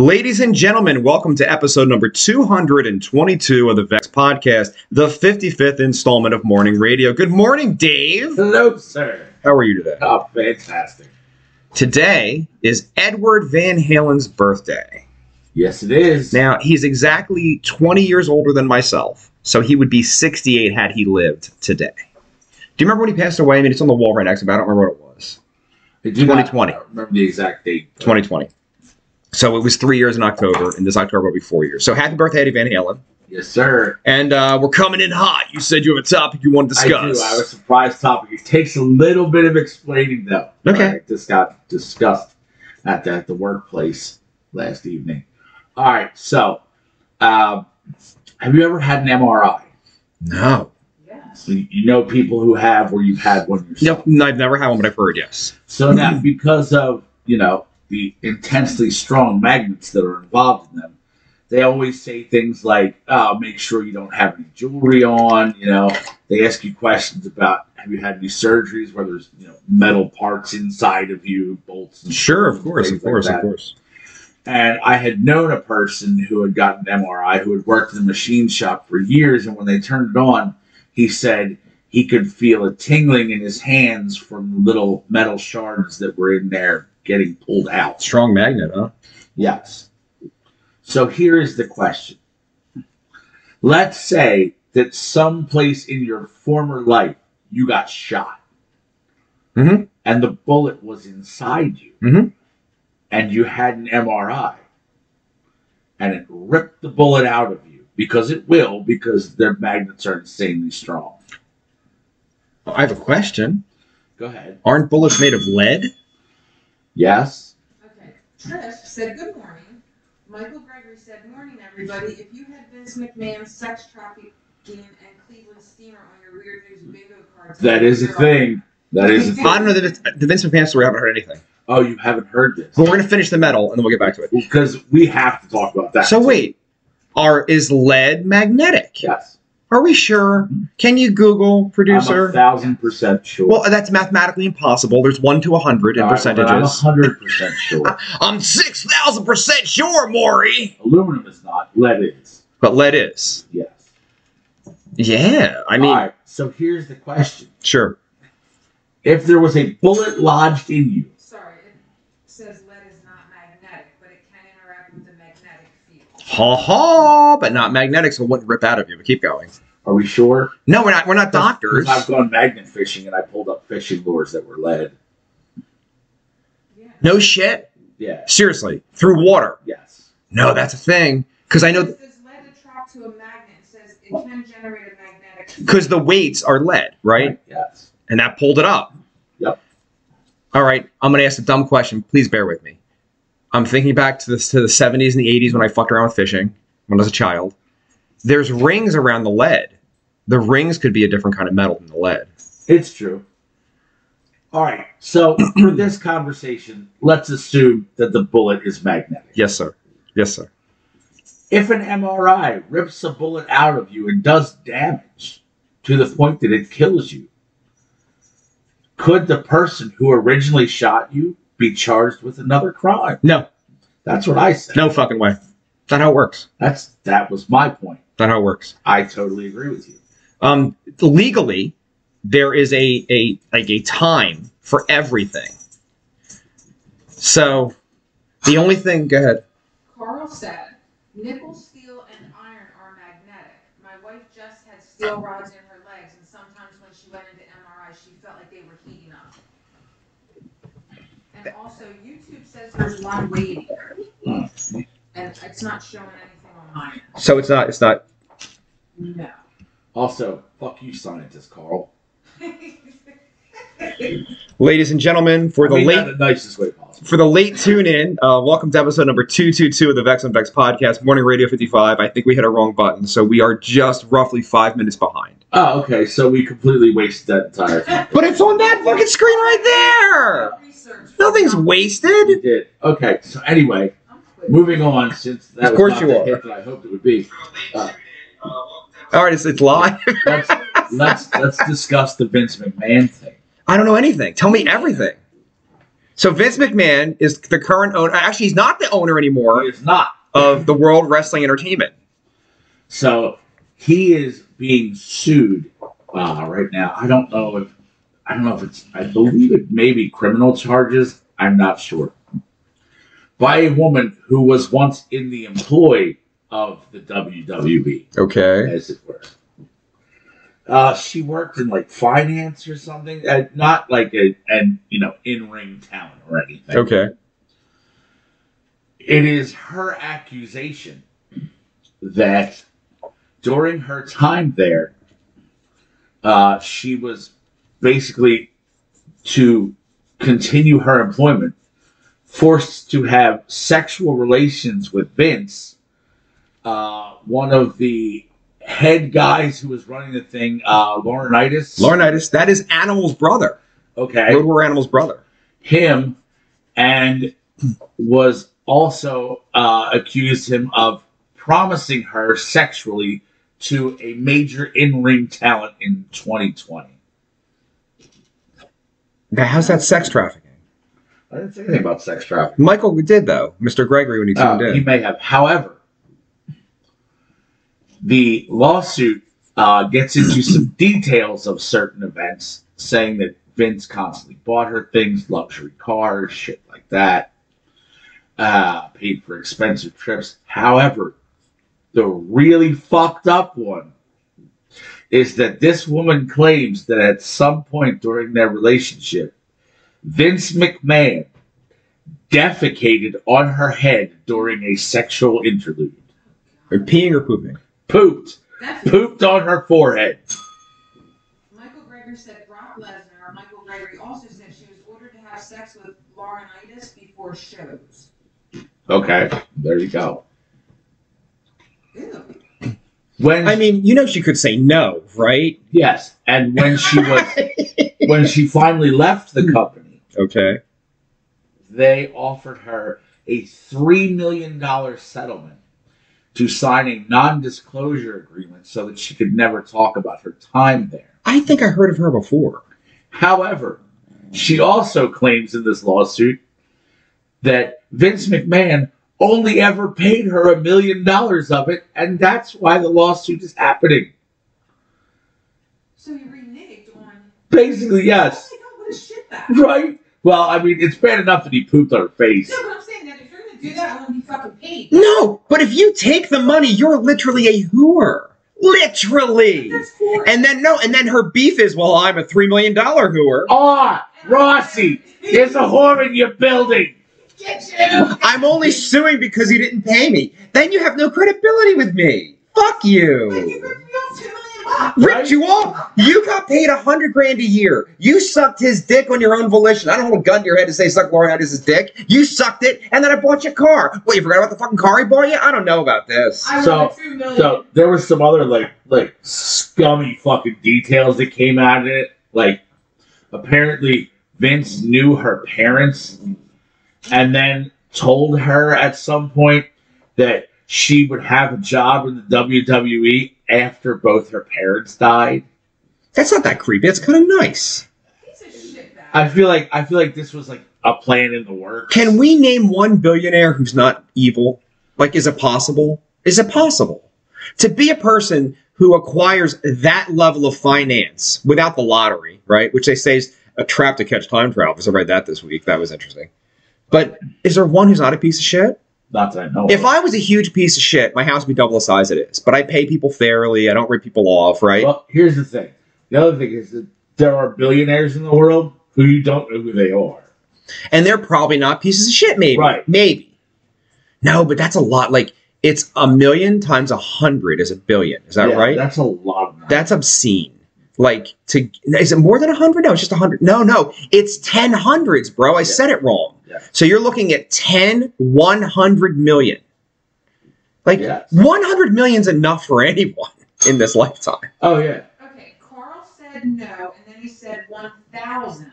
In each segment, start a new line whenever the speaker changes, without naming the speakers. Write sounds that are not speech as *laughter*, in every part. Ladies and gentlemen, welcome to episode number 222 of the Vex Podcast, the 55th installment of Morning Radio. Good morning, Dave.
Hello, sir.
How are you today?
Oh, fantastic.
Today is Edward Van Halen's birthday.
Yes, it is.
Now, he's exactly 20 years older than myself, so he would be 68 had he lived today. Do you remember when he passed away? I mean, it's on the wall right next to me. I don't remember what it was.
I do not
2020.
remember the exact date. but
2020. So it was three years in October, and this October will be four years. So happy birthday, Eddie Van Halen.
Yes, sir.
And uh, we're coming in hot. You said you have a topic you want to discuss.
I do. I was surprised topic. It takes a little bit of explaining, though.
Okay.
Alright, this got discussed at the, at the workplace last evening. All right. So, um, have you ever had an MRI?
No.
So you- you know people who have, or you've had one yourself.
Nope. No, I've never had one, but I've heard yes.
So now, because of you know the intensely strong magnets that are involved in them, they always say things like, "Oh, make sure you don't have any jewelry on." You know, they ask you questions about have you had any surgeries where there's you know metal parts inside of you, bolts. And
Sure, of
screws,
course, of
things like
course, of
that.
course.
And I had known a person who had gotten an MRI who had worked in the machine shop for years. And when they turned it on, he said he could feel a tingling in his hands from little metal shards that were in there getting pulled out.
Strong magnet, huh?
Yes. So here is the question Let's say that someplace in your former life you got shot,
Mhm.
and the bullet was inside you,
Mhm.
and you had an MRI, and it ripped the bullet out of you because it will, because their magnets are insanely strong.
Oh, I have a question.
Go ahead.
Aren't bullets made of lead?
Yes.
Okay. Trish said, Good morning. Michael Gregory said, Morning, everybody. If you had Vince McMahon's sex trafficking and Cleveland steamer on your weird news bingo cards,
That is a thing. That is a
I don't
thing.
know that it's the Vince McMahon story. I haven't heard anything.
Oh, you haven't heard this.
But we're gonna finish the metal, and then we'll get back to it.
Because we have to talk about that.
So wait, are is lead magnetic?
Yes.
Are we sure? Can you Google
I'm a
producer?
thousand percent sure.
Well, that's mathematically impossible. There's one to a hundred in
All right, well, then I'm a
percentages.
hundred percent sure.
I'm six thousand percent sure, Maury.
Aluminum is not. Lead is.
But lead is.
Yes.
Yeah, I mean,
All right, so here's the question:
sure.
If there was a bullet lodged in you,
Sorry, it says lead is not magnetic, but it can interact with the magnetic field.
Ha ha, but not magnetic, so it wouldn't rip out of you. But keep going.
are we sure?
No, we're not. We're not doctors.
Because I've gone magnet fishing and I pulled up fishing lures that were lead.
Yeah.
No shit.
Yeah.
Seriously, through water.
Yes.
No, that's a thing. Because I know,
It says lead attract to a magnet. It says it can generate a magnetic field.
because the weights are lead, right?
Yes.
And that pulled it up.
Yep.
All right, I'm gonna ask a dumb question. Please bear with me. I'm thinking back to the to the 70s and the 80s when I fucked around with fishing when I was a child. There's rings around the lead. The rings could be a different kind of metal than the lead.
It's true. All right. So for this conversation, let's assume that the bullet is magnetic.
Yes, sir. Yes, sir.
If an MRI rips a bullet out of you and does damage to the point that it kills you, could the person who originally shot you be charged with another crime?
No,
That's what I said.
no fucking way. Not how it works.
That's that was my point.
Not how it works.
I totally agree with you.
um, legally there is a, a like a time for everything so the only thing go ahead
Carl said, nickel, steel, and iron are magnetic. My wife just had steel rods in her legs, and sometimes when she went into MRI, she felt like they were heating up. And also, YouTube says there's one waiting, and it's not showing anything on mine.
so it's not it's not
No.
Also, fuck you, scientist Carl.
ladies and gentlemen for
I
the
mean
late
that in the nicest way possible.
for the late tune in uh, welcome to episode number 222 of the vex and vex podcast morning radio 55 i think we hit a wrong button so we are just roughly five minutes behind
Oh, okay. So we completely wasted that entire time.
but it's on that fucking screen right
Research.
there nothing's wasted
We did. Okay. So anyway,
I'm quick.
moving on since that
Of
was
course
not
you
the
are.
hit that I hoped it would be. Uh,
all right it's, it's live
let's let's let's discuss the Vince McMahon thing.
i don't know anything tell me everything So Vince McMahon is the current owner. Actually, he's not the owner anymore
He is not.
of the World Wrestling Entertainment.
So he is being sued uh, right now. I don't know if I don't know if it's I believe it may be criminal charges. I'm not sure. By a woman who was once in the employ of the WWE,
Okay.
as it were. Uh, she worked in like finance or something, uh, not like a an you know in ring talent or anything.
Okay.
It is her accusation that during her time there, uh, she was basically to continue her employment, forced to have sexual relations with Vince, uh, one of the head guys who was running the thing, uh, Laurinaitis.
Laurinaitis, that is Animal's brother.
okay
Road Warrior Animal's brother.
him and was also uh, accused him of promising her sexually to a major in-ring talent in 2020.
Now, how's that sex trafficking?
I didn't say anything about sex trafficking.
Michael did though, Mr. Gregory, when he
Uh,
tuned
he
in.
may have. However, the lawsuit uh, gets
*clears throat*
into some details of certain events, saying that Vince constantly bought her things, luxury cars, shit like that, uh, paid for expensive trips. However, the really fucked up one is that this woman claims that at some point during their relationship, Vince McMahon defecated on her head during a sexual interlude.
Or peeing or pooping.
Pooped,
That's
pooped on her forehead.
Michael Greger said Brock Lesnar. Michael Greger also said she was ordered to have sex with Laurinaitis before shows.
Okay, there you go.
Ew.
When
I mean, you know she could say no, right?
yes, and when she was when she finally left the company,
*laughs* Okay.
they offered her a three million dollar settlement to sign a non-disclosure agreement so that she could never talk about her time there.
I think I heard of her before.
However, she also claims in this lawsuit that Vince McMahon only ever paid her a million dollars of it, and that's why the lawsuit is happening.
So you reneged on.
Basically, yes.
Oh my God, what a
*laughs*
shit that.
Right? Well, I mean, it's bad enough that he pooped on her face.
No, but I'm saying that if you're gonna do that, I want to be fucking paid.
No, but if you take the money, you're literally a whore. Literally.
That's for
And then no, and then her beef is, well, I'm a three million dollar whore.
Ah, Rossi, there's a whore in your building. *laughs*
Get you.
I'm only suing because you didn't pay me. Then you have no credibility with me. Fuck
But
you.
you ripped me off two million bucks.
Ripped you off. You got paid a hundred grand a year. You sucked his dick on your own volition. I don't hold a gun to your head to say suck Lauren out his dick. You sucked it, and then I bought you a car. What, you forgot about the fucking car he bought you? I don't know about this.
I
So-
want two million.
So there was some other like like scummy fucking details that came out of it. Like apparently Vince knew her parents and then told her at some point that she would have a job in the WWE after both her parents died.
That's not that creepy. It's kind of nice.
Piece of shit bag.
I feel like I feel like this was like a plan in the works.
Can we name one billionaire who's not evil? Like, is it possible? Is it possible to be a person who acquires that level of finance without the lottery, right? Which they say is a trap to catch time travelers. I read that this week. That was interesting. But is there one who's not a piece of shit?
Not that I know.
If
of.
I was a huge piece of shit, my house would be double the size it is. But I pay people fairly. I don't rip people off, right?
well, here's the thing. The other thing is that there are billionaires in the world who you don't know who they are.
and they're probably not pieces of shit maybe
Right.
maybe no but that's a lot like it's a million times a hundred is a billion is that
Yeah,
right
That's a lot of money.
that's obscene like to is it more than a hundred no it's just a hundred no no it's ten hundreds bro i
Yeah.
said it wrong
Yeah.
so you're looking at 10 100 million like
Yes.
100 million's enough for anyone in this lifetime
Oh yeah,
Okay, Carl said no, and then he said one thousand.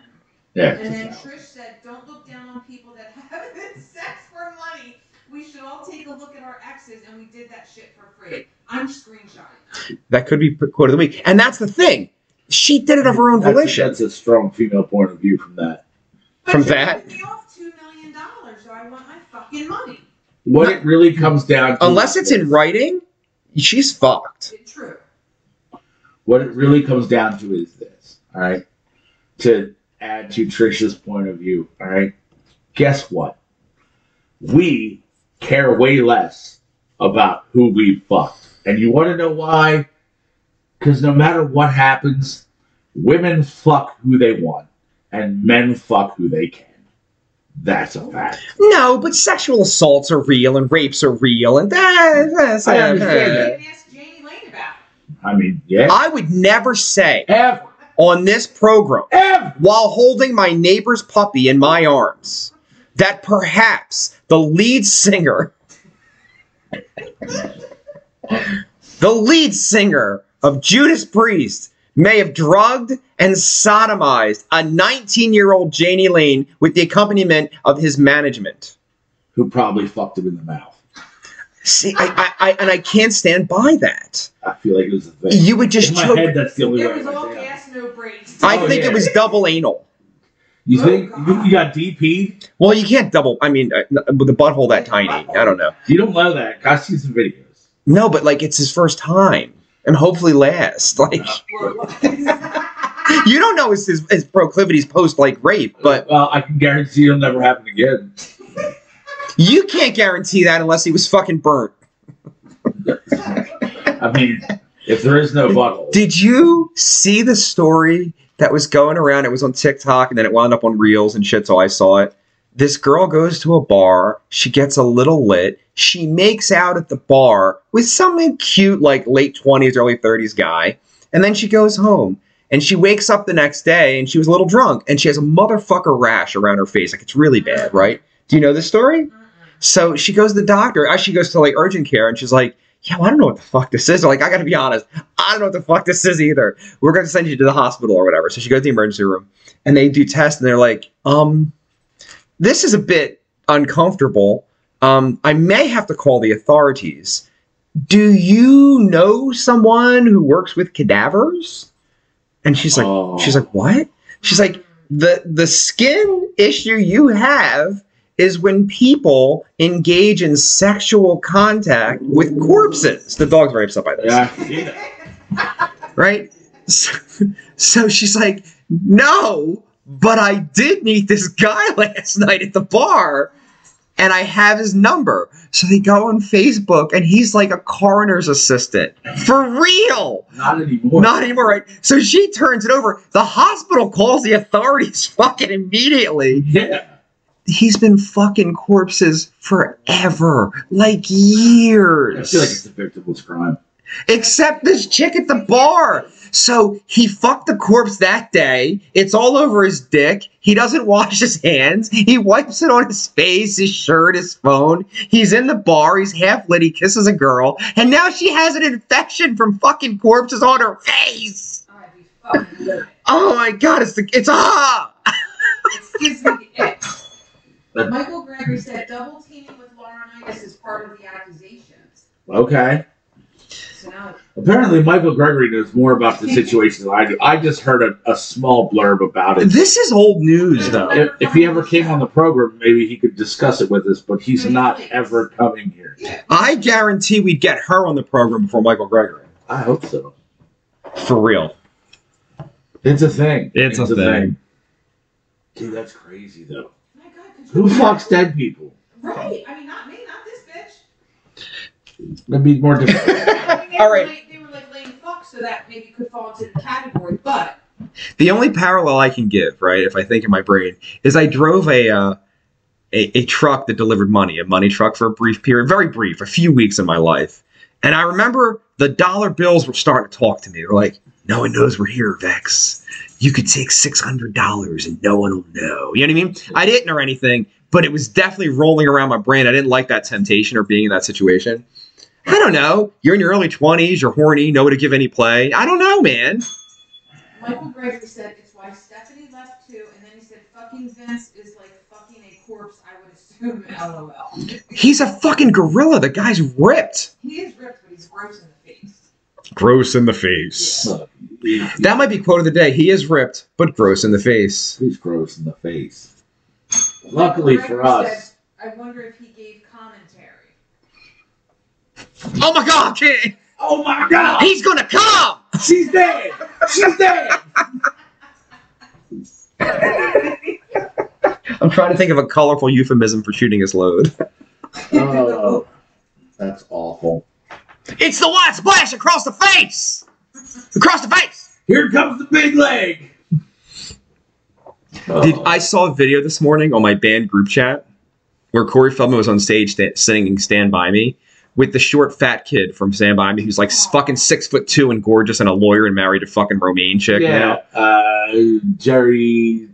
yeah.
And then Trish said, Don't look down on people that *laughs* have been sex for money. We should all take a look at our exes, and we did that shit for free. I'm screenshotting.
that could be quote of the week and that's the thing she did it of her own
That's-
volition
That's a strong female point of view from that.
But
From
you
that?
paid me off two million dollars, so I want my fucking money.
What it really comes down to
Unless it's in
is-
writing, she's fucked.
It's true.
What it really comes down to is this, all right? To add to Trisha's point of view, all right? Guess what? We care way less about who we fucked. And you want to know why? Because no matter what happens, women fuck who they want, and men fuck who they can. That's a fact.
No, but sexual assaults are real and rapes are real and that. that's-
I understand
You
that.
can ask Janie Lane about
I mean, yeah.
I would never say
Ever,
on this program
ever.
while holding my neighbor's puppy in my arms that perhaps the lead singer the lead singer of Judas Priest may have drugged and sodomized a 19-year-old Janie Lane with the accompaniment of his management.
Who probably fucked him in the mouth.
See, I, I, I and I can't stand by that.
I feel like it was a thing.
You would just
in my
choke.
head, that's the
it.
only
It
way.
was
I
all
can think of it.
gas, no brakes.
I
Oh,
think
yeah.
*laughs*
it was double anal.
You
Oh,
think you
God.
think you got DP?
Well, you can't double. I mean, uh, n- with the butthole that tiny. I don't know.
You don't know that. I see some videos.
No, but like it's his first time, and hopefully last. *laughs* Like
Well, what-
you don't know his his, his proclivities post like rape, but
well, I can guarantee it'll never happen again.
you can't guarantee that unless he was fucking burnt.
I mean, if there is no butthole,
Did you see the story that was going around? It was on TikTok and then it wound up on Reels and shit, so I saw it. This girl goes to a bar, she gets a little lit, she makes out at the bar with some cute, like late 20s, early 30s guy, and then she goes home. And she wakes up the next day and she was a little drunk and she has a motherfucker rash around her face. Like, it's really bad, right? Do you know this story? So she goes to the doctor. uh, She goes to like urgent care, and she's like, "Yeah, well, I don't know what the fuck this is." They're like, I gotta be honest, I don't know what the fuck this is either. We're gonna send you to the hospital or whatever. So she goes to the emergency room, and they do tests, and they're like, "Um, this is a bit uncomfortable. Um, I may have to call the authorities. Do you know someone who works with cadavers?" And she's like,
Oh.
"She's like, what?" She's like, the the skin issue you have is when people engage in sexual contact with corpses. The dog's very upset by this,
yeah, I can see that.
right? So, *laughs* so she's like, "No, but I did meet this guy *laughs* last night at the bar, and I have his number." So they go on Facebook, and he's like a coroner's assistant for real.
Not anymore.
Not anymore, right? So she turns it over. The hospital calls the authorities *laughs* fucking immediately.
yeah.
He's been fucking corpses forever, like
I feel like
years.
it's a victimless crime.
Except this chick at the bar. So he fucked the corpse that day. It's all over his dick. He doesn't wash his hands. He wipes it on his face, his shirt, his phone. He's in the bar. He's half lit. He kisses a girl. And now she has an infection from fucking corpses on her face.
I'd be fucking livid.
Oh my god, it's the it's ah!
Excuse me. the
*laughs*
ick. Michael Gregory said double teaming with Laurinaitis is part of the accusations.
Okay.
So now,
Apparently, Michael Gregory knows more about the situation than I do. I just heard a, a small blurb
*laughs*
about it.
This is old news though.
If, if he ever came on the program, maybe he could discuss it with us. But he's not ever coming here.
yeah.
I guarantee we'd get her on the program before Michael Gregory.
I hope so.
For real.
It's a thing.
It's a thing.
Dude, that's crazy though.
My God, could you
Who
imagine?
fucks dead people?
Right. I mean, not me, not this
*laughs*
bitch.
That'd be more difficult. *laughs*
I mean, they
All
were
right.
like- They were like lame fucks, so that maybe could fall into the category, but
The only parallel I can give, right, if I think in my brain, is I drove a uh, a, a truck that delivered money, a money truck for a brief period, very brief, a few weeks in my life. And I remember the dollar bills were starting to talk to me. They were like, no one knows we're here, Vex. You could take $600 and no one will know. You know what I mean? I didn't or anything, but it was definitely rolling around my brain. I didn't like that temptation or being in that situation. I don't know. You're in your early 20s, you're horny, nobody give any play. I don't know, man.
Michael Gregory said it's why Stephanie left too, and then he said fucking Vince is like fucking a corpse, I would assume, *laughs* lol.
He's a fucking gorilla. The guy's ripped.
He is ripped, but he's gross in the face.
Gross in the face. That might be quote of the day. He is ripped, but gross in the face.
He's gross in the face. Luckily
Michael
for
Greger
us,
said, I wonder if he gave commentary.
Oh my God, King!
oh my god,
He's gonna come!
she's dead. She's dead.
I'm trying to think of a colorful euphemism for shooting his load.
*laughs* Oh, that's awful.
It's the white splash across the face! Across the face!
Here comes the big leg.
Did
Oh.
I saw a video this morning on my band group chat where Corey Feldman was on stage sta- singing Stand By Me with the short fat kid from Stand By Me who's like s- fucking six foot two and gorgeous and a lawyer and married to fucking Romaine chick now.
yeah, uh, Jerry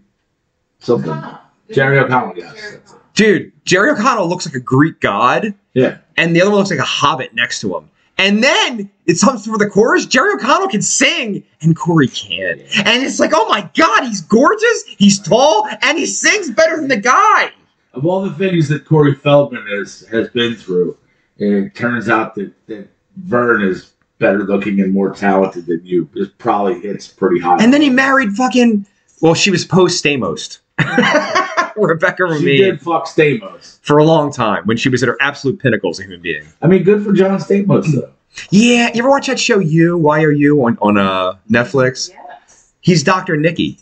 something.
O'Connell.
*laughs* Jerry O'Connell, yes.
Jerry O'Connell.
Dude, Jerry O'Connell looks like a Greek god.
Yeah.
And the other one looks like a hobbit next to him. And then it comes for the chorus. Jerry O'Connell can sing, and Corey can't. And it's like, oh my god, he's gorgeous, he's tall, and he sings better than the guy.
Of all the things that Corey Feldman has has been through, it turns out that, that Vern is better looking and more talented than you. It probably hits pretty high.
And then he married fucking. Well, she was post Stamos. *laughs* Rebecca
she
Ramin
did fuck Stamos.
for a long time when she was at her absolute pinnacle as a human being.
I mean, good for John Stamos though.
Yeah, you ever watch that show You Y O U on on uh, Netflix?
Yes.
He's Doctor Nicky,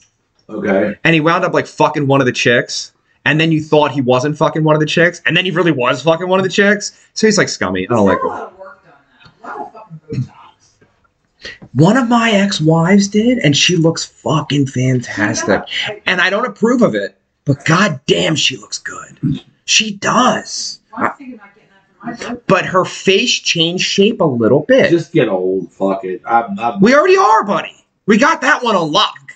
Okay,
and he wound up like fucking one of the chicks. And then you thought he wasn't fucking one of the chicks, and then he really was fucking one of the chicks. So he's like scummy. I don't like
a
him.
lot of work done now. A lot of fucking Botox.
One of my ex-wives did, and she looks fucking fantastic.
Yeah, I-
and I don't approve of it, but goddamn, she looks good. She does.
I was thinking about getting that for my birthday.
But her face changed shape a little bit.
just get old. Fuck it. I'm not.
we already are, buddy. We got that one on lock.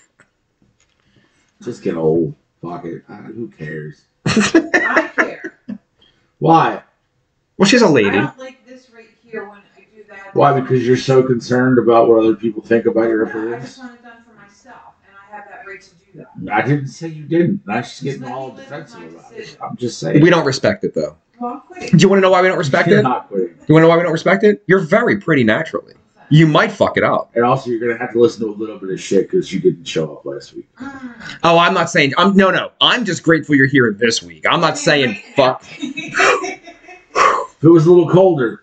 Just get old. Fuck it. Uh, who cares?
I care.
Why?
Well, she's a
I
lady.
don't like this right here when I do that.
Why? Because you're so concerned about what other people think about your
No, I
appearance.
just want it done for myself, and I have that right to do that.
I didn't say you didn't. I was just
Just
getting
let
all
me live
defensive
with my
about it.
decision.
I'm just saying.
We don't respect it, though.
Well, I'm quitting.
Do you want to know why we don't respect
You're
it?
not quitting.
You want to know why we don't respect it? You're very pretty naturally. You might fuck it up.
And also, you're gonna have to listen to a little bit of shit because you didn't show up last week.
Mm.
Oh, I'm not saying. I'm no, no. I'm just grateful you're here this week. I'm not saying
Mm.
fuck.
If it was a little colder,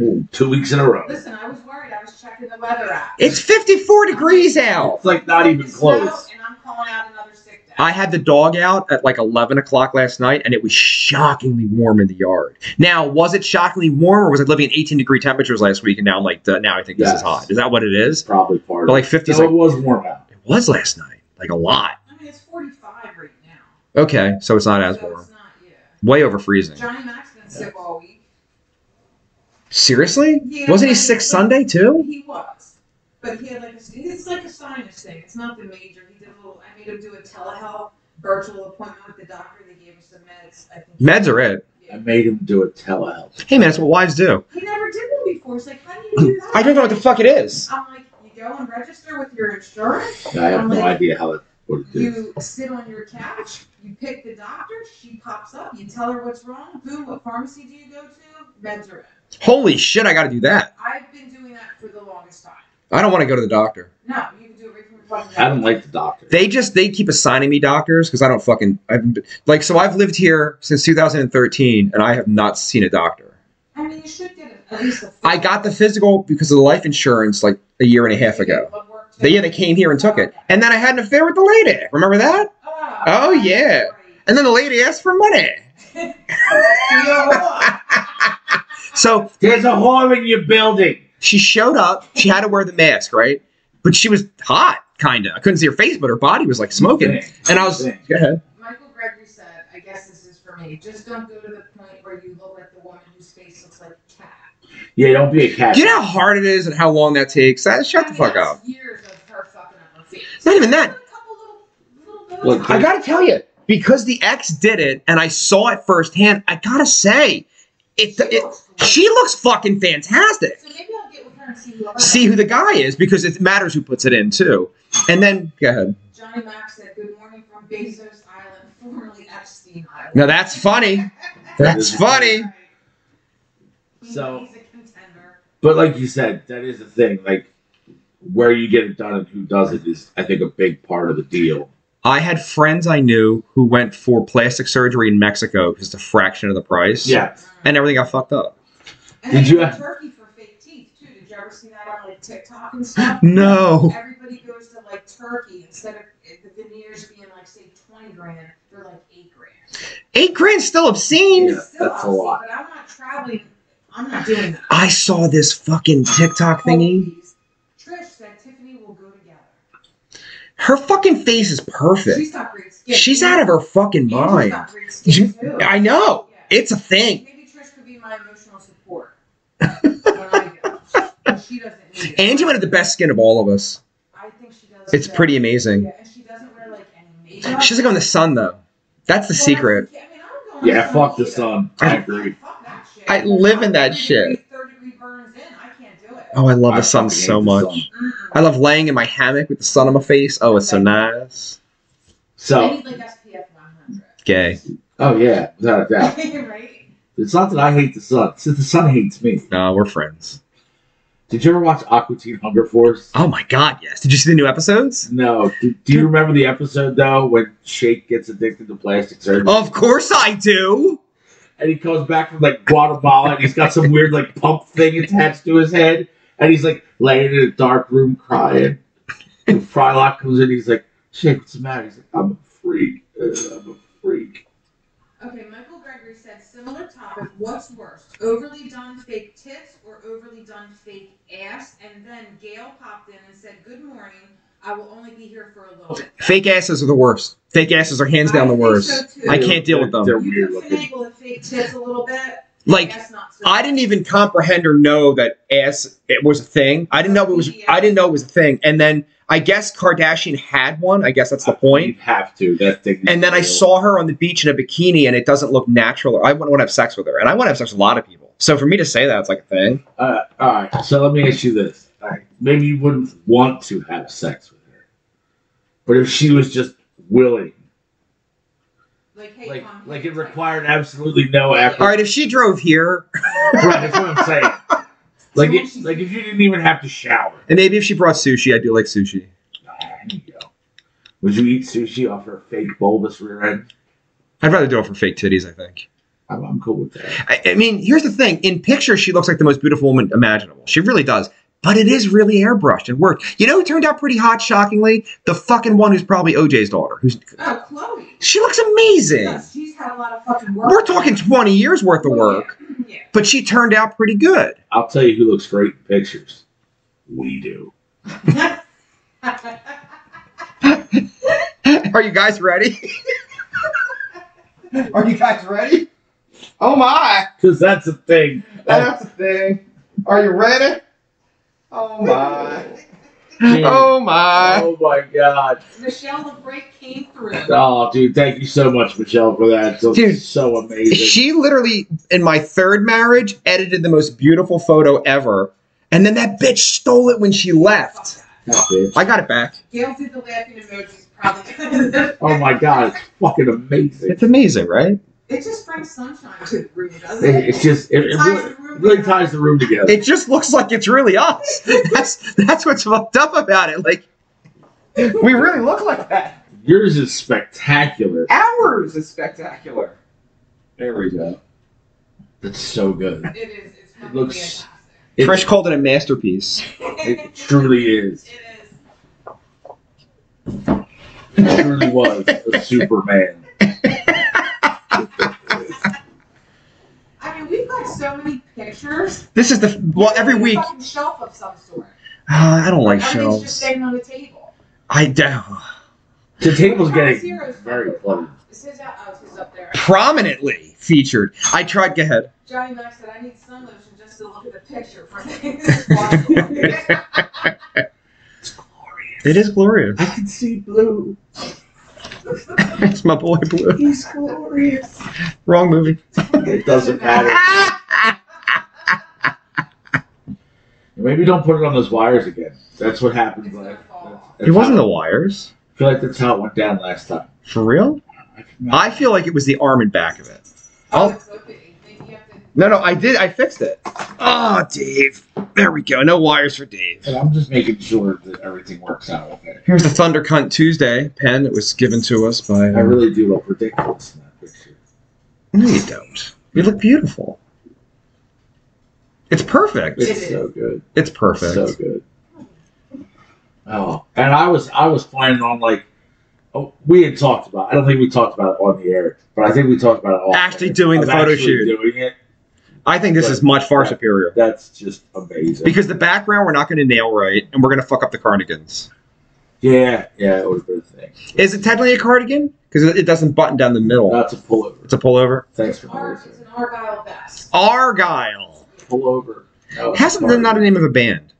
ooh, two weeks in a row.
*laughs* Listen, I was worried. I was checking the weather app.
It's 54 degrees out.
It's like not even
It's snow,
close.
And I'm calling out another sick day.
I had the dog out at like 11 o'clock last night and it was shockingly warm in the yard. Now, was it shockingly warm or was it living in 18 degree temperatures last week and now I'm like, duh, now I think this is
Yes.
hot? Is that what it
It's
is?
probably part
But
of
like
it.
50 is
So it
like,
was warm out.
it was last night, like a lot.
I mean, it's 45 right now.
Okay, so it's not as
so
warm.
it's not, yeah.
Way over freezing.
Johnny Mac's been sick all week.
Seriously?
Yeah,
Wasn't he
but-
sick Sunday too?
He was. But he had like a, it's like a sinus thing. It's not the major. He did a little, I made him do a telehealth virtual appointment with the doctor. They gave him some meds. I think.
Meds are it.
I
Yeah.
made him do a telehealth.
Hey man, that's what wives do.
He never did that before. He's like, how do you do that?
*clears throat* I don't know what the fuck it is.
I'm like, you go and register with your insurance.
I have no idea how that would do.
Um, You sit on your couch. You pick the doctor. She pops up. You tell her what's wrong. Boom. What pharmacy do you go to? Meds are in.
Holy shit, I gotta do that.
I've been doing that for the longest time.
I don't want to go to the doctor.
No, you can do it right from your phone.
I don't like the doctor.
They just they keep assigning me doctors because I don't fucking I haven't been, like so I've lived here since 2013 and I have not seen a doctor.
I mean, you should get at least a.
I got the physical because of the life insurance like a year and a half ago. They yeah they came here and took it, and then I had an affair with the lady. Remember that?
Oh,
Oh, yeah. And then the lady asked for money. So
There's a whore in your building.
she showed up. She had to wear the mask, right? But she was hot, kinda. I couldn't see her face, but her body was like smoking.
Thing.
And I was go
Thing.
ahead.
Michael Gregory said, "I guess this is for me. Just don't go to the point where you look at the woman whose face looks like a cat."
Yeah, don't be a cat.
You know how hard it is and how long that takes. Ah, Shut
I
the
mean,
fuck
that's
up.
Years of her fucking up her face.
Not even that.
A couple little, little
Look,
bones.
I gotta tell you, because the ex did it and I saw it firsthand, I gotta say, it,
She
it
looks great.
she looks fucking fantastic.
So maybe I'll get with her and see who. I-
See who the guy is because it matters who puts it in too. And then go ahead.
Johnny Mack said, "Good morning from Bezos Island, formerly Epstein Island."
Now that's
*laughs*
funny. That's funny.
So-
he's a contender.
But like you said, that is the thing. Like where you get it done and who does it is, I think, a big part of the deal.
I had friends I knew who went for plastic surgery in Mexico just a fraction of the price.
Yeah.
And everything got fucked up.
And
Did
they
you-
do Turkey for fake teeth too. Did you ever see that on like TikTok and stuff?
*laughs* No.
Everybody goes to like Turkey instead of the veneers being like say twenty grand, they're like eight grand.
Eight grand's still obscene.
Yeah,
It's still
that's a
obscene,
lot.
But I'm not traveling. I'm not doing that.
I saw this fucking TikTok thingy.
Please. Trish said Tiffany will go together.
Her fucking face is perfect.
She's not great skin.
She's out of her fucking
Angie's
mind.
Got great skin
You-
too.
I know.
Yeah.
It's a thing.
Maybe Trish could be my
*laughs*
emotional support. when I go. But she doesn't need it.
Angie might have the best skin of all of us.
I think she does.
It's
too.
pretty amazing.
Yeah, and she doesn't wear like any makeup.
She's like on the sun though. That's the
Well,
secret.
that's- I mean, I don't go on
Yeah,
sun
fuck the
either.
sun. I agree.
Fuck that shit.
I live in that
Third
shit.
degree- Third degree burns in. I can't do it.
Oh, I love
I
the sun
fucking hate
so
the
much.
sun.
Mm-mm.
I love laying in my hammock with the sun on my face. Oh, it's so nice.
I
So,
need like SPF 100.
Gay.
oh yeah, without a doubt.
*laughs* right?
It's not that I hate the sun. It's that the sun hates me.
No, we're friends.
Did you ever watch Aqua Teen Hunger Force?
Oh my god, yes. Did you see the new episodes?
No. Do, do you remember the episode though when Shake gets addicted to plastic surgery
Of course I do.
and he comes back from like Guatemala and he's got some weird like pump thing attached to his head and he's like laying in a dark room crying. And Frylock comes in. He's like, Shake, what's the matter? He's like, I'm a freak. Uh, I'm a freak.
Okay, Michael Gregory said similar topic. What's worse, overly done fake tits or overly done fake ass? And then Gail popped in and said, "Good morning. I will only be here for a little bit."
Fake asses are the worst. Fake asses are hands down the
I think
worst.
so, too.
I can't deal with them.
They're
You
weird
can
looking.
finagle the fake tits a little bit.
Like
That's not so
I didn't even comprehend or know that ass it was a thing. I didn't know it was I didn't know it was a thing. And then I guess Kardashian had one. I guess that's the point.
You have to. That thing. is
And then I
real.
saw her on the beach in a bikini, and it doesn't look natural. I wouldn't want to have sex with her, and I want to have sex with a lot of people. So for me to say that, it's like a thing.
Uh, all right. So let me ask you this. All right. Maybe you wouldn't want to have sex with her, but if she was just willing,
Like, hey,
like
come
like
here.
it required absolutely no effort.
All right, if she drove here,
Right, that's what I'm saying. Like it, like if you didn't even have to shower.
and maybe if she brought sushi, I do like sushi.
There you go. Would you eat sushi off her fake bulbous rear end?
I'd rather do it for fake titties. I think.
I'm, I'm cool with that.
I, I mean, here's the thing: in pictures, she looks like the most beautiful woman imaginable. She really does. But it is really airbrushed and worked. You know who turned out pretty hot, shockingly? The fucking one who's probably OJ's daughter. Who's
Oh, Chloe.
she looks amazing.
Yes, she's had a lot of fucking work.
We're talking
*laughs*
20 years worth of
Oh, yeah.
work,
Yeah.
but she turned out pretty good.
I'll tell you who looks great in pictures. We do.
*laughs* Are you guys ready? Are you guys ready? Oh my!
Because that's a thing.
That's the thing. Are you ready? Oh my!
Dude.
Oh my!
oh my god.
*laughs* Michelle the break came through.
Oh, dude, thank you so much, Michelle, for that. That's
Dude,
so amazing.
She literally, in my third marriage, edited the most beautiful photo ever, and then that bitch stole it when she left.
That bitch.
I got it back.
Gail did the laughing emojis probably. *laughs*
Oh my god, it's fucking amazing. It,
It's amazing, right?
It just brings sunshine to the room, doesn't it?
it's just it, it really, really ties the room together.
It just looks like it's really us. *laughs* That's that's what's fucked up about it. Like we really look like that.
Yours is spectacular.
Ours is spectacular. There we go.
That's so good.
It is. It's fucking
looks-
fantastic.
It,
Trish called it a masterpiece.
it
*laughs*
truly is.
It is.
It truly was a Superman.
I mean, we've got so many pictures.
This is the well every
It's a
week.
fucking shelf of some sort.
Ah, Uh, I don't like
Everything's just
shelves.
sitting on the table.
I don't.
The table's
Probably
getting
zeros.
very close.
This is out. Oh, this is up there.
Prominently featured. I tried. Go ahead.
Johnny Mac said, "I need sun lotion just to look at the picture for *laughs* things."
It's glorious.
It is glorious.
I can see blue.
*laughs* It's my boy Blue.
He's glorious.
Wrong *laughs* movie.
It doesn't matter. Maybe don't put it on those wires again. That's what happened.
It's
Like,
gonna fall
that's-
off.
It wasn't
how-
the wires.
I feel like that's how it went down last time.
For real? I feel like it was the arm and back of it.
Oh, it could be. Maybe you have to.
No, no, I did. I fixed it. Oh, Dave. There we go. No wires for Dave.
And I'm just making sure that everything works out okay.
Here's the Thunder Cunt Tuesday pen that was given to us by.
I really do look ridiculous in that picture.
No, you don't. You look beautiful. It's perfect.
It
It's
is.
so good.
It's perfect.
So good. Oh, and I was I was planning on like, oh, we had talked about. I don't think we talked about it on the air, but I think we talked about it off
Actually
air.
doing the
Of
photo
actually
shoot.
Doing it.
I think this is much far
Right.
superior.
That's just amazing.
Because the background we're not going to nail right, and we're going to fuck up the cardigans.
yeah, yeah, it would have been a thing.
Is it technically a cardigan? Because it it doesn't button down the middle.
That's a pullover.
it's a pullover.
Thanks for
Ar- It's
noticing.
an Argyle vest.
Argyle.
Pullover. No, it's
Hasn't that
hard.
not a name of a band?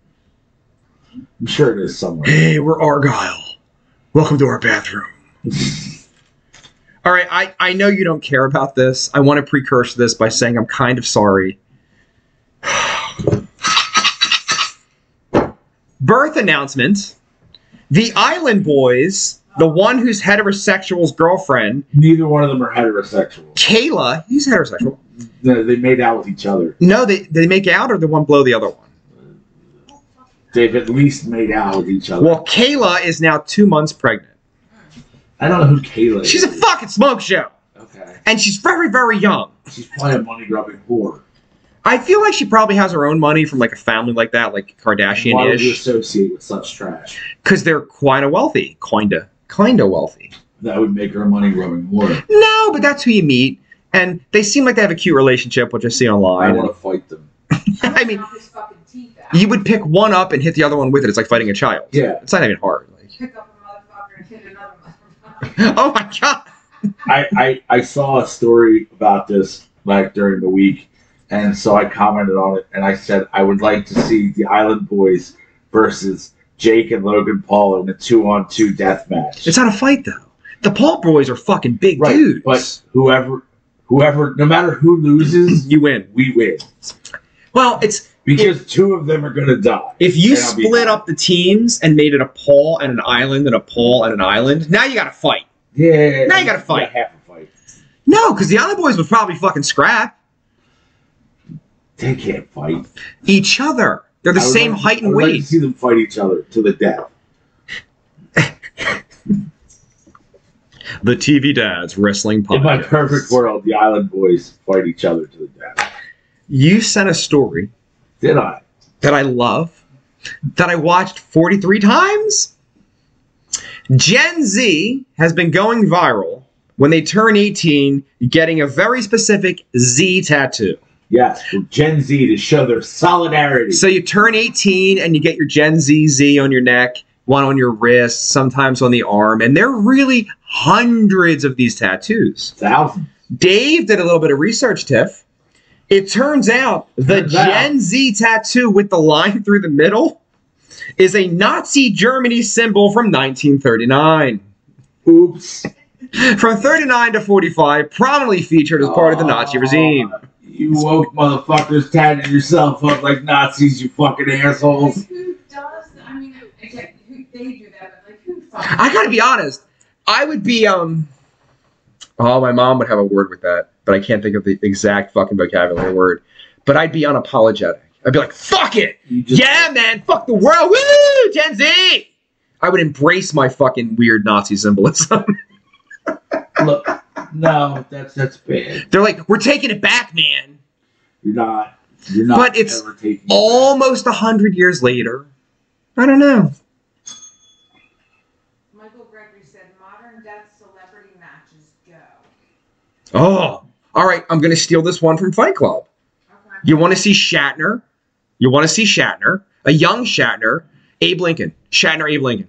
I'm sure it is
*gasps*
somewhere.
Hey, we're Argyle. Welcome to our bathroom. *laughs* All right, I, I know you don't care about this. I want to precursor this by saying I'm kind of sorry. *sighs* Birth announcement. The Island Boys, the one who's heterosexual's girlfriend,
Neither one of them are heterosexual.
Kayla, he's heterosexual.
No, they made out with each other.
No, they, they make out or the one blow the other one?
They've at least made out with each other.
Well, Kayla is now two months pregnant.
I don't know who Kayla is.
She's a fucking smoke show.
Okay.
And she's very, very young.
She's probably a money grubbing whore.
I feel like she probably has her own money from like a family like that, like
Why would you
Kardashian-ish.
associate with such trash?
Because they're quite a wealthy. Kinda. Kinda wealthy.
That would make her a money grubbing whore.
No, but that's who you meet. And they seem like they have a cute relationship, which I see
I
online.
want to fight them.
I mean,
Knock his fucking teeth out.
you would pick one up and hit the other one with it. It's like fighting a child.
Yeah,
It's not even hard. Like, *laughs*
pick up a motherfucker and hit another motherfucker.
oh my god.
I, I, I saw a story about this like during the week, and so I commented on it, and I said I would like to see the Island Boys versus Jake and Logan Paul in a two-on-two death match.
It's not a fight though. The Paul boys are fucking big
right,
dudes.
but whoever, whoever, no matter who
*clears throat*
loses,
you win.
we win
Well, it's
because two of them are gonna die.
if you
And I'll be-
split up the teams and made it a Paul and an island and a Paul and an island, now you got to fight.
Yeah,
Now you gotta fight.
Half a fight.
No, because the Island Boys would probably fucking scrap
They can't fight.
each other. They're the
I would
same
like to-
height
I
and
would Like to
weight.
see them fight each other to the death.
The TV Dads Wrestling
In my perfect world, the Island Boys fight each other to the death.
You sent a story
Did I?
that I love, that I watched 43 times. Gen Z has been going viral when they turn 18, getting a very specific Z tattoo.
Yes, from Gen Z to show their solidarity.
So you turn 18 and you get your Gen Z Z on your neck, one on your wrist, sometimes on the arm, and there are really hundreds of these tattoos.
Thousands.
Dave did a little bit of research, Tiff. It turns out the
Turns out.
Gen Z tattoo with the line through the middle is a Nazi Germany symbol from 1939.
Oops.
From 39 to 45, prominently featured as part of the Nazi regime.
Aw, You woke motherfuckers tatting yourself up like Nazis, you fucking assholes.
Like, who does? I mean, I get who they do that, but like who fucking?
I gotta be honest. I would be um. Oh, my mom would have a word with that, but I can't think of the exact fucking vocabulary word. But I'd be unapologetic. I'd be like, "Fuck it,
You just,
yeah, man, fuck the world, woo, Gen Z." I would embrace my fucking weird Nazi symbolism. *laughs*
Look, no, that's that's bad.
They're like, "We're taking it back, man."
You're not. You're not.
But it's
ever taking it
Almost a hundred years later, I don't know.
Michael Gregory said, "Modern death celebrity matches go."
Oh, all right. I'm gonna steal this one from Fight Club.
Okay.
You want to see Shatner. You want to see Shatner, a young Shatner, Abe Lincoln, Shatner, Abe Lincoln.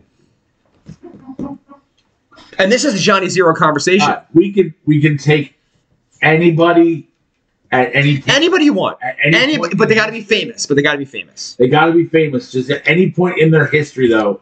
And this is the Johnny Zero conversation.
Uh, we can we can take anybody at any point.
Anybody you want,
at any
any,
point
but they
in-
got to be famous. But they got to be famous.
They got to be famous. Just at any point in their history, though.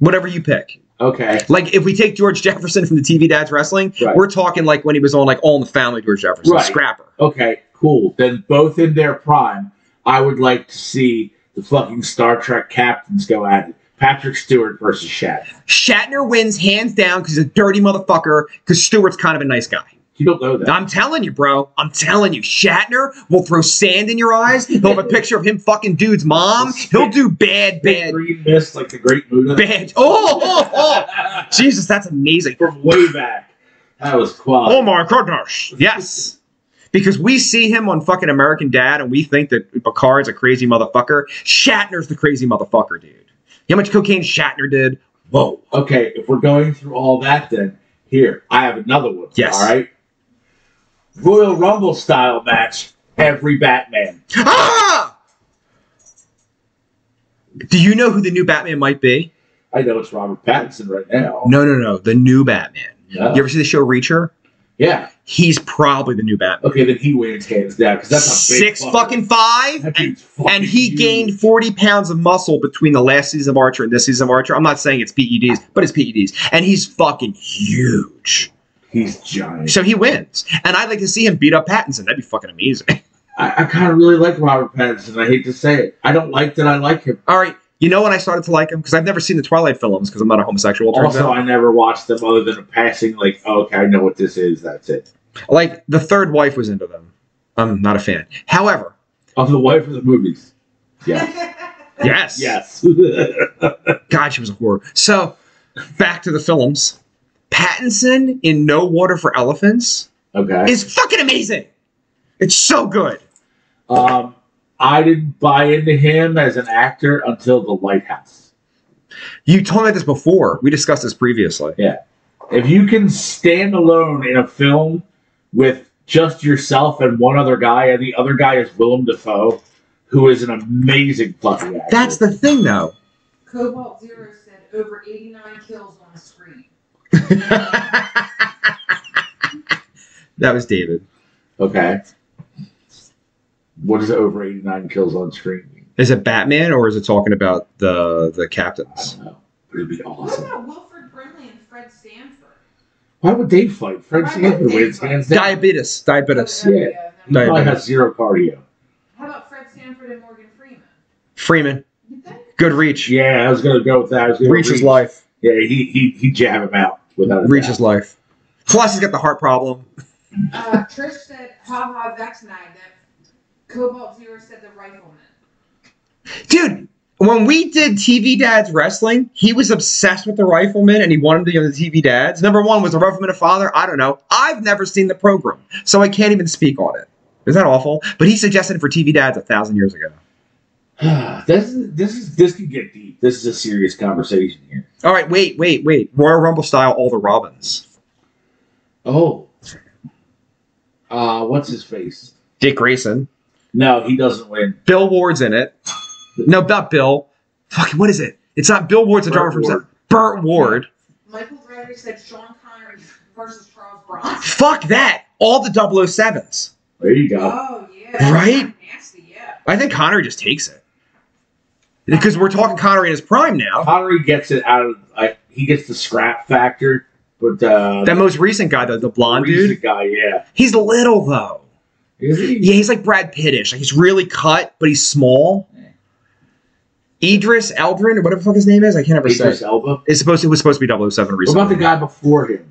Whatever you pick.
Okay.
Like if we take George Jefferson from the TV Dads Wrestling,
Right.
we're talking like when he was on like All in the Family, George Jefferson,
Right.
Scrapper.
Okay. Cool. Then both in their prime, I would like to see the fucking Star Trek captains go at it. Patrick Stewart versus Shatner.
Shatner wins hands down because he's a dirty motherfucker. Because Stewart's kind of a nice guy.
He'll know that.
I'm telling you, bro. I'm telling you. Shatner will throw sand in your eyes. He'll have a picture of him fucking dude's mom. He'll do bad,
Big
bad,
green mist like the Great Buddha
bad. Oh, oh, oh. Jesus, that's amazing.
*laughs* from way back. That was quality.
Oh my goodness. Yes. Because we see him on fucking American Dad and we think that Picard's a crazy motherfucker. Shatner's the crazy motherfucker, dude. You know how much cocaine Shatner did? Whoa.
Okay, if we're going through all that, then here I have another one.
Yes.
All right. Royal Rumble style match. Every Batman.
Ah! Do you know who the new Batman might be?
I know it's Robert Pattinson right now.
No, no, no. The new Batman.
Yeah.
You ever see the show Reacher?
Yeah.
He's probably the new Batman.
Okay, then he wins hands down because that's a big
Six fucking five,
That
and
dude's fucking
and he
huge.
gained 40 pounds of muscle between the last season of Archer and this season of Archer. I'm not saying it's PEDs, but it's PEDs. And he's fucking huge.
He's giant.
So he wins. And I'd like to see him beat up Pattinson. That'd be fucking amazing. *laughs*
I, I kind of really like Robert Pattinson. I hate to say it. I don't like that I like him.
All right. You know when I started to like him? Because I've never seen the Twilight films because I'm not a homosexual. it Turns
Also,
out.
I never watched them other than a passing. Like, oh, okay, I know what this is. That's it.
Like, the third wife was into them. I'm not a fan. However,
Of the wife of the movies. Yes.
*laughs* yes.
yes.
God, she was a horror. So, back to the films. Pattinson in No Water for Elephants
*laughs* okay.
is fucking amazing. It's so good.
Um, I didn't buy into him as an actor until The Lighthouse.
You told me this before. We discussed this previously.
If you can stand alone in a film with just yourself and one other guy, and the other guy is Willem Dafoe, who is an amazing fucking actor.
That's the thing, though.
Cobalt Zero said over 89 kills on
*laughs*
the screen.
that was David.
okay. What is over eighty nine kills on screen? mean?
Is it Batman or is it talking about the the
I
captains?
don't know. But it'd be
What
awesome.
about Wilfred Brimley and Fred Sanford?
Why would they fight? Frank
Why would
Sanford
they
wins
fight?
hands down.
Diabetes, diabetes.
yeah.
Okay,
He
No,
never mind.
probably
Diabetes.
has zero cardio.
How about Fred Sanford and Morgan Freeman?
Freeman,
You think?
good reach.
Yeah, I was gonna go with that. I was gonna
Reach is
reach.
life.
Yeah, he he he jab him out without a
Reach
doubt.
is life. Plus, he's got the heart problem.
Uh, Trish said, "Ha ha, Vex Magnet." Cobalt Zero said, "The Rifleman."
Dude, when we did TV Dads Wrestling, he was obsessed with the Rifleman and he wanted to be on the TV Dads. Number one, was the Rifleman a father? I don't know. I've never seen the program, so I can't even speak on it. Is that awful? But he suggested it for TV Dads a thousand years ago.
*sighs* this is this is this could get deep. This is a serious conversation here.
All right, wait, wait, wait. Royal Rumble style, all the Robins.
Oh, uh, what's his face?
Dick Grayson.
No, he doesn't win.
Bill Ward's in it. No, not Bill. Fuck, what is it? It's not Bill Ward's a drummer
Burt
from
Ward.
Burt Ward.
Michael Gregory said, "Sean Connery versus Charles Bronson."
Fuck that. All the 007s.
There you go.
Oh yeah, that's
Right?
kinda Nasty, yeah.
I think Connery just takes it. Because we're talking Connery in his prime now.
Connery gets it out of. I he gets the scrap factor, but uh,
That most recent guy, the, the blonde
he's the
dude,
guy, yeah,
he's little though.
is he?
Yeah, he's like Brad Pittish. Like he's really cut, but he's small. Idris Eldrin, or whatever the fuck his name is, I can't ever
Idris
say.
Elba.
It's supposed to, it was supposed to be 007
What
recently.
about the guy before him?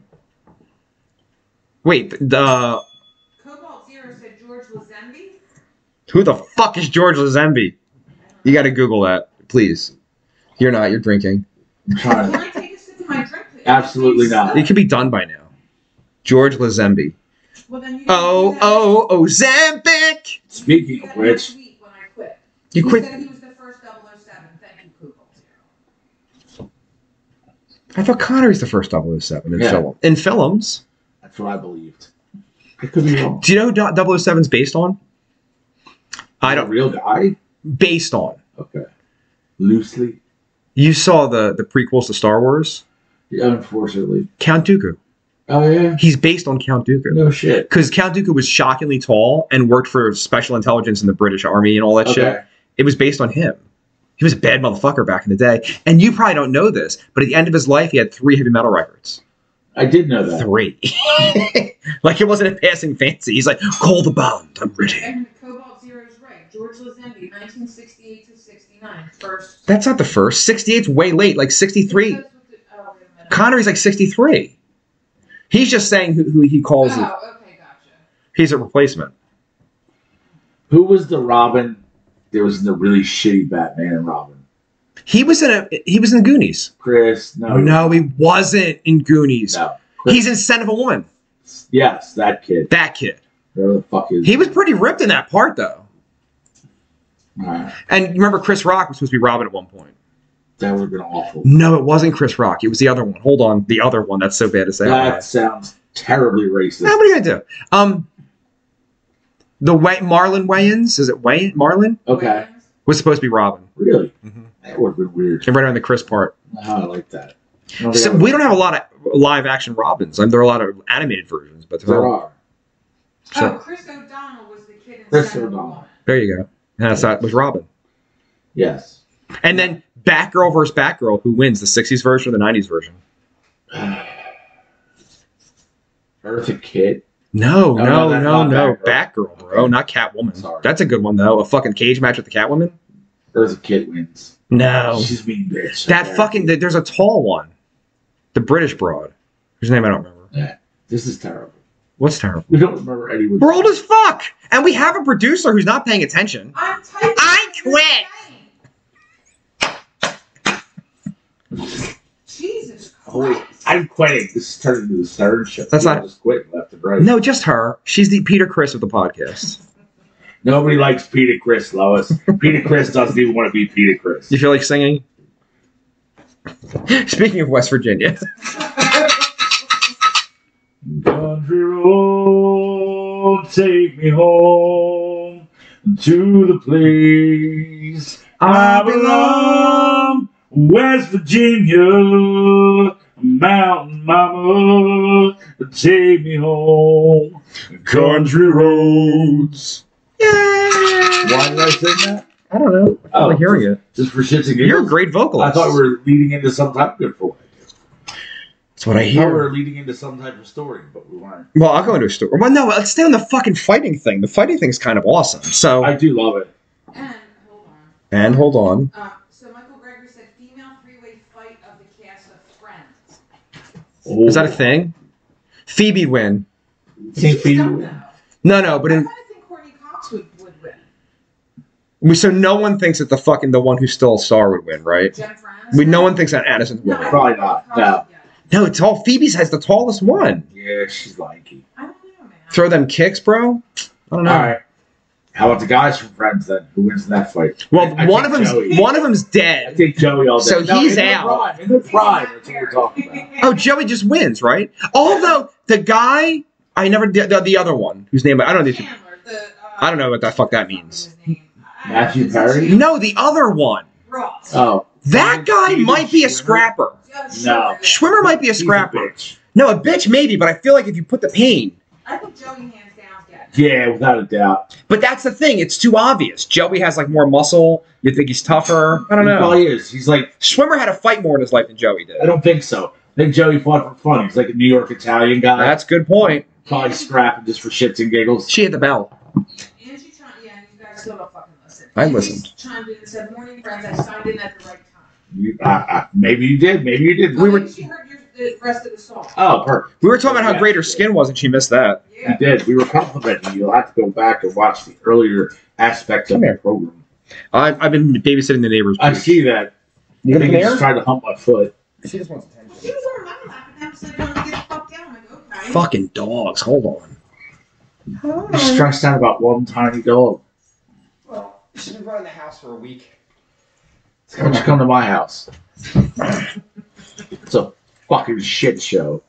Wait, the
Cobalt Zero said, "George Lazenby."
Who the fuck is George Lazenby? You got to Google that, please. You're not. You're drinking.
I'm trying to-
Can I take a sip of my drink? please?
Absolutely not.
It could be done by now. George Lazenby.
Well, then you
Oh, oh, Ozempic.
Speaking of which,
week when I quit.
You
he
quit.
Said he was the first 007. Thank you, Cobalt Zero.
I thought Connery's the first 007 in
Yeah.
film. In films,
that's what I believed. I could be wrong.
do you know who 007's based on? I don't.
real guy.
Based on.
Okay, loosely.
You saw the the prequels to Star Wars.
Yeah, unfortunately.
Count Dooku.
Oh yeah.
He's based on Count Dooku.
No shit.
Because Count Dooku was shockingly tall and worked for special intelligence in the British Army and all that shit.
Okay.
it was based on him. He was a bad motherfucker back in the day. And you probably don't know this, but at the end of his life, he had three heavy metal records.
I did know that.
Three. *laughs* like it wasn't a passing fancy. He's like, call the bond. I'm ready.
And Cobalt Zero is right. George Lazenby, 1968 to 69, first.
That's not the first. 68's way late, like 63.
Oh, wait a minute.
Connery's like 63. He's just saying who, who he calls.
Oh,
He's a replacement.
Who was the Robin? There was the really shitty Batman and Robin.
He was in a he was in Goonies.
Chris, no,
Oh, No, he wasn't in Goonies.
no.
He's in Son of a Woman.
Yes, that kid.
That kid.
Whatever the fuck is.
He was pretty ripped in that part though.
Alright,
And you remember Chris Rock was supposed to be Robin at one point.
that would have been awful.
No, it wasn't Chris Rock. It was the other one. Hold on, the other one. That's so bad to say. out loud.
That sounds terribly racist.
Now, what are you gonna do? Um, the way Marlon Wayans is it Wayans? Marlon
Okay,
Williams.
was supposed to be Robin,
really?
Mhm.
That would have been weird.
and right around the Chris part.
Oh, I like that. I don't think
So
I would-
we don't have a lot of live action Robins. I mean, there are a lot of animated versions, but there
there
are.
are.
Oh,
So,
Chris O'Donnell was the kid in
Chris
Son of a
O'Donnell.
Woman.
there you go. And that's that was Robin.
Yes.
And then Batgirl versus Batgirl, who wins the '60s version or the '90s version?
Eartha Kid.
No, no,
No, no, that's
no,
not
no.
Batgirl.
Batgirl, bro, not Catwoman.
Sorry.
That's a good one though. A fucking cage match with the Catwoman.
Eartha Kid wins.
No,
She's a mean bitch.
Oh. that
Okay.
fucking th- there's a tall one, the British broad, whose name I don't remember.
This is terrible.
What's terrible?
We don't remember anyone.
We're old as fuck, and we have a producer who's not paying attention.
I'm typing.
I
what you're saying. Jesus
Oh, wait.
Christ.
I'm quitting. This is turning into the Stern show.
That's
People
not-
just quitting left and right.
No, just her. She's the Peter Chris of the podcast.
Nobody likes Peter Chris, Lois. Peter Chris doesn't even want to be Peter Chris.
You feel like singing? *laughs* Speaking of West Virginia,
Country road, take me home to the place I belong, West Virginia, Mountain Mama, take me home, country roads.
Yay!
Why did I sing that?
I don't know. I
Oh.
am hearing it.
Just for shits and giggles.
You're a great vocalist.
I thought we were leading into some type of good for
That's what I
I thought we
hear.
were leading into some type of story, but we weren't.
Well, I'll go into a story. Well, no, let's stay on the fucking fighting thing. The fighting thing's kind of awesome. So,
I do love it.
And, hold on.
and hold on.
Uh, so Michael Greger said female three-way fight of the cast of Friends.
Is
Oh.
that a thing? Phoebe win.
St.
Please
Peter
don't
win.
know.
No, no, but
I
in
kind of think Courtney Cox would, would win.
We- So no one thinks that the fucking the one who stole a star would win, right?
Jennifer Aniston.
We no one thinks that Addison
No,
would
I think
win.
Probably
Courtney
not,
Cox
no.
would get it.
No, it's all Phoebe's has the tallest one.
Yeah, she's lanky.
I don't know, man.
Throw them kicks, bro. I don't know.
All right. How about the guys from Friends then? Who wins in that fight?
Well,
I- I
one of
think
them's
Joey.
one of them's
I
dead.
take Joey all day.
So he's
in their
out.
prime- in the prime, that's what we're talking about.
Oh, Joey just wins, right? Although the guy I never the, the, the other one whose name I don't know.
Chandler, the, uh,
I don't know what the fuck that means.
his name. I-
Matthew
it's actually
Perry?
No, the other one.
Ross.
Oh
That guy might be a scrapper.
Yeah, sure,
No.
yeah.
Schwimmer might be a
he's
scrapper.
bitch.
No, a bitch maybe, but I feel like if you put the pain.
I think Joey hands down gets it.
Yeah, without a doubt.
But that's the thing; it's too obvious. Joey has like more muscle. You think he's tougher? I don't
He
know.
probably is. He's like,
Schwimmer had a fight more in his life than Joey did.
I don't think so. I think Joey fought for fun. He's like a New York Italian guy.
That's a good point.
probably scrapping just for shits and giggles.
She hit the bell.
Angie chimed yeah, you guys still don't fucking listen.
I
Angie
listened.
chimed in and said, Morning friends, I signed in at the right time.
You, I, I, maybe you did. Maybe you didn't.
We were-
I think She heard your, the rest of the song.
Oh, perfect.
We were talking about how
Yeah.
great her skin was, and she missed that.
You
Yeah.
did. We were complimenting you. You'll have to go back and watch the earlier aspects
Come
of
here.
the program.
I, I've been babysitting the neighbors.
I see that.
You
I think he's trying to hump my foot.
She just wants
Well, she was on my lap, and I was like, "Don't get the fuck down." I'm like, okay.
Fucking dogs. Hold on.
I'm stressed out about one tiny dog.
Well, she's been running the house for a week.
Why don't you come to my house? It's a fucking shit show.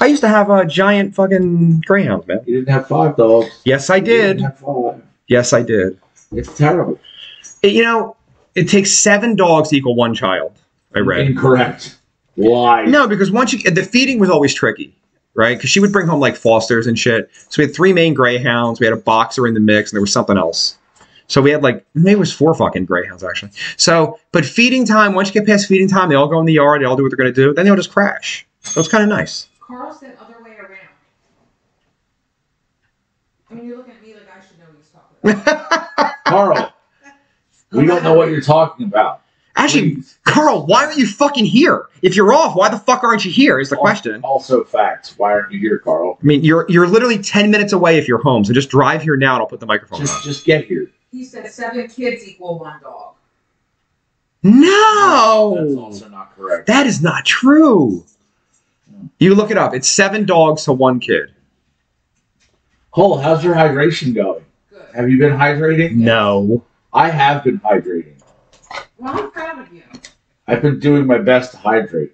I used to have a giant fucking greyhound, man.
You didn't have five dogs.
Yes, I
You didn't
did.
have five.
Yes, I did.
It's terrible.
It- you know, it takes seven dogs to equal one child. I read.
Incorrect. Why?
No, because once you the feeding was always tricky, right? Because she would bring home like fosters and shit. So we had three main greyhounds. We had a boxer in the mix, and there was something else. So we had like maybe it was four fucking greyhounds actually. So, but feeding time. Once you get past feeding time, they all go in the yard. They all do what they're gonna do. Then they all just crash. So it's kind of nice. *laughs*
Carl said other way around. I mean, you're looking at me like I should know what he's talking about.
Carl, we don't know what you're talking about.
Actually,
Please.
Carl, why aren't you fucking here? If you're off, why the fuck aren't you here? Is the question.
Also, facts. Why aren't you here, Carl?
I mean, you're you're literally ten minutes away if you're home, so just drive here now and I'll put the microphone
Just,
on.
just get here.
He said seven kids equal one dog.
that's
No,
also not correct.
Oh. that is not true. You look it up. It's seven dogs to one kid.
Cole, how's your hydration going?
Good.
Have you been hydrating?
No.
I have been hydrating.
Well, I'm proud of you.
I've been doing my best to hydrate.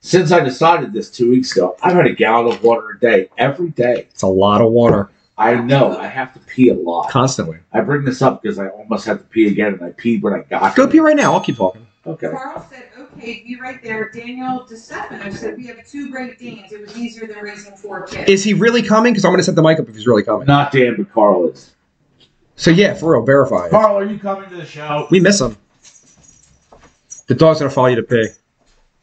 Since I decided this two weeks ago, I've had a gallon of water a day, every day.
It's a lot of water
I know I have to pee a lot.
constantly.
I bring this up because I almost had to pee again, and I peed when I got
Go
here.
pee right now. I'll keep talking.
Okay.
Carl said, okay, be right there. Daniel DeStefano said, we have two great Danes. It was easier than raising four kids.
Is he really coming? Because I'm going to set the mic up if he's really coming.
Not Dan, but Carl is.
So yeah, for real, verify. it.
Carl, are you coming to the show?
We miss him. The dog's going to follow you to pee.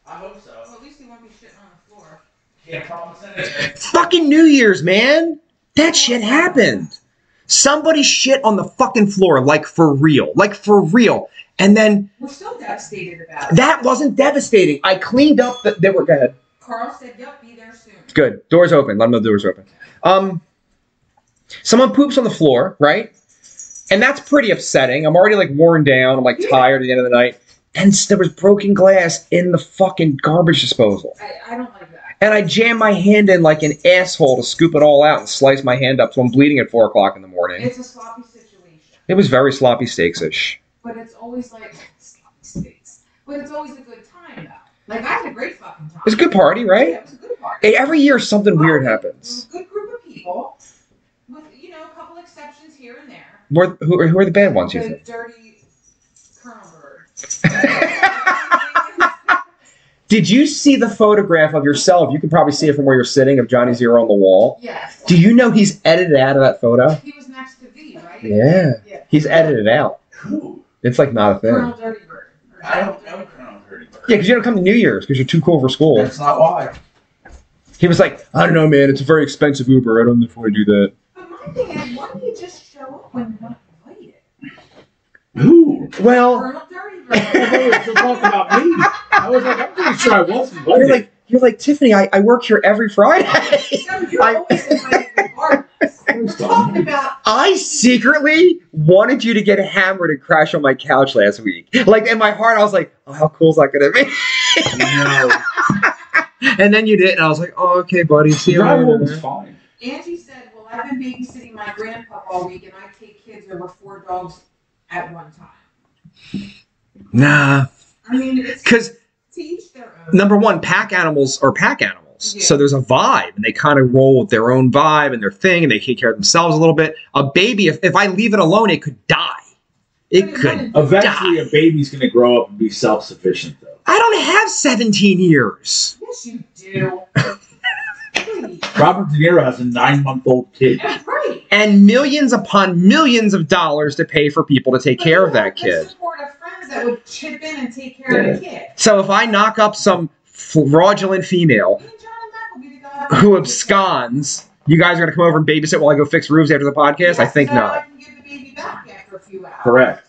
I hope so.
well, at least he won't be shitting on the floor.
Can't promise anything.
Fucking New Year's, man. That shit happened. Somebody shit on the fucking floor, like for real, like for real. And then
We're so devastated about it.
that wasn't devastating. I cleaned up. The, they were go ahead.
Carl said, yep, be there soon.
Good. Doors open. Let them know the doors are open. Um, someone poops on the floor, right? And that's pretty upsetting. I'm already like worn down. I'm like
Yeah.
tired at the end of the night. And s- there was broken glass in the fucking garbage disposal.
I, I don't like that.
And I jammed my hand in like an asshole to scoop it all out and slice my hand up so I'm bleeding at four o'clock in the morning.
It's a sloppy situation.
It was very sloppy steaks ish.
But it's always like, *laughs* sloppy steaks. But it's always a good time, though. Like, I had a great fucking time.
It was a good party,
Yeah,
right?
it was a good party.
Hey, every year something weird happens.
Good group of people, with you know a couple exceptions here and there.
Where, who, are, who are the bad ones, you
the
think?
dirty Colonel Bird.
*laughs* Did you see the photograph of yourself? You can probably see it from where you're sitting of Johnny Zero on the wall.
yes.
Do you know he's edited out of that photo?
he was next to V, right?
Yeah.
Yeah.
He's edited out.
Who?
It's like not a thing. Yeah,
Colonel Dirty Bird. Or
I don't
Colonel
know Colonel Hurdy.
because you don't come to New Year's because you're too cool for school.
That's not why.
He was like, I don't know, man. It's a very expensive Uber. I don't know if I want to do that.
But my thing is, why do you just show up when you're not invited?
Who?
Well,
Colonel Dirty
They were
Bird.
still talking about me. I was like, I'm pretty sure I was
you're
invited.
like, you're like Tiffany. I, I work here every Friday. *laughs*
so you're
I-
always invited regardless. We're
*laughs*
talking about
I secretly wanted you to get hammered and crash on my couch last week. Like in my heart, I was like, oh, how cool is that gonna be?
no.
And then you did, and I was like, oh, okay, buddy. See you
Driving
later.
was fine.
Angie said, Well, I've been babysitting my grandpa all week and I take kids over four dogs at one time.
Nah,
I mean, it's to
because
each their own.
number one, pack animals are pack animals.
Yeah.
So there's a vibe, and they kind of roll with their own vibe and their thing, and they take care of themselves a little bit. A baby, if, if I leave it alone, it could die. It
But
could.
doesn't-
Eventually, a baby's going to grow up and be self sufficient, though.
I don't have 17 years.
Yes, you do. Please.
Robert De Niro has a nine month old kid.
That's right.
And millions upon millions of dollars to pay for people to take
But
care
you
of
have
that
the
kid.
Support of friends that would chip in and take care of the kid.
So if I knock up some fraudulent female
Me and John and Matt will be the guys that
who
take care.
absconds, you guys are gonna come over and babysit while I go fix roofs after the podcast? I
Yes,
think
so I
not.
can give the baby back after a few hours.
Correct.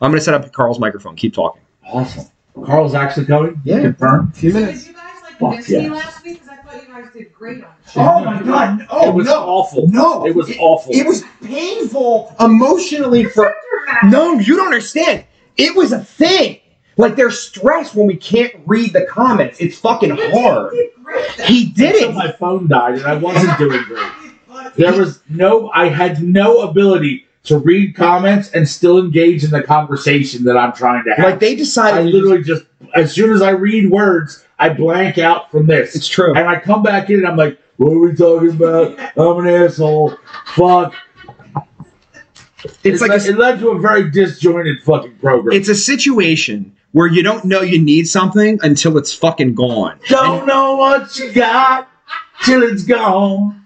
I'm gonna set up Carl's microphone. Keep talking.
Awesome. Carl's actually coming?
Yeah.
Confirmed?
Few
So did you guys like
Fuck
miss me
yes.
last week? Because I thought you guys did great on the show.
Oh my god! Oh
it was
no!
awful.
No!
It was awful.
It was painful emotionally
You're so
for.
dramatic.
No, you don't understand. It was a thing. Like they're stressed when we can't read the comments. It's fucking
You guys
hard.
did great, though.
He did
Until
it.
my phone died and I wasn't doing great. There was no, I had no ability to read comments and still engage in the conversation that I'm trying to have.
Like they
I
decided.
literally just, as soon as I read words, I blank out from this.
It's true.
And I come back in and I'm like, what are we talking about? I'm an asshole. Fuck.
It's like
le-
a,
it led to a very disjointed fucking program.
it's a situation where you don't know you need something until it's fucking gone.
Don't know what you got till it's gone.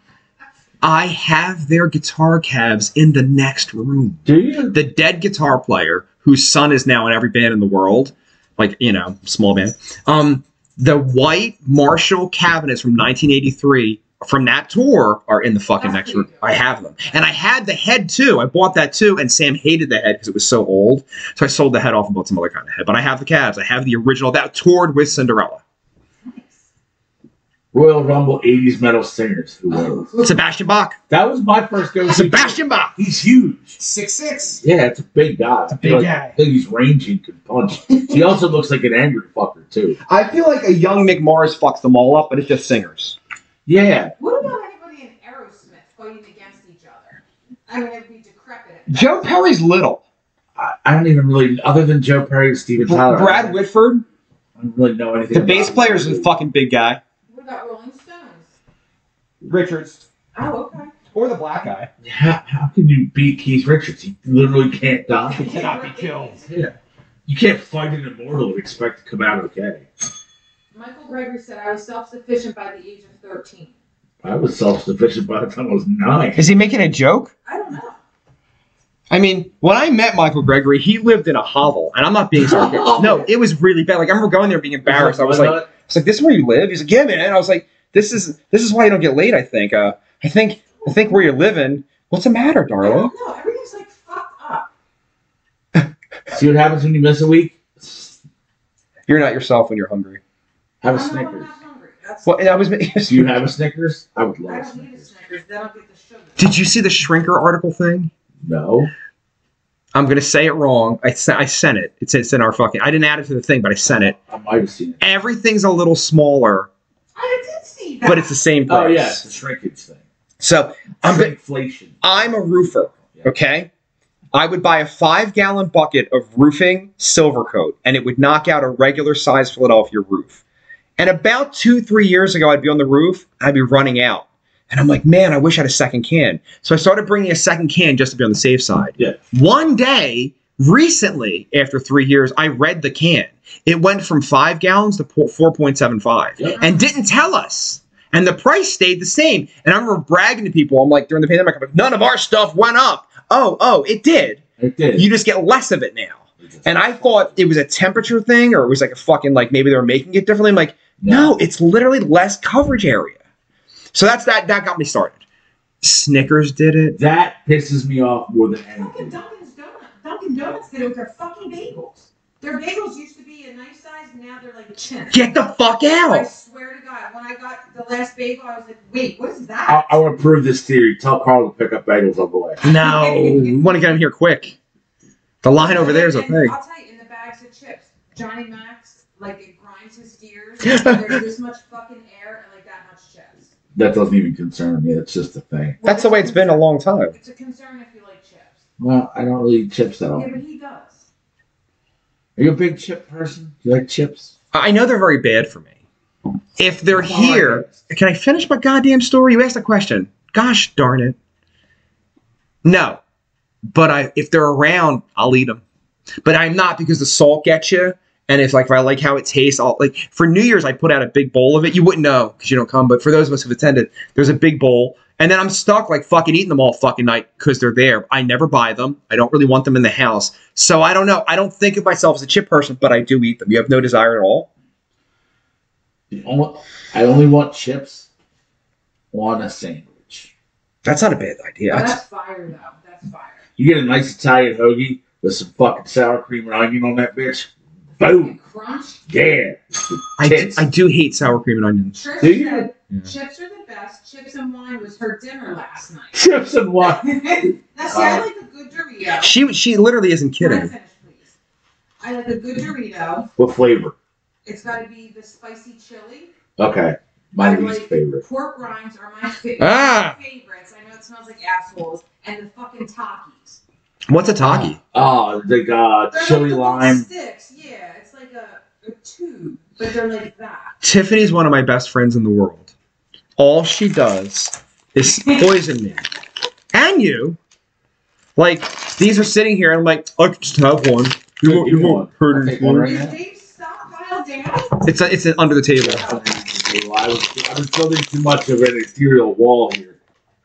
I have their guitar cabs in the next room.
Do you?
the dead guitar player whose son is now in every band in the world, like you know, small band. Um, the white Marshall cabinets from 1983 from that tour are in the fucking
That's
next
pretty
room. I have them. And I had the head too. I bought that too, and Sam hated the head because it was so old. So I sold the head off and bought some other kind of head. But I have the calves. I have the original that toured with Cinderella.
Royal Rumble '80s metal singers. Who was?
Sebastian Bach.
That was my first go.
Sebastian Bach.
He's huge.
Six six.
Yeah, it's a big guy. It's a
big
like,
guy.
I think he's rangy and can punch. he also looks like an angry fucker too.
I feel like a young Mick Mars fucks them all up, but it's just singers.
Yeah,
What about anybody in Aerosmith fighting against each other? I mean, it'd be decrepit. at that
Joe Perry's little.
I, I don't even really. Other than Joe Perry and Steven Tyler,
Brad Whitford,
I don't really know anything.
the
about
bass
him.
player's a fucking big guy.
What about Rolling Stones?
Richards
Oh, okay. *laughs*
or the black guy.
How, how can you beat Keith Richards? He literally can't die.
cannot be killed.
Yeah. You can't fight an immortal and expect to come out okay.
Michael Gregory said, I was self sufficient by the age of 13.
I was self sufficient by the time I was nine.
Is he making a joke?
I don't know.
I mean, when I met Michael Gregory, he lived in a hovel, and I'm not *laughs* being sarcastic. no, it was really bad. Like I remember going there being embarrassed. I was like, I was like, "This is where you live?" He's like, "Yeah, man." I was like, "This is this is why you don't get laid." I think. Uh, I think I think where you're living. What's the matter,
I
darling?
don't know. Everything's like fucked up.
See what happens when you miss a week?
You're not yourself when you're hungry.
Have a
I'm not- I'm
Snickers.
not hungry. That's,
Well, and I was. *laughs*
Do you have a Snickers? I would
I
love a
don't need a
Snickers.
Snickers. Then I'll get the sugar.
Did you see the Shrinker article thing?
No.
I'm gonna say it wrong. I sent. I sent it. It's it's in our fucking. I didn't add it to the thing, but I sent it.
I might have seen it.
Everything's a little smaller,
I did see that.
but it's the same price.
Oh, yeah, it's the shrinkage thing.
So I'm gonna-
Shrinkflation.
I'm a roofer.
Yeah.
okay? I would buy a five gallon bucket of roofing silver coat and it would knock out a regular size Philadelphia roof. And about two, three years ago, I'd be on the roof, I'd be running out. And I'm like, man, I wish I had a second can. So I started bringing a second can just to be on the safe side.
Yeah.
One day, recently, after three years, I read the can. It went from five gallons to po- 4.75
Yep.
and didn't tell us. And the price stayed the same. And I remember bragging to people, I'm like, during the pandemic, I'm like, none of our stuff went up. Oh, oh, it did.
It did.
You just get less of it now. And I thought it was a temperature thing or it was like a fucking, like maybe they were making it differently. I'm like, no, it's literally less coverage area. So that's that, that got me started. Snickers did it.
That pisses me off more than
Fucking
anything.
Dunkin's Donuts. Dunkin' Donuts did it with their fucking bagels. Their bagels used to be a nice size, now they're like a chin.
Get the fuck
I
out.
swear to God, when I got the last bagel, I was like, wait, what is
I,
that?
I want to prove this theory. Tell Carl to pick up bagels on the way.
No, we want to get him here quick. The line over there is a
And
thing.
I'll tell you, in the bags of chips, Johnny Max, like, it grinds
*laughs*
his gears. There's this much fucking air and like that much chips.
That doesn't even concern me. That's just a thing.
Well,
That's the way it's been a long time.
It's a concern if you like chips.
Well, I don't really eat chips that
Yeah,
often.
but he does.
Are you a big chip person? Do you like chips?
I know they're very bad for me. If they're here, can I finish my goddamn story? You asked a question. Gosh darn it. No, but I if they're around, I'll eat them. But I'm not because the salt gets you, and if like if I like how it tastes, I'll like for New Year's I put out a big bowl of it. You wouldn't know because you don't come, but for those of us who've attended, there's a big bowl, and then I'm stuck like fucking eating them all fucking night because they're there. I never buy them. I don't really want them in the house, so I don't know. I don't think of myself as a chip person, but I do eat them. You have no desire at all.
The only, I only want chips on a sandwich.
That's not a bad idea.
That's fire, though. That's fire.
You get a nice Italian hoagie with some fucking sour cream and onion on that bitch. Boom.
Fucking Crunch.
Yeah.
I do,
Tits.
I do hate sour cream and onions.
Trish
Do you?
said
Yeah.
chips are the best. Chips and wine was her dinner last
*laughs*
night.
Chips and wine.
now, see,
Uh,
I like a good Dorito.
She she literally isn't
Can I
kidding.
finish, please? I like a good Dorito.
What flavor?
It's got to be the spicy chili.
Okay. My
I
least
like
favorite.
Pork rinds are my fa-
Ah.
favorites. I know it smells like assholes. And the fucking Takis.
What's a taki?
Oh, the uh,
They're
chili
like the
lime.
Sticks, yeah. It's like a, a tube, but they're like that.
Tiffany's one of my best friends in the world. All she does is poison me. And you. Like, these are sitting here, and I'm like, I could just have one. You won't, you won't hurt
I'll take one
anything.
right
Is
now.
Dave stockpile down?
It's, a, it's an under the table.
I was, I was building too much of an ethereal wall here.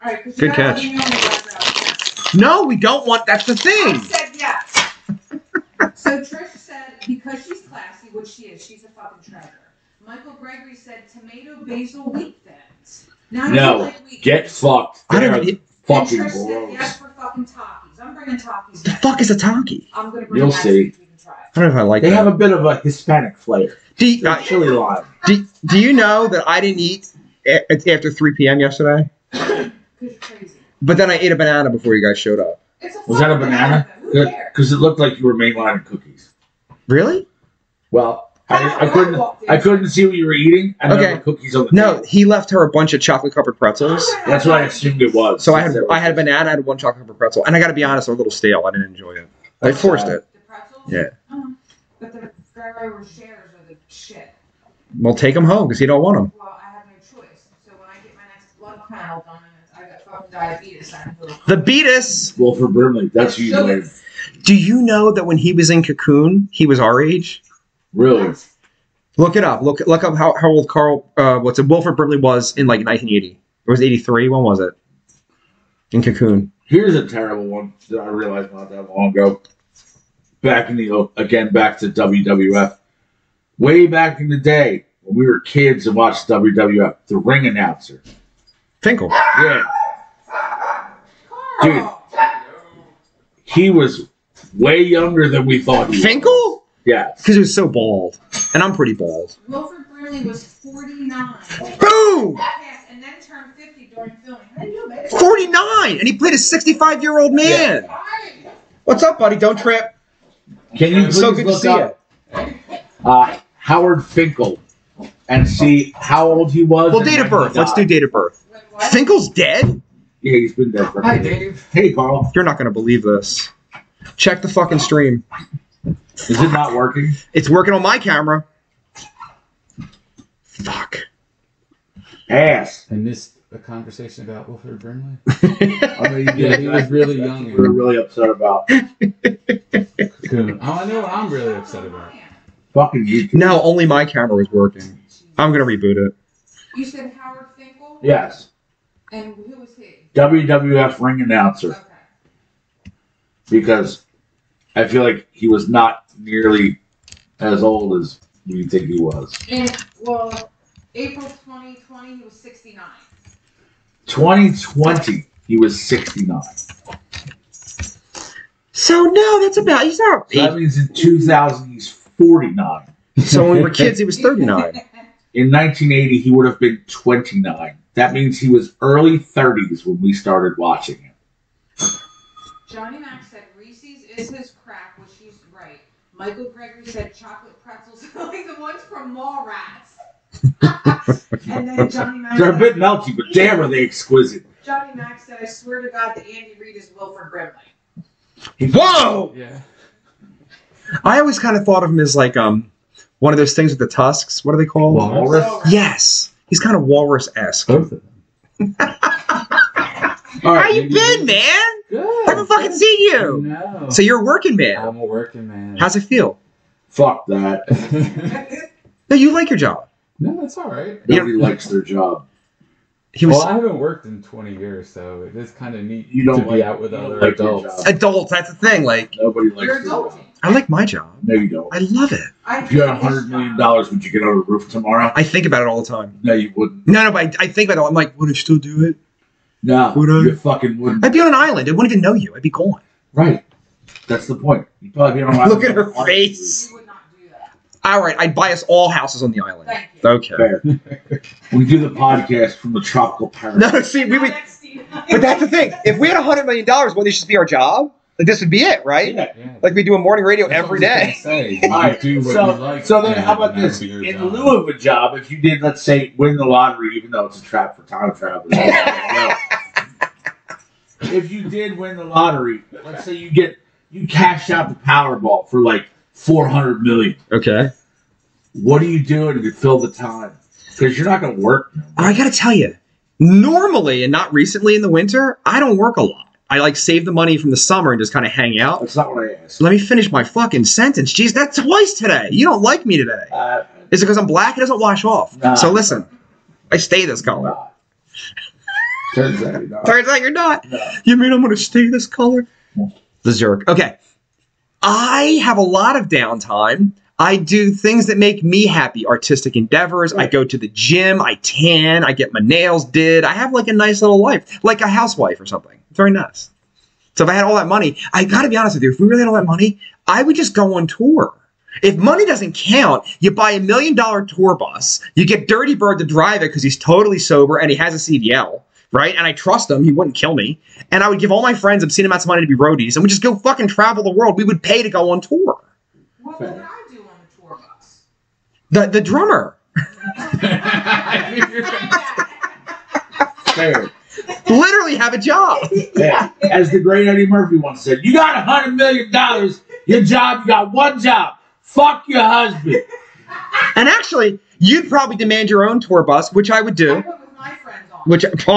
All right, 'cause
Good
you gotta let
catch.
me know when you guys are out.
No, we don't want that's the
I
thing.
said yes. so Trish said because she's classy, which she is, she's a fucking treasure. Michael Gregory said tomato basil wheat thins. Now
No.
you play
Get fucked.
I don't
They're
even-
fucking
Trish said yes
gross.
for fucking Takis. I'm bringing Takis.
The
back.
fuck is a taki?
I'm gonna bring
You'll
it back so
see.
you can try it.
I don't know if I like
They
that.
have a bit of a Hispanic flair.
do, you,
They're
uh,
chili lime.
do, do you know that I didn't eat a- it's after 3 p.m. yesterday?
'Cause you're crazy.
But then I ate a banana before you guys showed up.
It's a
Was that a
fucking
banana?
Who cares?
Because it looked like you were mainlining cookies.
Really?
Well, I, I
I
couldn't.
walked in.
I couldn't see what you were eating. I
Okay.
okay. cookies on the
No,
table.
he left her a bunch of chocolate covered pretzels.
That's what I assumed it was.
So I had I had a banana, I had one chocolate covered pretzel, and I got to be honest, I was a little stale. I didn't enjoy it. They
That's
forced
sad.
it.
The pretzels?
Yeah.
Uh-huh. But the Ferrero shares are the shit.
Well, take them home because you don't want them.
Well, I have no choice. So when I get my next blood panel done, and I got fucking diabetes. I'm little.
The Beatus.
*laughs* Well, for Brimley, that's you. Wayne.
Sugars.
Do you know that when he was in Cocoon, he was our age?
Really?
Look it up. Look look up how, how old Carl uh, what's it Wilfred Brimley was in like 1980. It was 83. When was it? In Cocoon.
Here's a terrible one that I realized not that long ago. Back in the oh, again back to WWF. Way back in the day when we were kids and watched WWF, the ring announcer.
Finkel.
Yeah,
Carl!
he was way younger than we thought. He was.
Finkel?
Yeah.
Because he was so bald, and I'm pretty bald.
Wilfred Brimley was 49.
Boom.
Yes, and then turned 50 during filming. How do you make it?
49, and he played a 65 year old man.
Fine.
What's up, buddy? Don't trip.
Can you please
So good to
look
see
up uh, Howard Finkel and see how old he was.
you. Well,
and
date of
when he
birth. Let's do
died.
date of birth.
Wait, what?
Finkel's dead?
Yeah, he's been dead for.
Hi, Dave.
Hey, Carl.
You're not gonna believe this. Check the fucking stream.
Is it not working?
It's working on my camera. Fuck. *laughs*
Ass.
I missed a conversation about Wilfred Brimley.
I mean,
*laughs* Yeah, he was really young.
We're really upset about
Cocoon. Oh, I know what I'm really upset about.
fucking YouTube.
No, only my camera is working. I'm gonna reboot it.
You said Howard Finkel?
Yes.
And who was he?
WWF ring
Okay.
announcer because I feel like he was not nearly as old as we think he was.
And, well, April 2020, he was 69.
2020, he was 69.
So no, that's about he's not.
So that means in 2000, he's 49.
So when we were kids, he was 39.
*laughs*
In 1980, he would have been 29. That means he was early 30s when we started watching him.
Johnny Mack said Reese's is his crack, which he's right. Michael Gregory said chocolate pretzels *laughs* are like the ones from Mallrats. *laughs* and then Johnny Mack
They're a bit
said,
melty, but damn, are they exquisite.
Johnny Mack said, I swear to God that Andy Reid is Wilford Brimley.
Whoa!
Yeah.
I always kind of thought of him as like um one of those things with the tusks. What are they called?
Walrus.
Yes, he's kind of walrus esque.
Both of them.
All right,
you been,
man?
Good.
fucking seen
No.
So you're a working man.
I'm a working man.
How's it feel?
fuck that.
*laughs*
No, you like your job.
*laughs* no, it's all right.
Yeah.
Nobody likes their job.
He was
well, I haven't worked in 20 years, so it is kind of neat
You don't
to
like-
be out with
you don't
other
like your
adults.
job.
adult. That's the thing. Like
Nobody likes
You're
their job.
adulting.
I like my job.
No, you don't.
I love it.
I
If you had
hate
a hundred
this
million
job.
dollars, would you get on a roof tomorrow?
I think about it all the time.
No, you wouldn't.
No, no, but I, I think about it. I'm like, would I still do it?
No,
Would I?
you fucking wouldn't.
I'd be on an island. I wouldn't even know you. I'd be gone.
Right. That's the point. You probably be on a
Look at her
Art
face.
You would not do that.
All right, I'd buy us all houses on the island.
Thank you.
Okay.
Fair. We do the podcast from the tropical paradise.
No, *laughs* see, we would.
Next scene.
But that's the thing. If we had a hundred million dollars, wouldn't this just be our job? Like this would be it, right?
Yeah.
Yeah.
Like we do a morning radio
That's what
every
I
day.
was gonna Say, you
All right,
do what
so,
you like.
so then,
man,
how about
and that'll
this?
be your
In
job. *laughs*
lieu of a job, if you did, let's say, win the lottery, even though it's a trap for time travel,
*laughs*
if you did win the lottery, let's say you get you cash out the Powerball for like four hundred million.
Okay.
What are you doing to fill the time? Because you're not going to work.
I gotta tell you, normally and not recently in the winter, I don't work a lot. I like save the money from the summer and just kind of hang out.
That's not what I asked.
Let me finish my fucking sentence. Jeez, that's twice today. You don't like me today.
Uh,
Is it because I'm black? It doesn't wash off.
Nah.
So listen, I stay this color.
*laughs*
not. Turns out you're not.
Turns out you're not.
No.
You mean I'm going to stay this color?
No.
The jerk. Okay. I have a lot of downtime. I do things that make me happy, artistic endeavors. I go to the gym, I tan, I get my nails did. I have like a nice little life, like a housewife or something. It's very nice. So if I had all that money, I gotta be honest with you, if we really had all that money, I would just go on tour. If money doesn't count, you buy a million dollar tour bus, you get Dirty Bird to drive it because he's totally sober and he has a CDL, right? And I trust him, he wouldn't kill me. And I would give all my friends obscene amounts of money to be roadies and we just go fucking travel the world. We would pay to go on tour.
*laughs* What would I do on the tour bus?
The the drummer.
Fair.
Literally have a job.
Yeah. As the great Eddie Murphy once said, you got a hundred million dollars, your job, you got one job. Fuck your husband.
And actually, you'd probably demand your own tour bus, which I would
I
do.
went with my friends on.
Which *laughs*
Chuck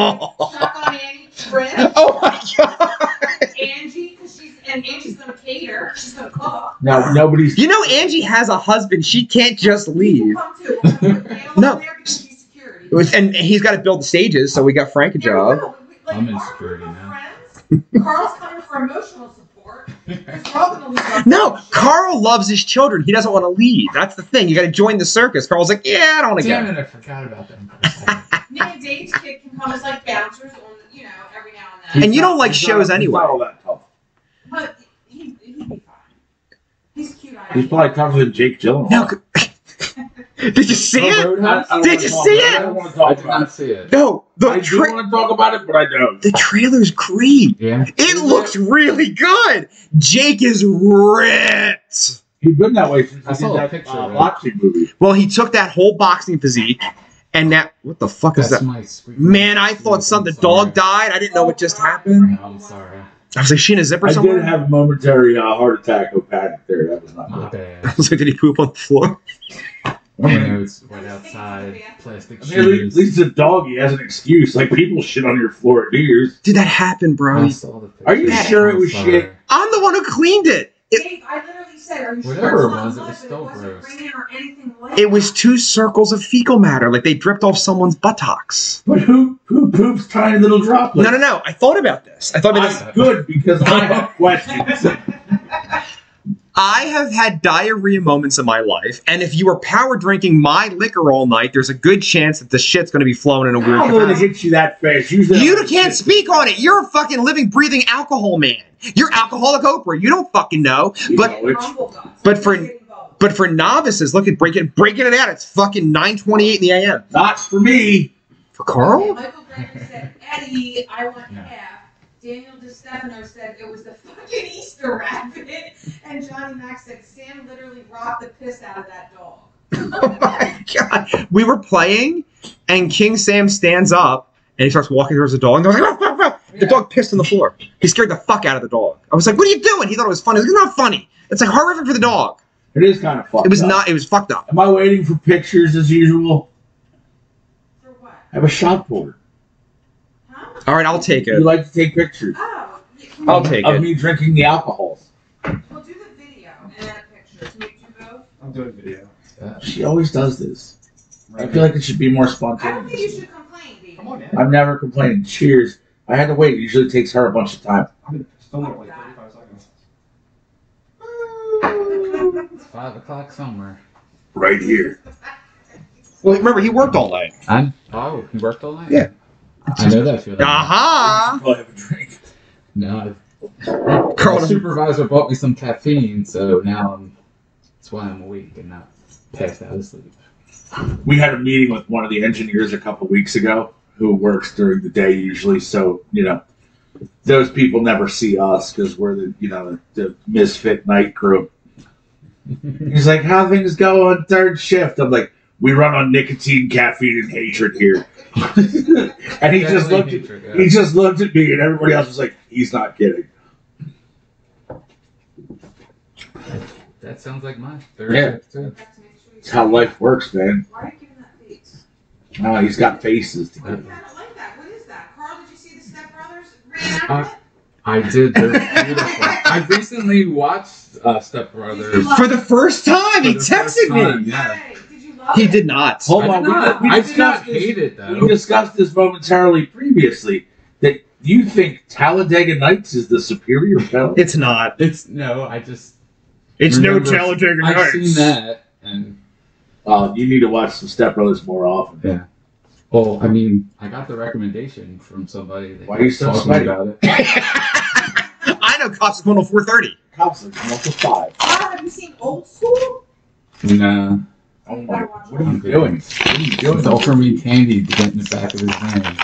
on Annie, Chris,
Oh my god.
Angie, because she's and Angie's gonna cater. She's gonna cook.
Now nobody's
You know Angie has a husband. She can't just
People
leave.
come too. They all
No.
there because she's security.
And he's got to build the stages, so we got Frank a
There we
job.
go. We- Like,
I'm in
our
security
group of
now.
Friends, Carl's coming for emotional support. 'cause we're all gonna lose our
No,
friendship.
Carl loves his children. He doesn't want to leave. That's the thing. You got to join the circus. Carl's like, yeah, I don't want to
Damn
go.
it, I forgot about them. for a second.
Me and Dave's kid can come as like bouncers on, you know, every now and then.
And you don't like shows anyway.
He's, not all that tough.
But he, he'd be fine. He's cute. I
He's probably tougher than Jake Gyllenhaal.
No. c- *laughs* Did you see it?
I- I don't
Did *laughs*
wanna
you
talk
see
about
it?
I don't want to
I
talk
did
about it.
not see it.
No, the
I do
tra-
want to talk about it, but I don't.
the trailer's great.
Yeah.
It looks really good. Jake is ripped.
He's been that way since
I
I
saw
did
a
that
picture
uh,
of it.
boxing movie.
Well, he took that whole boxing physique and that what the fuck is
That's
that?
my sweet.
Man, I thought something. The dog died. I didn't know what just happened.
No, I'm sorry.
I was like, she in a zipper
I did
somewhere.
have a momentary uh, heart attack of panic there. That was not
My
good.
*laughs* I *laughs*
bad.
was like, did he poop on the floor?
You know, it's right outside. Plastic
I mean, at least,
shoes.
at least the dog he has an excuse. Like people shit on your floor at New Year's.
Did that happen,
I
bro?
saw the
Are you
picture.
sure it was
I'm sorry.
shit?
I'm the one who cleaned it. It,
Dave, I literally said, "Are you sure
Whatever
it's
it
not
was, it
blood,
was
but
still
wasn't
gross.
raining or anything like
it was two circles of fecal matter. Like they dripped off someone's buttocks.
But who who poops tiny little droplets?
No, no, no. I thought about this. I thought about this.
I'm good because I have *laughs* questions.
I have had diarrhea moments in my life, and if you are power drinking my liquor all night, there's a good chance that the shit's going to be flowing in a weird
I'm going to
capacity.
get you that fast. Usually
You
I'm-
can't speak on it. You're a fucking living, breathing alcohol man. You're alcoholic Oprah. You don't fucking know.
You
But
know,
that."
it's-
Rumble guts.
but for-
Getting bubbles.
But for novices, look at breaking breaking it out. It's fucking 9:28 in the a.m.
Not for me.
For Carl,
Michael Greger said, Eddie, I want
Yeah.
half. Daniel DeStefano said it was the fucking Easter rabbit. And Johnny Mack said, Sam literally robbed the piss out of that dog.
*laughs* Oh God, we were playing, and King Sam stands up and he starts walking towards the dog. And they're like, "Ruff, ruff, ruff." the dog pissed on the floor. He scared the fuck out of the dog. I was like, "What are you doing?" He thought it was funny. It's not funny. It's like horrific for the dog.
It is kind of fucked
It was
up.
not. It was fucked up.
Am I waiting for pictures as usual?
For what?
I have a shot board.
Huh?
All right, I'll take
You
it.
like to take pictures
Oh, yeah, can
I'll
we-
take
of
it.
me drinking the alcohols.
We'll do the video and then a picture. Can we do both?
I'm doing video.
Uh,
She always does this. I
Right.
feel like it should be more
I don't think you
spontaneous.
should complain, baby.
Come on, man.
I'm never complaining. Cheers. I had to wait. It usually takes her a bunch of time.
I'm gonna film it for like 35 seconds.
it's five o'clock somewhere.
Right here.
Well, remember he worked all night.
I'm. Oh, you worked all night.
Yeah.
I know that feeling.
Uh-huh. Aha!
I'll have a drink.
No,
uh
Carl, my supervisor bought me some caffeine, so now I'm. That's why I'm awake and not passed out asleep.
We had a meeting with one of the engineers a couple weeks ago who works during the day usually. So, you know, those people never see us because we're the, you know, the, the misfit night crew. He's like, how things go on third shift? I'm like, we run on nicotine, caffeine, and hatred here. *laughs* and he just looked at He just looked at me, and everybody else was like, "He's not kidding."
That sounds like mine. Third
Yeah.
shift, too.
Have to make sure you-
It's how life works, man.
Why are you giving that face?
Oh, he's got faces. To
I
give.
kind of like that. What is that? Carl, did you see the Step Brothers reenactment?
Uh, I did. They're beautiful. I recently watched uh, Step Brothers.
For the first time, he
For the first
texted
time,
me. Oh
Yeah.
Hey, did you love
He
it?
did not.
Hold
I
on,
did not,
we, we
I did not
discussed this.
hate it
We
though.
discussed this momentarily previously that you think Talladega Nights is the superior film.
It's not.
It's no, I just
It's
Remember,
no Talladega
I've
Nights.
seen that, and
Uh, you need to watch some Step Brothers more often.
Yeah. well, I mean, I got the recommendation from somebody. That
Why are you so
talking
sweaty?
about it.
I know Cops is going on 430.
Cops are coming up to five.
Ah, have you seen Old School?
No,
Oh my!
my-
What
what
are you doing? What are you doing?
it's offering me candy to get in the back of his van.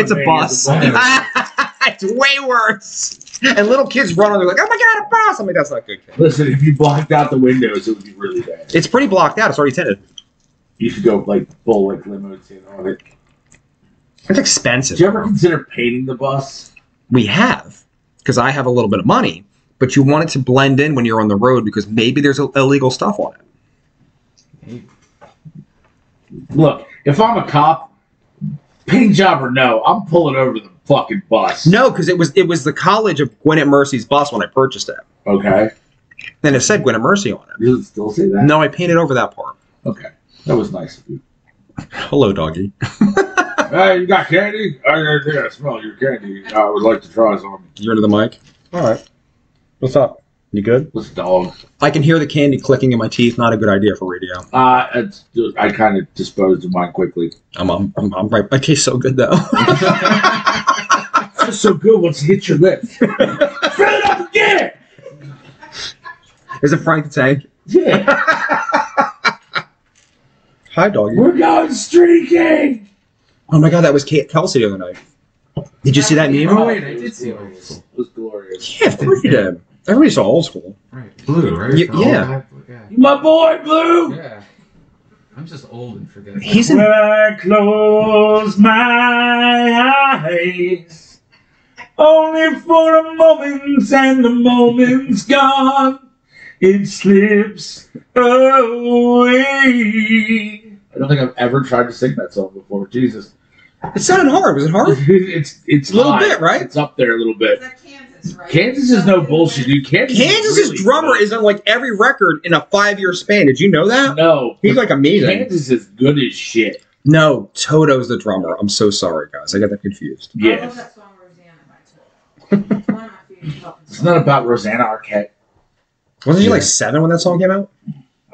It's a bus. *laughs* it's way worse. And little kids run on, they're like, oh my God, a bus. I'm like, that's not good. Kid.
Listen, if you blocked out the windows, it would be really bad.
It's pretty blocked out. It's already tinted.
You should go like bull like limo tin on it.
It's
Did
expensive.
you ever consider painting the bus?
we have because I have a little bit of money, but you want it to blend in when you're on the road because maybe there's Ill- illegal stuff on it.
Look, if I'm a cop, paint job or no, I'm pulling over the fucking bus.
No, because it was it was the college of Gwinnett Mercy's bus when I purchased it,
Okay.
and it said Gwinnett Mercy on it.
You still say that?
No, I painted over that part.
Okay. That was nice of you.
Hello, doggy.
Hey, you got candy? I, I, I smell your candy. I would like to try some.
You're into the mic. All right. What's up? You good?
What's dog?
I can hear the candy clicking in my teeth. Not a good idea for radio.
Uh, it's, I kind of disposed of mine quickly.
I'm I'm, I'm, I'm right. I taste so good though. *laughs*
It's just so good once it hits your
*laughs*
lips. Fill it up again!
Is it Frank the Tank?
Yeah,
Hi, doggy.
we're going streaking!
Oh my god, that was Kate Kelsey the other night. Did you see that meme?
Oh, wait, I did see it.
it. was glorious.
Yeah, of course you did. Everybody saw old school.
Right, blue, right?
Y-
The old
yeah.
guy, blue guy.
You my boy, Blue!
Yeah. I'm just old and forgetful.
He's in.
When I close my eyes, only for a moment, and the moment's gone. It slips away.
I don't think I've ever tried to sing that song before. Jesus.
It sounded hard. Was it *laughs* hard?
it's it's
A little
high.
bit, right?
It's up there a little
Is
bit.
that Kansas, right?
Kansas is no bullshit, dude. Kansas, is
Kansas's
really
drummer
good.
is on like every record in a five year span. Did you know that?
no.
He's like amazing.
Kansas is good as shit.
No, Toto's the drummer. I'm so sorry, guys. I got that confused.
I love
Oh.
Yes,
that song, Rosanna, by Toto. It's one of my
*laughs*
favorite songs.
it's not about Rosanna Arquette.
Wasn't she like seven when that song came out?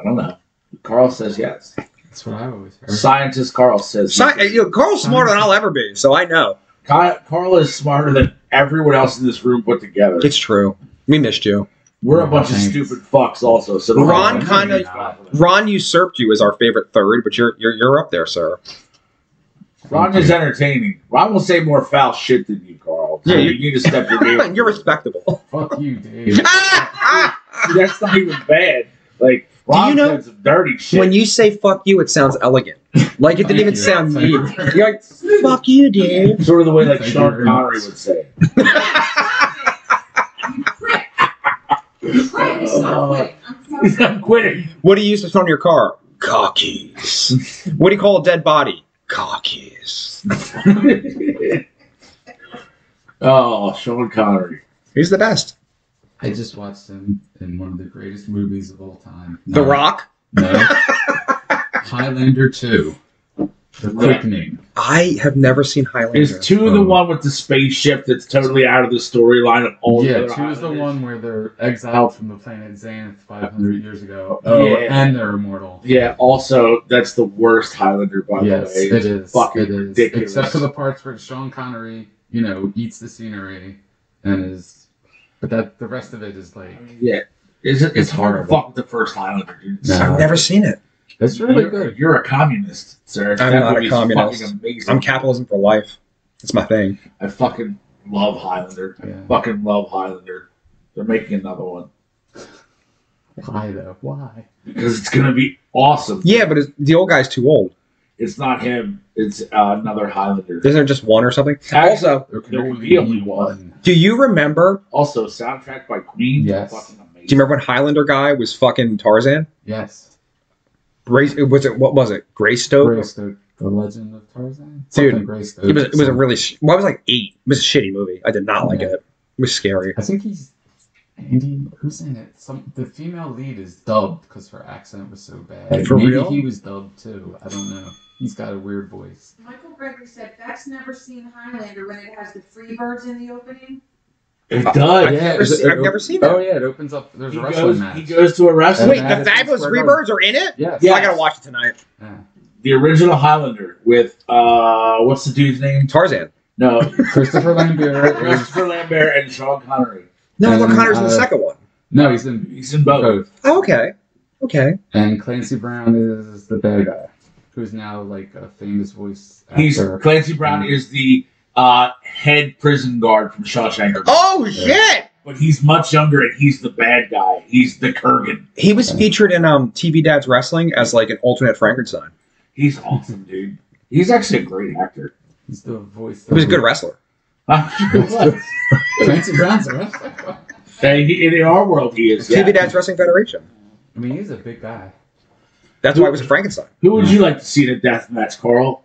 I don't know. Carl says yes.
That's what I always heard.
Scientist Carl says.
So, I-
yes.
you know, Carl's smarter than I'll ever be, so I know.
Ki- Carl is smarter than everyone else in this room put together.
It's true. We missed you. Oh,
We're a bunch
Thanks.
of stupid fucks, also. So don't
Ron
worry.
Conley- Ron usurped you as our favorite third, but you're you're, you're up there, sir.
Ron is entertaining. Ron will say more foul shit than you, Carl. So
Yeah,
you
you-
need to
*laughs*
step your game.
you're respectable.
Fuck
*laughs*
you, dude.
That's not even bad. Like Ron
you know-
said some dirty
*laughs*
shit.
when you say "fuck you," it sounds elegant. Like it didn't
Thank
even
you.
sound
Thank
mean.
you.
You're like, "Fuck you, dude."
*laughs* sort of the way like
Thank you
Sean
very much.
Connery would say. it. *laughs*
You prick. You prick. It's
Uh,
not quick. I'm sorry.
He's not quitting. *laughs*
What do you use to on your car? Car keys. what do you call a dead body? Car keys.
oh, Sean Connery.
He's the best.
I just watched him in one of the greatest movies of all time.
The Rock.
No. Highlander 2. The Quickening.
I have never seen Highlander.
Is two the
Oh.
one with the spaceship that's totally out of the storyline of all the
yeah,
other
two is the
Highlanders?
one where they're exiled from the planet Xanth 500 years ago. Oh,
Yeah.
and they're immortal.
Yeah, also that's the worst Highlander by
yes,
the way.
it is.
fucking
it is.
ridiculous.
Except for the parts where Sean Connery, you know, eats the scenery and is. But that the rest of it is like.
Yeah. Is it,
It's
it's hard.
horrible.
Fuck the first Highlander, dude.
No.
I've never seen it.
It's really
You're,
good.
you're a communist, sir.
I'm
that
not a
movie's
communist.
Fucking amazing.
I'm capitalism for life. It's my thing.
I fucking love Highlander.
Yeah.
Fucking love Highlander. They're making another one
Why though? Why?
because it's gonna be awesome.
Yeah, but it's, the old guy's too old.
It's not him. It's uh, another Highlander.
Isn't there just one or something? Also,
There can
There
only
will be
be
only
one.
do you remember?
Also, soundtrack by Queen.
Yes.
Fucking amazing.
Do you remember when Highlander guy was fucking Tarzan?
Yes.
Grace, was it what was it? Greystoke.
Greystoke, The Legend of Tarzan?
Dude,
Something Greystoke.
It was. It was a really. sh- Well, I was like eight. It was a shitty movie. I did not like
Yeah.
it. It was scary.
I think he's Andy. Who's in it? Some the female lead is dubbed because her accent was so bad.
For
Maybe
real?
he was dubbed too. I don't know. He's got a weird voice.
Michael Gregory said, "That's never seen Highlander when it has the free birds in the opening."
It
I've,
does.
yeah,
never,
is it-
se- I've never seen that.
Oh yeah, it opens up. There's
He
a wrestling
goes,
match.
he goes to a wrestling.
yeah.
Wait, the
Madison
Fabulous
Square
Rebirds are in it?
Yes.
Yeah.
Yeah.
I gotta watch it tonight.
Yeah.
The original Highlander with uh, what's the dude's name?
Tarzan.
No,
*laughs* Christopher *laughs* Lambert. is-
Christopher Lambert and Sean Connery.
No, I thought
Um,
Connor's in the
uh,
second one.
no, he's in
He's in both.
both.
Oh, okay. Okay.
And Clancy Brown is the bad guy, who's now like a famous voice actor.
He's Clancy Brown is the uh, head prison guard from Shawshank, Redemption.
Oh
Yeah.
shit!
but he's much younger and he's the bad guy. He's the Kurgan.
He was featured in um TV Dad's Wrestling as like an alternate Frankenstein.
He's awesome, dude. He's actually a great actor. *laughs*
He's the voice.
He was a good wrestler.
Clancy Brown's a wrestler.
Hey, he- in our world, he is. yeah.
TV Dad's Wrestling Federation.
I mean, he's a big guy.
That's why it was a Frankenstein.
Who would you like to see in a death match, Carl?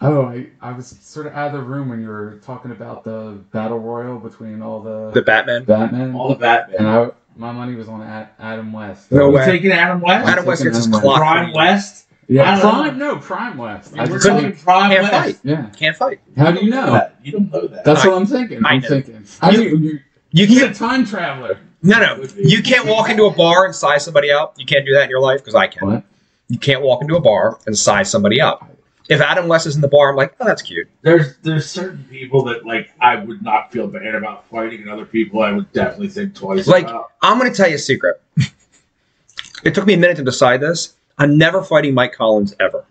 Oh, I, I was sort of out of the room when you were talking about the battle royal between all the,
The Batman.
Batman.
All the Batman.
and I, my money was on Ad, Adam West.
No
You
way.
taking Adam West?
Adam West gets his
Prime
clock.
Prime West?
Yeah,
Adam-
Prime. No, Prime West. I
We're
just,
talking Prime
Can't
West.
fight.
yeah.
Can't fight.
How do you
You don't know
know?
that. You don't know that.
That's
I-
what I'm thinking.
I
I'm
know.
thinking. I
You-
knew you,
You
he's a
can't.
time traveler.
No, no. You can't walk into a bar and size somebody up. You can't do that in your life because I can.
What?
You can't walk into a bar and size somebody up. If Adam West is in the bar, I'm like, oh, that's cute.
There's there's certain people that like I would not feel bad about fighting, and other people I would definitely think twice.
Like-
about.
I'm going to tell you a secret. *laughs* it took me a minute to decide this. I'm never fighting Mike Collins ever.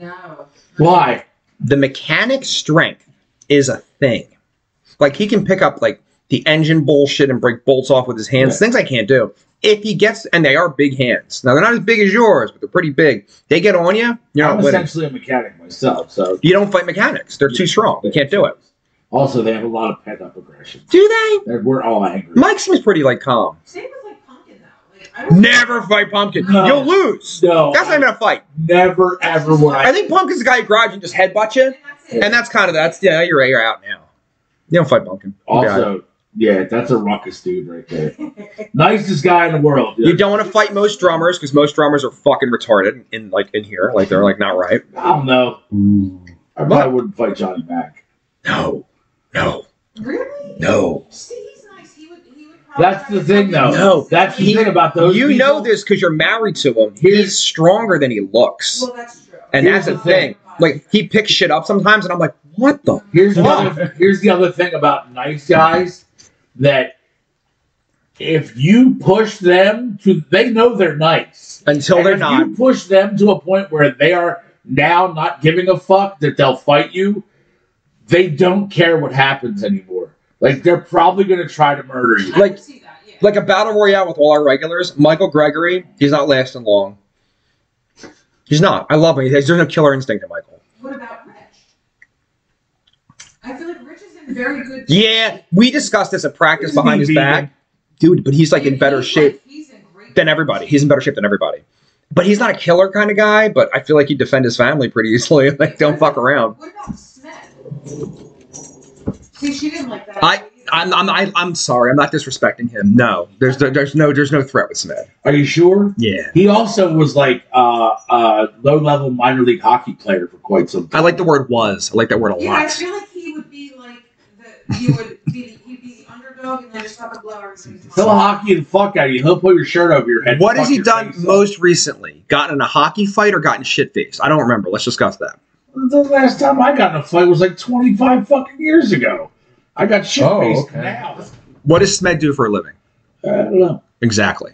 No.
why?
The mechanic strength is a thing. Like he can pick up like the engine bullshit and break bolts off with his hands,
Yeah.
things I can't do. If he gets, and they are big hands. Now they're not as big as yours, but they're pretty big. They get on you, you're
I'm
not winning.
essentially a mechanic myself, so
You don't fight mechanics. They're too strong. You can't do it.
Also, they have a lot of pent up aggression.
Do they?
They're- We're all angry.
Mike seems pretty like calm.
Same with like pumpkin though. Like, I don't
Never fight Pumpkin.
No.
You'll lose.
no,
That's not even a fight.
never ever would I.
I think Pumpkin's the guy who grabs you and just headbutts you.
And that's it.
And that's kind of that's yeah, you're you're out now. You don't fight Pumpkin. You'll be all right.
also, yeah, that's a ruckus dude right there. Nicest guy in the world.
you don't want to fight most drummers because most drummers are fucking retarded in like in here, like they're like not right.
I don't know. I probably wouldn't fight Johnny Mac.
No, no,
*laughs* really?
no.
See, he's nice. He would. He would probably
That's the thing, though.
No.
that's the
He-
thing about those.
you
people.
know this because you're married to him. He's stronger than he looks,
Well, that's true.
and
here's
that's the
the thing.
thing. Like he picks shit up sometimes, and I'm like, what the?
Here's the
Why?
other, here's the other thing about nice guys that if you push them to, they know they're nice.
Until
And
they're
if
not.
You push them to a point where they are now not giving a fuck that they'll fight you. They don't care what happens anymore. Like they're probably gonna try to murder you.
I
like-
can see that. Yeah.
Like a battle royale with all our regulars, Michael Gregory, he's not lasting long. He's not. I love him. He- There's no killer instinct in Michael.
What about Rich? I feel like Rich is in very good.
*laughs* Yeah, we discussed this at practice behind his back. Dude, but he's like in
He's
better
like-
shape
he's in great
than everybody. He's in better shape than everybody. But he's not a killer kind of guy, but I feel like he'd defend his family pretty easily. *laughs* Like, don't fuck around.
What about Smet? See, she didn't like that. either.
I'm, I'm, I- I'm sorry. I'm not disrespecting him. No, there's there's no there's no threat with Smith.
Are you sure?
Yeah,
He also was like a uh, uh, low-level minor league hockey player for quite some
I
time.
like the word was. I like that word a
Yeah, I
lot.
feel like he would be like the he would be he'd be the underdog and then just have a blow everybody's mind.
He'll hockey the fuck out of you. He'll pull your shirt over your head. and
What has
fuck
he
your
done
face up.
most recently? Gotten in a hockey fight or gotten shit faced? I don't remember. Let's discuss that.
The last time I got in a fight was like 25 fucking years ago. I got shit faced
Oh, okay.
now. Uh,
What does Smed do for a living?
I don't know.
Exactly.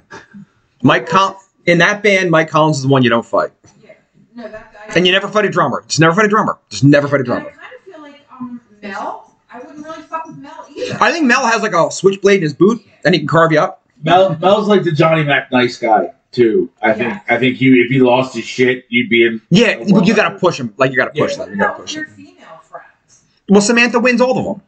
Mike Col- in that band, Mike Collins is the one you don't fight,
Yeah. No, that I,
and you never fight a drummer. Just never fight a drummer. Just never fight a
and I
drummer.
kind of feel like um Mel. I wouldn't really fuck with Mel either.
I think Mel has like a switchblade in his boot, and he can carve you up.
Mel, Mel's like the Johnny Mac nice guy too. I think
Yeah.
I think you if he lost his shit, you'd be in.
Yeah, but you gotta push him. Like you gotta
Yeah.
push
What
them. You
about
gotta
with
push
your
them.
female friends?
Well, Samantha wins all of them.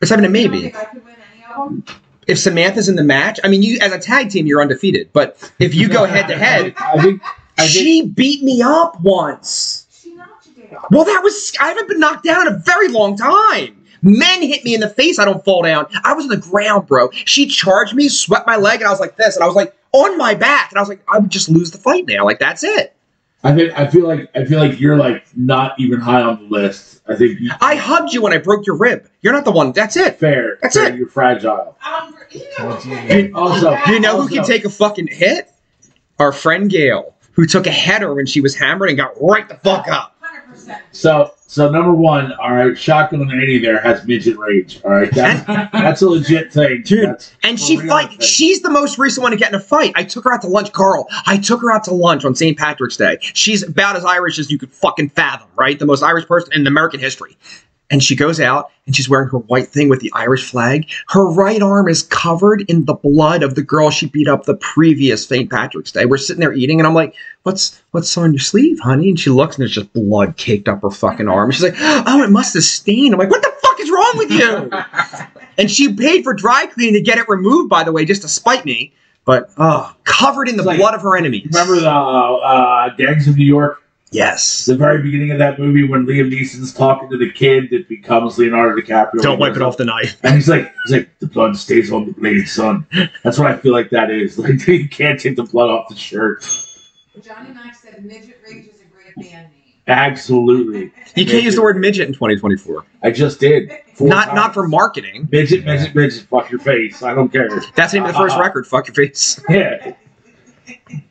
Except in a
You don't
maybe.
think I could win any of them?
If Samantha's in the match, I mean, you as a tag team, you're undefeated. But if you go head to head,
*laughs* I think I think
she beat me up once.
She knocked you down.
Well, that was I haven't been knocked down in a very long time. Men hit me in the face. I don't fall down. I was on the ground, bro. She charged me, swept my leg, and I was like this, and I was like on my back, and I was like, I would just lose the fight now. Like that's it.
I think I feel like I feel like you're like not even high on the list. I think you,
I hugged you when I broke your rib. You're not the one. That's it.
fair.
That's
fair,
it.
You're fragile.
Um, you know,
Oh, gee.
You- also,
You know who can
also-
take a fucking hit? Our friend Gail, who took a header when she was hammered and got right the fuck up.
100%.
So so number one, all right, shotgun and Annie there has midget rage. All right, that's
*laughs*
that's a legit thing,
Dude.
That's-
And
For
she
real,
fight.
okay.
She's the most recent one to get in a fight. I took her out to lunch, Carl. I took her out to lunch on St. Patrick's Day. She's about as Irish as you could fucking fathom, right? The most Irish person in American history. And she goes out and she's wearing her white thing with the Irish flag. Her right arm is covered in the blood of the girl she beat up the previous St. Patrick's Day. We're sitting there eating, and I'm like, "What's what's on your sleeve, honey?" And she looks, and there's just blood caked up her fucking arm. She's like, "Oh, it must have stained." I'm like, "What the fuck is wrong with you?"
*laughs*
And she paid for dry cleaning to get it removed, by the way, just to spite me. But oh, covered in the
It's like-
blood of her enemies.
Remember the uh, Gangs of New York?
Yes.
The very beginning of that movie when Liam Neeson's talking to the kid that becomes Leonardo DiCaprio.
Don't wipe it off the knife.
And he's like, he's like, the blood stays on the blade, son. That's what I feel like that is. *laughs* Like you can't take the blood off the shirt.
Johnny Mac said Midget Rage is a great band name.
Absolutely.
You can't use the word midget in 2024.
I just did. Four
Not
times.
not for marketing.
midget, midget, midget. Fuck your face. I don't care.
That's the name of the first
Uh-huh.
record. Fuck your face.
Yeah.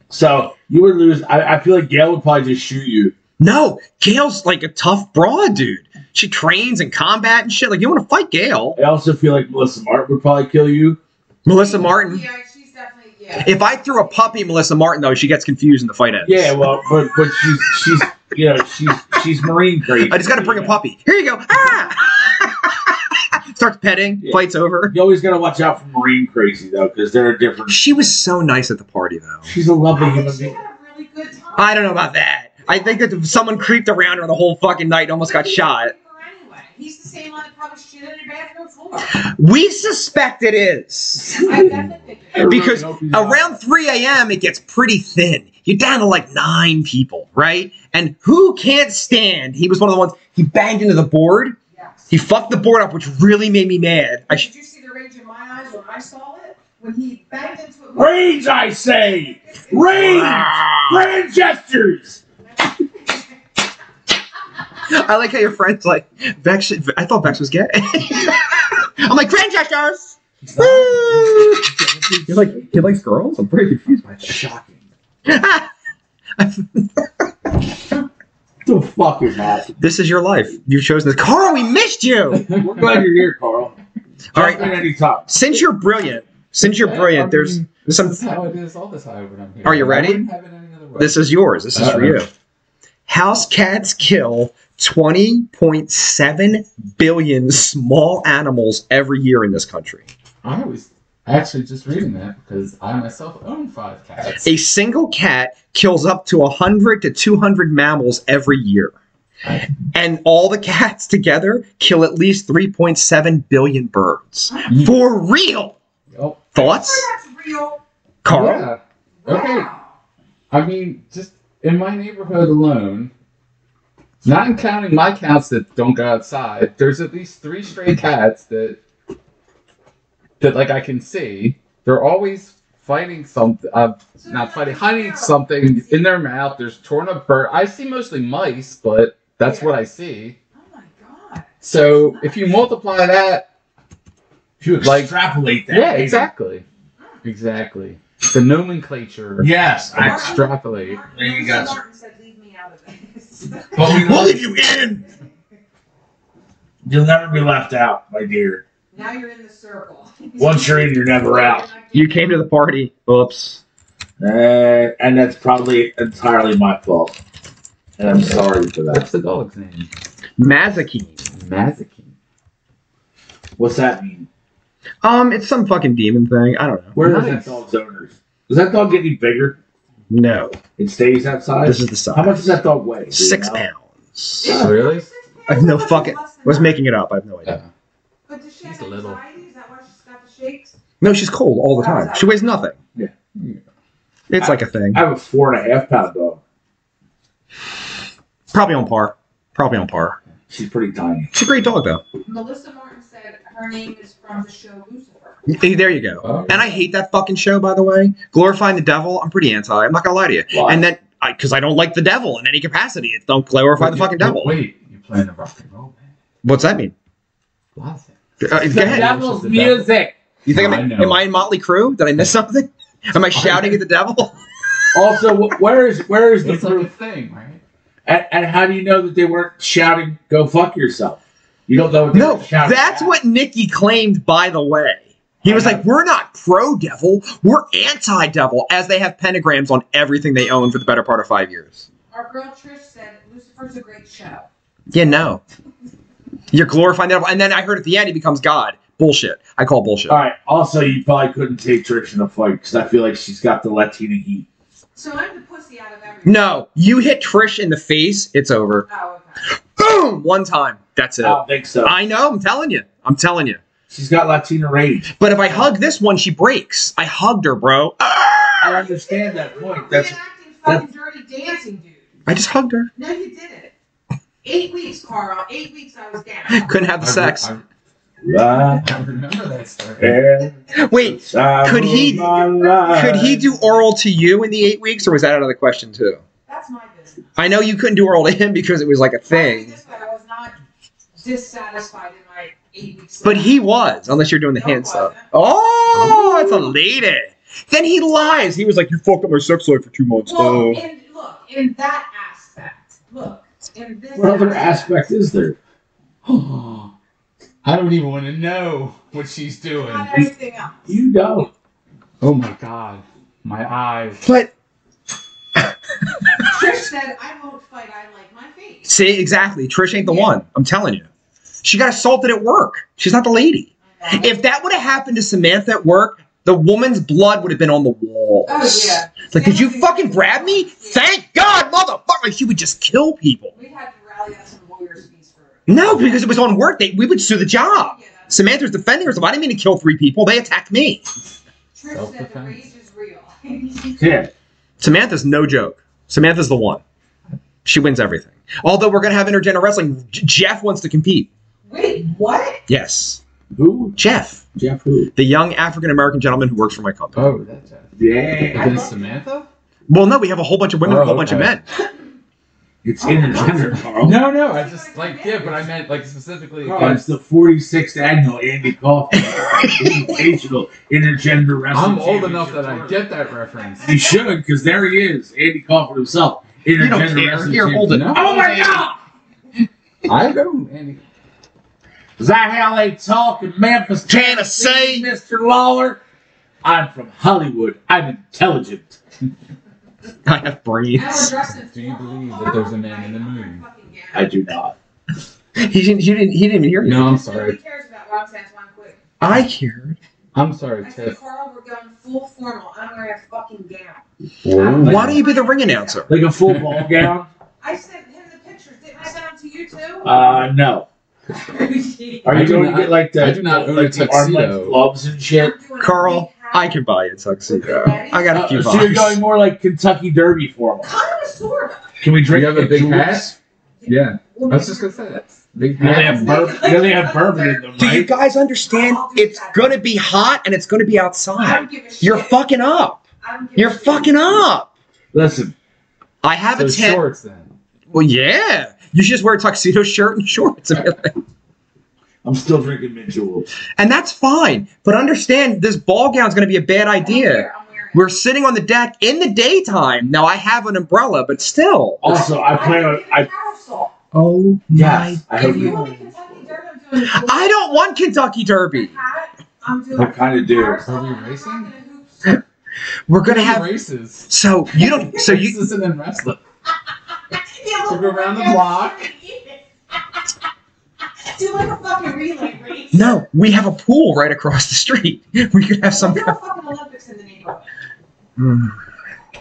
So you would lose. I, I feel like Gail would probably just shoot you.
No, Gail's like a tough broad, dude. She trains in combat and shit. Like you want to fight Gail?
I also feel like Melissa Martin would probably kill you.
Melissa Martin.
Yeah, she's definitely, yeah.
If I threw a puppy, Melissa Martin though, she gets confused and the fight ends.
Yeah, well, but but she's she's you know she's she's marine crazy.
I just got to bring a puppy. Here you go. Ah! *laughs* Starts petting.
Yeah.
Fight's over.
You always gotta watch out for marine crazy though, because they're a different.
She was so nice at the party, though.
She's a lovely
I
human
think she
being.
had a really good time.
I don't know about that. I think that someone creeped around her the whole fucking night and almost got
He's
shot.
a creeper Anyway. He's the same one that probably shit in your bathroom floor.
We suspect it is.
I definitely think
I really
Because
hope he's not-
Around 3 a.m., it gets pretty thin. You're down to like nine people, right? And who can't stand? He was one of the ones, he banged into the board.
yes.
He fucked the board up, which really made me mad. I sh-
Did you see the rage in my eyes when I saw it? When he banged into it.
Rage, I say! Rage! Grand gestures!
I like how your friend's like, Vex, I thought Vex was gay. *laughs* I'm like, grand gestures! Woo! You're like, *laughs* he likes girls? I'm very confused by that. *laughs*
Shocking.
this
What the fuck is happening?
is your life. You've chosen this. Carl, we missed you.
We're glad you're here, Carl.
All right.
Jump in anytime.
Since you're brilliant, since you're brilliant, there's some.
That's how it is all the time when I'm here.
Are you
I
ready?
wouldn't have it any other way.
This is yours. This is for you. House cats kill 20.7 billion small animals every year in this country.
I was actually just reading that because I myself own five cats.
A single cat kills up to 100 to 200 mammals every year. And all the cats *laughs* together kill at least 3.7 billion birds. For real!
Oh,
Thoughts?
That's real.
Carl?
yeah. Okay.
Wow.
I mean, just in my neighborhood alone, not in counting my cats that don't go outside, there's at least three stray cats that that like I can see. They're always fighting something. Uh,
So
not
that's
fighting,
real.
hiding something in their mouth. There's torn up bird. I see mostly mice, but that's what I see.
Oh my god.
So if you multiply that,
If you
Like-
extrapolate that.
yeah,
maybe-
exactly, exactly. The nomenclature.
Yes, I,
Extrapolate.
Martin-
There you go.
Martin said, leave me out of this.
*laughs* but we
We'll
love
leave
you.
you in!
You'll never be left out, my dear.
now you're in the circle.
Once you're in, you're never out.
You came to the party. Oops.
Uh, and that's probably entirely my fault. And I'm sorry for that.
What's the dog's name?
Mazaki.
Mazakin.
What's that mean?
Um, it's some fucking demon thing. I don't know.
Where is that
Nice.
dog's owners? Does that dog get any bigger?
No.
It stays outside?
This is the size.
How much does that dog weigh? Do you
Six
know?
pounds.
Really?
I have no fucking. I was making it up. I have no idea.
But does she
He's
have
little.
anxiety? Is that why she's got the shakes?
No, she's cold all the time. She weighs nothing.
Yeah.
It's like a thing.
I have a four and a half pound dog.
Probably on par. Probably on par.
She's pretty tiny.
She's a great dog, though.
Melissa Martin said her name is from the show Lucifer.
Hey, There you go.
Oh.
And I hate that fucking show, by the way. Glorifying the devil. I'm pretty anti. I'm not gonna lie to you.
Why?
And then because I, don't like the devil in any capacity. It don't glorify the
Wait,
fucking
but
devil.
Wait, you're playing the rock and roll band.
What's that mean?
Nothing.
Uh, go ahead.
devil's
The devil.
music.
You think
I
I'm
know.
am I in Motley Crue? Did I miss something? Am I shouting at the devil?
Also, wh- where is where is the
It's like a
proof?
thing, right?
And, and how do you know that they weren't shouting "Go fuck yourself"? You don't know what they
No,
were shouting.
that's
at.
what Nikki claimed. By the way, he was like, "We're not pro devil, we're anti devil," as they have pentagrams on everything they own for the better part of five years.
Our girl Trish said Lucifer's a great show.
Yeah, no, you're glorifying the devil, and then I heard at the end he becomes God. Bullshit. I call bullshit.
All right. Also, you probably couldn't take Trish in a fight because I feel like she's got the Latina heat.
So I'm the pussy out of everything.
No, you hit Trish in the face, it's over.
Oh, okay.
Boom, one time. That's it.
I don't think so.
I know. I'm telling you. I'm telling you.
She's got Latina rage.
But if I hug this one, she breaks. I hugged her, bro.
I understand that point. That's
Reenacting fucking dirty dancing, dude.
I just hugged her. *laughs*
No, you didn't. Eight weeks, Carl. Eight weeks I was down.
Couldn't have the
I re-
sex.
I,
right.
I remember that story. *gasps*
Wait, Could he- could he do oral to you in the eight weeks, or was that out of the question too?
That's my business.
I know you couldn't do oral to him because it was like a
I'll put it
thing,
This way, I was not dissatisfied in my eight weeks.
but he was, unless you're doing the hand stuff. Oh, that's a lady. Then he lies. He was like, "You fucked up my sex life for two months."
Well,
Oh,
and look, in that aspect, look, in this
What other aspect is there?
I don't even want to know what she's doing.
not everything else.
You don't.
Oh my god, my eyes.
but
Trish said, I won't fight, I like my face.
see, exactly. Trish ain't the one. I'm telling you, she got assaulted at work. She's not the lady. If that would have happened to Samantha at work, the woman's blood would have been on the walls.
Oh, yeah.
It's Like, did you
Samantha-
fucking grab me? Thank God, motherfucker! She would just kill people.
We had to rally up some lawyers' fees for her.
No, because it was on work. They, we would sue the job.
Yeah, that's-
Samantha was defending herself. I didn't mean to kill three people. They attacked me.
Trish said the
Self-defense.
rage is real. *laughs*
Yeah.
Samantha's no joke. Samantha's the one. She wins everything. Although we're gonna have intergender wrestling. J- Jeff wants to compete.
Wait, what?
Yes,
Who?
Jeff,
Jeff who?
the young African American gentleman who works for my company.
Oh, that's it.
Yeah.
Against Samantha?
Well, no, we have a whole bunch of women, and a
Oh,
whole bunch of
okay.
men.
It's intergender, Carl.
No, no, I just like yeah, but I meant like specifically
Oh,
Carl, it's
against.
the 46th annual Andy Kaufman Invitational Intergender Wrestling.
I'm old enough that I
Championship
get
*laughs*
that reference.
Tournament. You shouldn't, because there he is, Andy Kaufman himself.
don't
Intergender
care.
Wrestling
Here, hold
Championship.
it.
Oh my God!
I know, Andy.
Is that how they talk in Memphis,
Tennessee?
Tennessee, Mr. Lawler? I'm from Hollywood. I'm intelligent.
I have
And we're
brains.
dressed in
Do you
formal
believe that
clothes,
there's a man in the
right?
moon?
Fucking gown.
I do not.
He didn't. He didn't. He didn't even hear you.
No, I'm
Nobody
sorry.
cares about Rob Antoine Quick.
I cared.
I'm
I
sorry,
said,
Tiff.
Carl, we're going full formal. I'm wearing a fucking gown.
Why don't you be the ring announcer?
Like a full ball gown?
I sent him the pictures. Didn't I send them to you too?
*laughs*
*laughs*
Uh, no. Are
I
you
do
going
not-
to get like the
I do not own
like
a
the arm length
tuxedo.
gloves and shit?
I'm doing a
Carl,
big hat.
I can buy it, tuxedo. I got a few
Uh, so you're going
bucks.
more like Kentucky Derby formal.
Kind of, sort of.
Can we drink?
You have a
the
big
Jules?
hat? Yeah,
Well,
I was just gonna say that. big
You only
hat.
have bourbon. You only have bourbon in
*laughs*
them,
Do you
right?
guys understand? It's gonna be hot and it's gonna be
I
outside.
don't give a shit.
You're fucking up.
I don't give
You're
a shit.
fucking up.
Listen,
I have
So
a tent.
shorts then.
Well, yeah. You should just wear a tuxedo shirt and *laughs* shorts,
I'm still drinking mint Jules.
and that's fine. But understand, this ball gown's gonna be a bad
I don't
idea.
care, I'm wearing it.
We're sitting on the deck in the daytime. Now I have an umbrella, but still.
Also, I plan on. I
I didn't give a parasol.
Oh
yes. I hope
If you
you.
want me Kentucky Derby, I'm doing a
I don't want Kentucky Derby.
hat. I'm doing
I kind of do.
parasol,
Are we
and I'm
racing?
rocking a hoop.
We're gonna have.
races.
So you don't. So you.
races and then wrestling.
Yeah, look,
Go around the
yeah,
block.
*laughs* Do like a fucking relay race.
No, we have a pool right across the street. *laughs* We could have some.
Do a fucking Olympics in the neighborhood.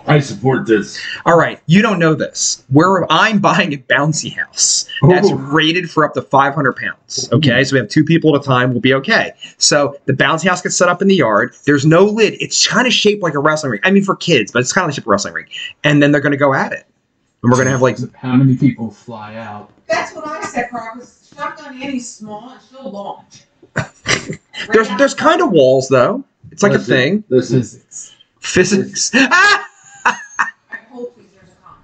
I support this.
All right, you don't know this. Where I'm buying a bouncy house that's
Ooh.
rated for up to 500 pounds. Okay, so we have two people at a time. We'll be okay. So the bouncy house gets set up in the yard. There's no lid. It's kind of shaped like a wrestling ring. I mean, for kids, but it's kind of like a wrestling ring. And then they're gonna go at it, and we're gonna have like
How many people fly out?
That's what I said, Carl. Because shotgun Annie's small and she'll launch.
*laughs* there's there's kind of walls though. It's like a
Listen,
thing.
Listen,
Physics.
Physics. *laughs* Ah!
I hope there's a con.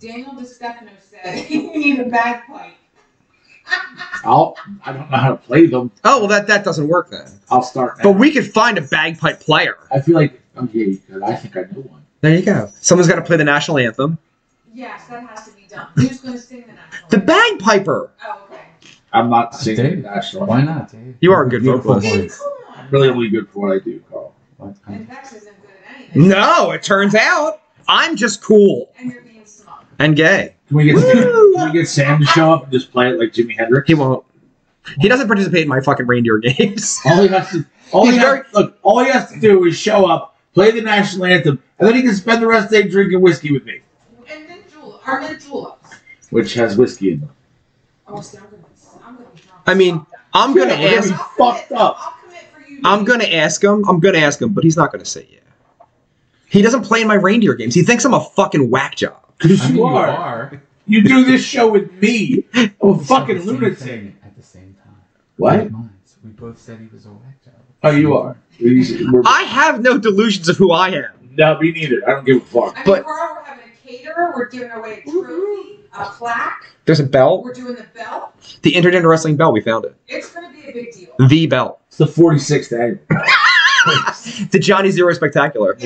Daniel DeStefano said *laughs* you need a bagpipe.
I'll. I don't know how to play them.
Oh well, that that doesn't work then.
I'll start.
But we could find a bagpipe player.
I feel like. Oh yeah, you could. I think I know one.
There you go. Someone's got to play the national anthem.
Yes, that has to be done. Who's going to sing the national?
The
anthem?
bagpiper.
Oh, okay.
I'm not
Dave,
singing national.
Why not, Dave?
You are a good
Beautiful
vocalist.
Hey,
voice.
come on.
I'm really only good for what I do, Carl.
And Vex isn't good at anything.
No, it turns out I'm just cool
And you're being smug.
and gay.
Can we get
Woo!
Can we get Sam to show up and just play it like Jimi Hendrix?
He won't. He doesn't participate in my fucking reindeer *laughs* games.
All he has to. All
He's
he has,
very-
look, all he has to do is show up, play the national anthem, and then he can spend the rest of the day drinking whiskey with me,
And then Jewel, our mint juleps.
which has whiskey in them.
Oh, see, I'm going to, I'm going to be drunk.
I mean, I'm gonna
Yeah, we're
ask.
gonna be fucked up.
I'll commit for you.
I'm
Dave.
gonna ask him. I'm gonna ask him, but he's not gonna say yeah. He doesn't play in my reindeer games. He thinks I'm a fucking whack job.
Because
I mean,
you, are. You do this show with me. I'm a fucking lunatic.
At the same time.
What?
We both said he was a whack job.
Oh, you are. We're-
I have no delusions of who I am.
no, me neither. I don't give a fuck.
I mean,
but-
Carl, we're having a caterer. We're giving away a trophy, a plaque.
There's a belt.
We're doing the belt.
The Intergender Wrestling belt. We found it.
It's going to be a big deal.
Mm-hmm.
The belt.
It's the 46th annual.
The Johnny Zero Spectacular.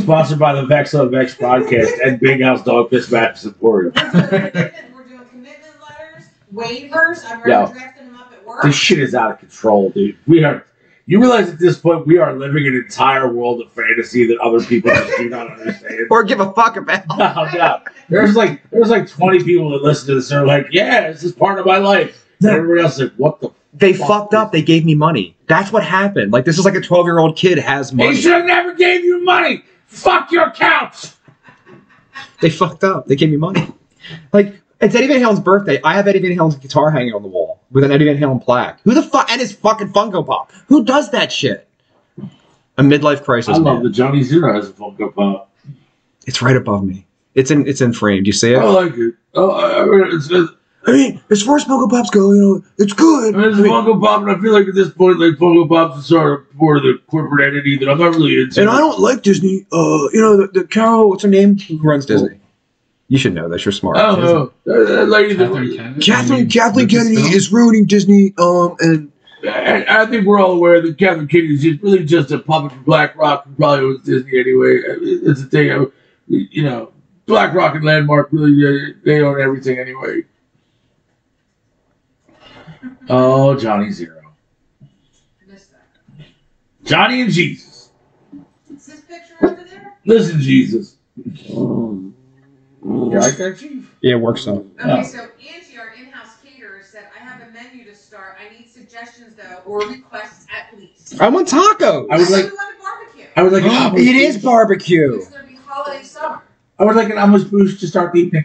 Sponsored by the Vexo Vex podcast and Big House Dog Fist Mattress Emporium.
We're doing commitment- we're doing commitment letters, waivers. I'm already
Yeah.
drafting them up at work.
This shit is out of control, dude. We are. You realize at this point we are living an entire world of fantasy that other people just do not understand.
Or give a fuck about.
*laughs* No, no. Oh, There's like there's like 20 people that listen to this. They're like, yeah, this is part of my life. And everybody else is like, what the?
They
Fuck
fucked up. They gave me money. That's what happened. Like this is like a 12 year old kid has
They
money.
should have never gave you money. Fuck your couch.
They fucked up. They gave me money. Like it's Eddie Van Halen's birthday. I have Eddie Van Halen's guitar hanging on the wall with an Eddie Van Halen plaque. Who the fuck and his fucking Funko Pop? Who does that shit? A midlife crisis.
I love
man.
the Johnny Zero has a Funko Pop.
It's right above me. It's in it's in framed. You see it?
I like it. Oh, I, I mean, it's, it's,
I mean, as far as Funko Pops go, you know, it's good.
I mean, it's a Funko Pop, and I feel like at this point, like Funko Pops is sort of part of the corporate entity that I'm not really into.
and I don't like Disney. Uh, you know, the, the Carol, what's her name? Who runs Disney? You should know this. You're smart.
I don't know. Uh, That, that lady that-
Catherine Kennedy. I
Kathleen
mean,
Kathleen
Lucasfilm?
Kennedy is ruining Disney. Um, and
I, I think we're all aware that Kevin Kennedy is just really just a puppet for BlackRock and probably owns Disney anyway. I mean, It's a thing, I- you know. BlackRock and Landmark really uh, they own everything anyway. Oh, Johnny Zero,
Missed that.
Johnny and Jesus.
Is this picture over there?
Listen, Jesus. You like that, Chief?
yeah, it works out.
Okay,
Oh.
so Angie, our in-house caterer, said, I have a menu to start. I need suggestions, though, or requests at least.
I want tacos.
I would like-
We want a barbecue.
I would
*gasps*
like an amuse
it is barbecue.
It's going to be holiday summer.
I would like an amuse bouche to start the evening.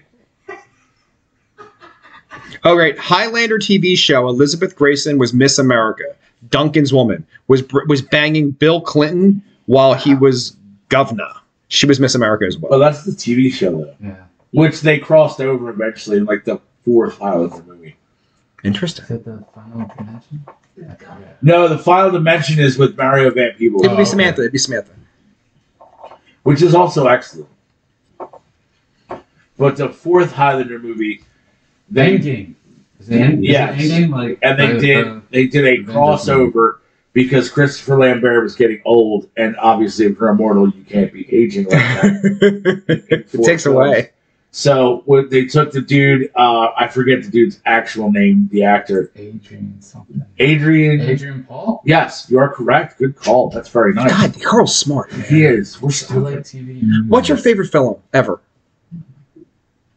All right, Oh, Highlander TV show. Elizabeth Grayson was Miss America. Duncan's woman was br- was banging Bill Clinton while he was governor. She was Miss America as
Well,
well.
that's the TV show though,
Yeah.
which they crossed over eventually in like the fourth pilot of the movie.
Interesting.
Is that the final dimension? I
It's
forget.
No, the final dimension is with Mario Van Peebles,
It would
Oh,
be
okay.
Samantha. It'd be Samantha. *laughs*
which is also excellent. But the fourth Highlander movie, they
Endgame. Is it Endgame?
Yes.
Is it Endgame? Like, uh,
and they
the-
Uh,
did they did a
Avengers
crossover because Christopher Lambert was getting old, and obviously if you're immortal, you can't be aging like that.
*laughs* it
Four
takes away.
So what they took the dude, uh, I forget the dude's actual name, the actor
the Adrian something.
Adrian.
Adrian Paul?
Yes, you are correct. Good call. That's very nice.
God, Carl's smart.
He is. We're
I
stupid.
like TV. movies.
What's your favorite film ever?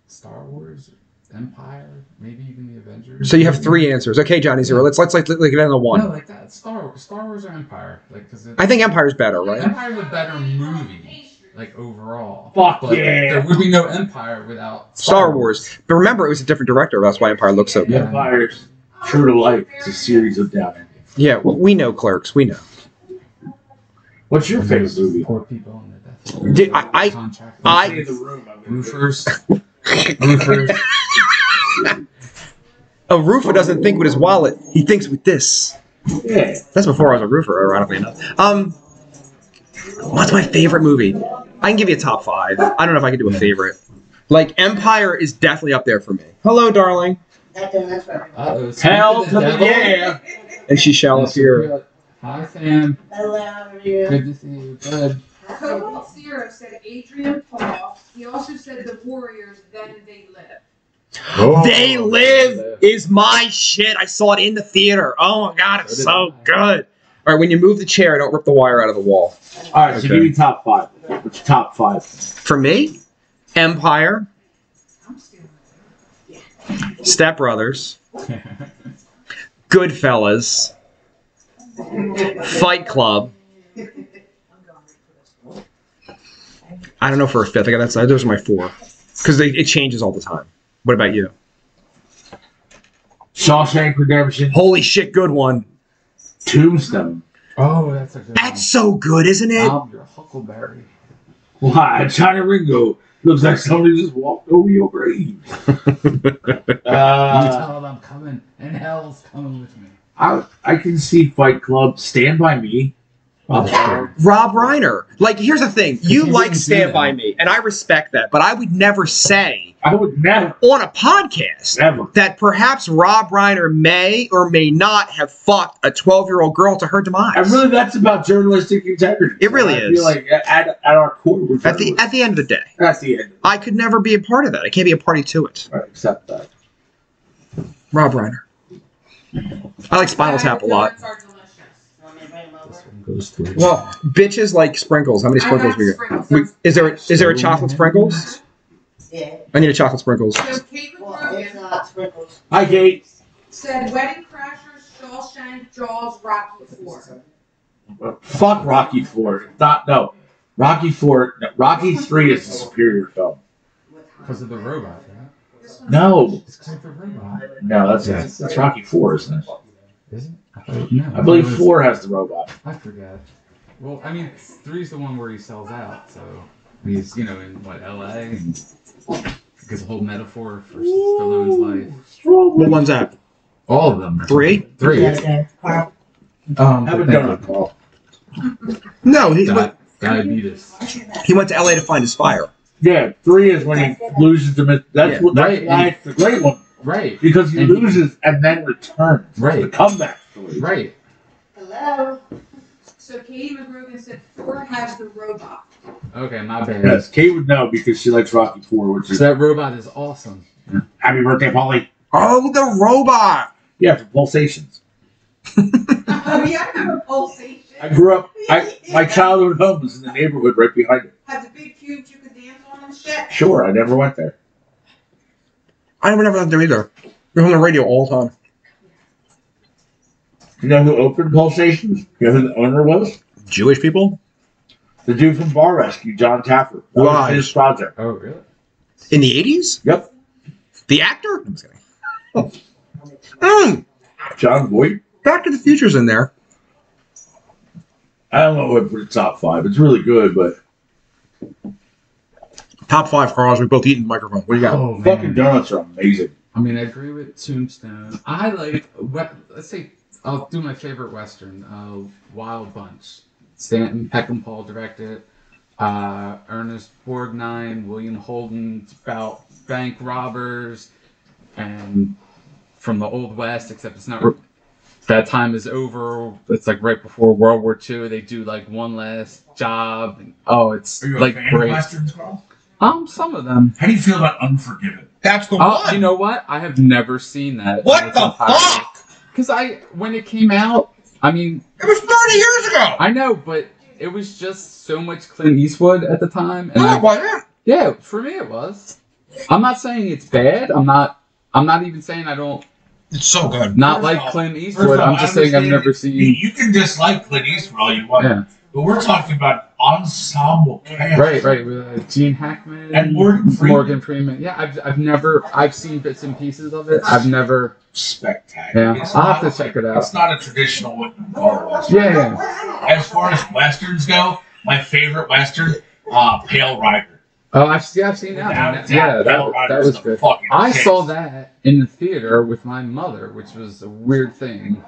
Star Wars? Empire? Maybe even the Avengers?
So you have three answers. Okay, Johnny Zero. Let's let's like like get into
No,
one.
like that. Star Star Wars or Empire? Like, because
I think Empire's better, right?
Empire's a better movie. like overall.
Fuck
But
yeah.
There would be no Empire without
Star Wars. But remember, it was a different director. That's why Empire looks so
Yeah.
good.
Vampires. True to Life. It's a series of down
Yeah, well, we know Clerks. We know.
What's your
And
favorite
there's
movie?
Poor people on their death.
Dude, I- I-
Contract-
I-
In the room. I'm gonna-
*laughs* roofers. roofers.
A roofer doesn't think with his wallet. He thinks with this.
Yeah.
That's before I was a roofer, ironically enough. Um, What's my favorite movie? I can give you a top five. I don't know if I can do a favorite. Like Empire is definitely up there for me. Hello, darling,
Uh-oh, speak
Hell
the
to the
devil.
yeah.
and she shall appear.
Hi, Sam.
Hello, how are you?
Good to see you, bud.
Cobalt Zero said Adrian Paul. He also said the Warriors, then they live.
They Live is my shit. I saw it in the theater. Oh my god, it's
So did
so
I.
good. All right, when you move the chair, don't rip the wire out of the wall.
All right, so
Okay.
give me top five. What's your top five?
For me, Empire,
I'm stealing.
Step Brothers, Goodfellas, Fight Club.
I'm going right for this.
I don't know for a fifth. I got that. Those are my four because it changes all the time. What about you?
Shawshank Redemption,
Holy shit, good one.
Tombstone.
*laughs* Oh, that's a good
That's so good, isn't
one.
it?
I'm your Huckleberry.
Why? *laughs* China Ringo looks like somebody just walked over
*laughs*
your grave.
you
uh,
tell them I'm coming, and hell's coming with me.
I I can see Fight Club, Stand by Me.
Oh,
Rob Reiner. Like, here's the thing.
He
You
wouldn't
like
do
Stand
that.
By Me, and I respect that, but I would never say
I would never,
on a podcast
never.
that perhaps Rob Reiner may or may not have fucked a 12 year old girl to her demise.
And really, that's about journalistic integrity.
It really
I
is.
Feel like at, at our core, we're
at, the,
journalists.
at the end of the day,
That's the end.
I could never be a part of that. I can't be a party to it.
All right, accept that.
Rob Reiner. I like Spinal
Guys,
Tap a
donuts
lot.
Are delicious.
Want me to bring them over?
one goes through.
Well, bitches like sprinkles. How many
I
sprinkles
got
we get?
sprinkles.
We, is there is there a chocolate sprinkles?
Yeah.
I need a chocolate sprinkles.
So Caitlin
Well, it's
Rogan
not sprinkles.
Hi, Kate.
said Wedding Crashers, Shawshank, Jaws, Rocky Four.
Fuck Rocky Four. Not no. Rocky Four. No, Rocky Three is the superior film.
Because of the robot, right?
This one-
No,
It's because of the robot,
no, that's that's, that's Rocky Four, isn't it?
isn't it? I thought- No,
I believe
it was-
Four has the robot.
I forgot. Well, I mean, three's the one where he sells out, so he's you know in what L.A. and because the whole metaphor for Stallone's life.
What one's that?
All of them.
Three?
Three.
Yeah, yeah. Carl,
Um,
Have a
but thank you.
donut, Paul.
No, he, went,
Di- diabetes.
he went to LA to find his fire.
Yeah, three is when he loses the. mis- That's
Yeah.
what. That's
Right,
why
and-
it's the great one
Right.
because he
And-
loses and then returns.
Right.
The comeback story.
Right.
Hello.
So Katie McGrogan said Four has the robot. *laughs*
Okay, my bad.
Yes, Kate would know because she likes Rocky Four, which
So
is
that robot is awesome.
Happy Birthday, Polly.
Oh, the robot! *laughs*
Yeah, for pulsations.
oh yeah, I have a pulsation.
I grew up. I my childhood home was in the neighborhood right behind it.
Had the big cubes you could dance on and shit.
Sure, I never went there.
I never left there either. You're on the radio all the time.
You know who opened Pulsations? You know who the owner was?
Jewish people?
The dude from Bar Rescue, John Taffer. That was
Right.
his project.
Oh, really?
In the 80s?
Yep.
The actor? I'm just kidding. Mm,
John Voight.
Back to the Future's in there.
I don't know what for the top five. It's really good, but
Top five, Carlos. We've both eaten the microphone. What do you got?
Oh,
fucking
man.
donuts are amazing.
I mean, I agree with Tombstone. I like, we- let's say, I'll do my favorite Western, uh, Wild Bunch. Stanton Peckinpah directed, uh, Ernest Borgnine, William Holden, it's about bank robbers and from the Old West, except it's not. That time is over. It's like right before World War II. They do like one last job. and- oh, it's like great.
Westerns, Carl?
Um, some of them.
How do you feel about Unforgiven?
That's the
Oh, you know what? I have never seen that. Because I, when it came out, I mean,
It was 30 years ago!
I know, but it was just so much Clint Eastwood at the time, and I,
wasn't.
yeah, for me it was. I'm not saying it's bad. I'm not. I'm not even saying I don't
It's so good.
not
First
like
off-
Clint Eastwood. I'm just saying I've never seen.
You can dislike Clint Eastwood all you want,
Yeah,
but we're talking about ensemble cast.
*laughs* right, right. With uh, Gene Hackman
And Morgan Freeman.
Morgan Freeman. Yeah, I've, I've never. I've seen bits and pieces of it. I've never.
Spectacular.
Yeah,
It's
I'll have
not
to check
like-
it out.
It's not a traditional what you call a western.
Yeah, yeah.
As far as westerns go, my favorite western, uh, Pale Rider.
Oh, I've, yeah, I've seen that.
Without
one.
a doubt,
Yeah,
Pale
that, that
Rider's
was
the
good.
fucking
I
shit.
saw that in the theater with my mother, which was a weird thing.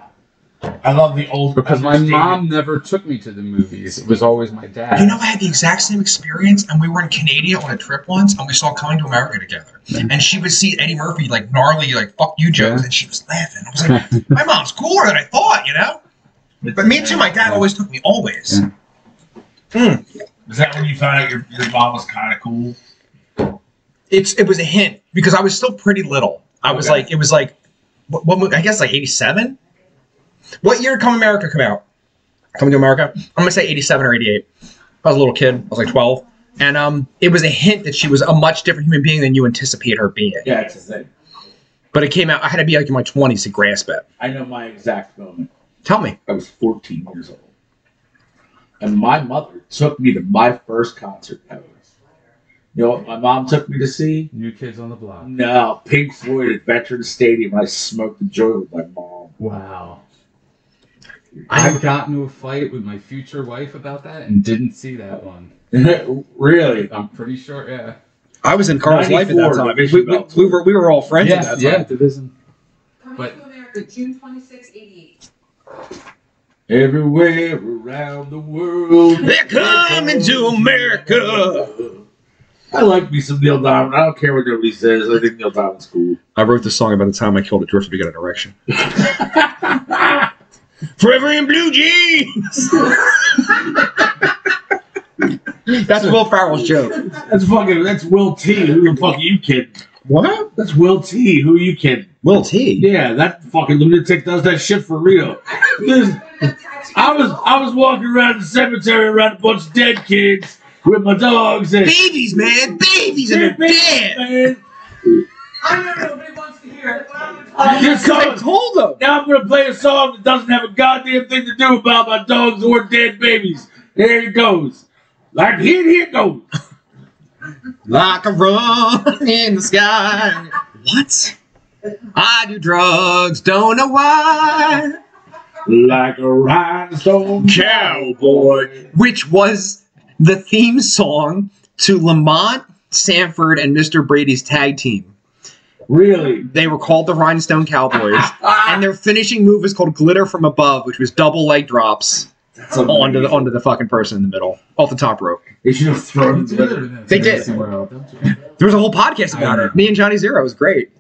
I love the old
Because my
understated-
mom never took me to the movies. It was always my dad.
You know, I had the exact same experience, and we were in Canada on a trip once, and we saw Coming to America together. And she would see Eddie Murphy like gnarly, like "fuck you" jokes,
Yeah.
and she was laughing. I
*laughs*
was like, "My mom's cooler than I thought," you *laughs* know. But me too. My dad
Yeah.
always took me, always.
Yeah.
Is that when you found out your, your mom was kind of cool?
It's it was a hint because I was still pretty little. I was
Okay.
like, it was like, what, what mo- I guess like '87. What year did Come America come out? Coming to America. I'm gonna say '87 or '88. I was a little kid. I was like 12, and um, it was a hint that she was a much different human being than you anticipate her being.
Yeah, it's a thing.
But it came out. I had to be like in my twenties to grasp it.
I know my exact moment.
Tell me.
I was 14 years old. And my mother took me to my first concert ever. You know what my mom took me to see?
New Kids on the Block.
No, Pink Floyd at Veterans Stadium. I smoked a joint with my mom.
Wow.
I-
I got into a fight with my future wife about that and didn't see that one.
*laughs* really?
I'm pretty sure, yeah.
I was in Carl's life at that
94,
time.
my
We, we,
belt.
we were, we were all friends
yeah,
at that
yeah,
time.
Division.
Coming
But-
to America, June 26, 88.
Everywhere around the world.
They're coming to America.
I like me some Neil Diamond. I don't care what nobody says. I think Neil Diamond's cool.
I wrote the song about the time I killed a drifter to get an erection. *laughs* Forever in blue jeans. *laughs* That's Will Farrell's joke.
That's fucking. That's Will T. Who the fuck are you kidding?
What?
That's Will T. Who are you kidding?
Will T.
Yeah, that fucking lunatic does that shit for real. Listen, I was I was walking around the cemetery around a bunch of dead kids with my dogs and
Babies, man. Babies and
Yeah,
they're
man,
dead.
man.
I know nobody wants to hear it, but I'm gonna tell you.
This
I
song,
told him.
now I'm gonna play a song that doesn't have a goddamn thing to do about my dogs or dead babies. There it goes. Like here, here it goes.
Like a run in the sky. What? I do drugs, don't know why.
Like a rhinestone cowboy.
Which was the theme song to Lamont, Sanford, and Mr. Brady's tag team.
Really?
They were called the Rhinestone
*laughs*
Cowboys, and their finishing move was called Glitter from Above, which was double leg drops
That's
onto Oh, the
amazing.
onto the fucking person in the middle, off the top rope.
They should have thrown it. together.
They did. There was a whole podcast about it. Me and Johnny Zero it was great.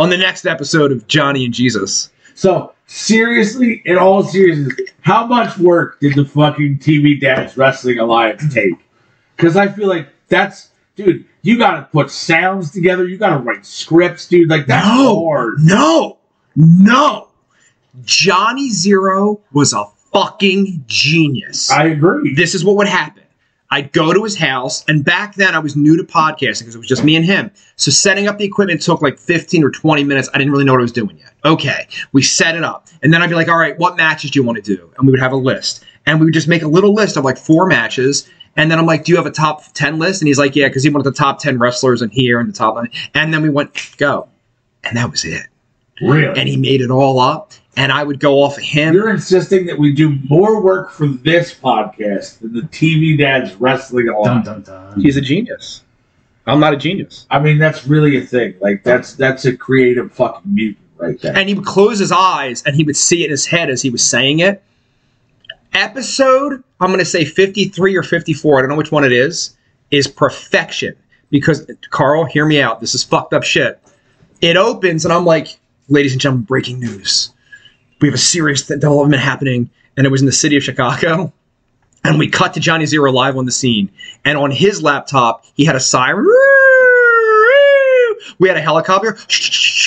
On the next episode of Johnny and Jesus.
So seriously, in all seriousness, how much work did the fucking TV Dad's Wrestling Alliance take? Because I feel like that's, dude, you gotta put sounds together. You gotta write scripts, dude. Like that's
No.
hard.
No, no. Johnny Zero was a fucking genius.
I agree.
this is what would happen. I'd go to his house, and back then I was new to podcasting because it was just me and him. So setting up the equipment took like 15 or 20 minutes. I didn't really know what I was doing yet. Okay, we set it up. And then I'd be like, all right, what matches do you want to do? And we would have a list. And we would just make a little list of like four matches. And then I'm like, do you have a top 10 list? And he's like, yeah, because he wanted the top 10 wrestlers in here and the top. And then we went, go. And that was it.
Really?
And he made it all up. And I would go off of him.
You're insisting that we do more work for this podcast than the TV Dad's Wrestling
Dun,
Alliance.
*laughs*
dun, dun.
He's a genius. I'm not a genius.
I mean, that's really a thing. Like that's that's a creative fucking mutant right there.
and he would close his eyes and he would see it in his head as he was saying it. Episode, I'm going to say 53 or 54, I don't know which one it is, is perfection. Because, Carl, hear me out. This is fucked up shit. It opens and I'm like, ladies and gentlemen, breaking news. We have a serious development happening, and it was in the city of Chicago. And we cut to Johnny Zero live on the scene. And on his laptop, he had a siren. We had a helicopter,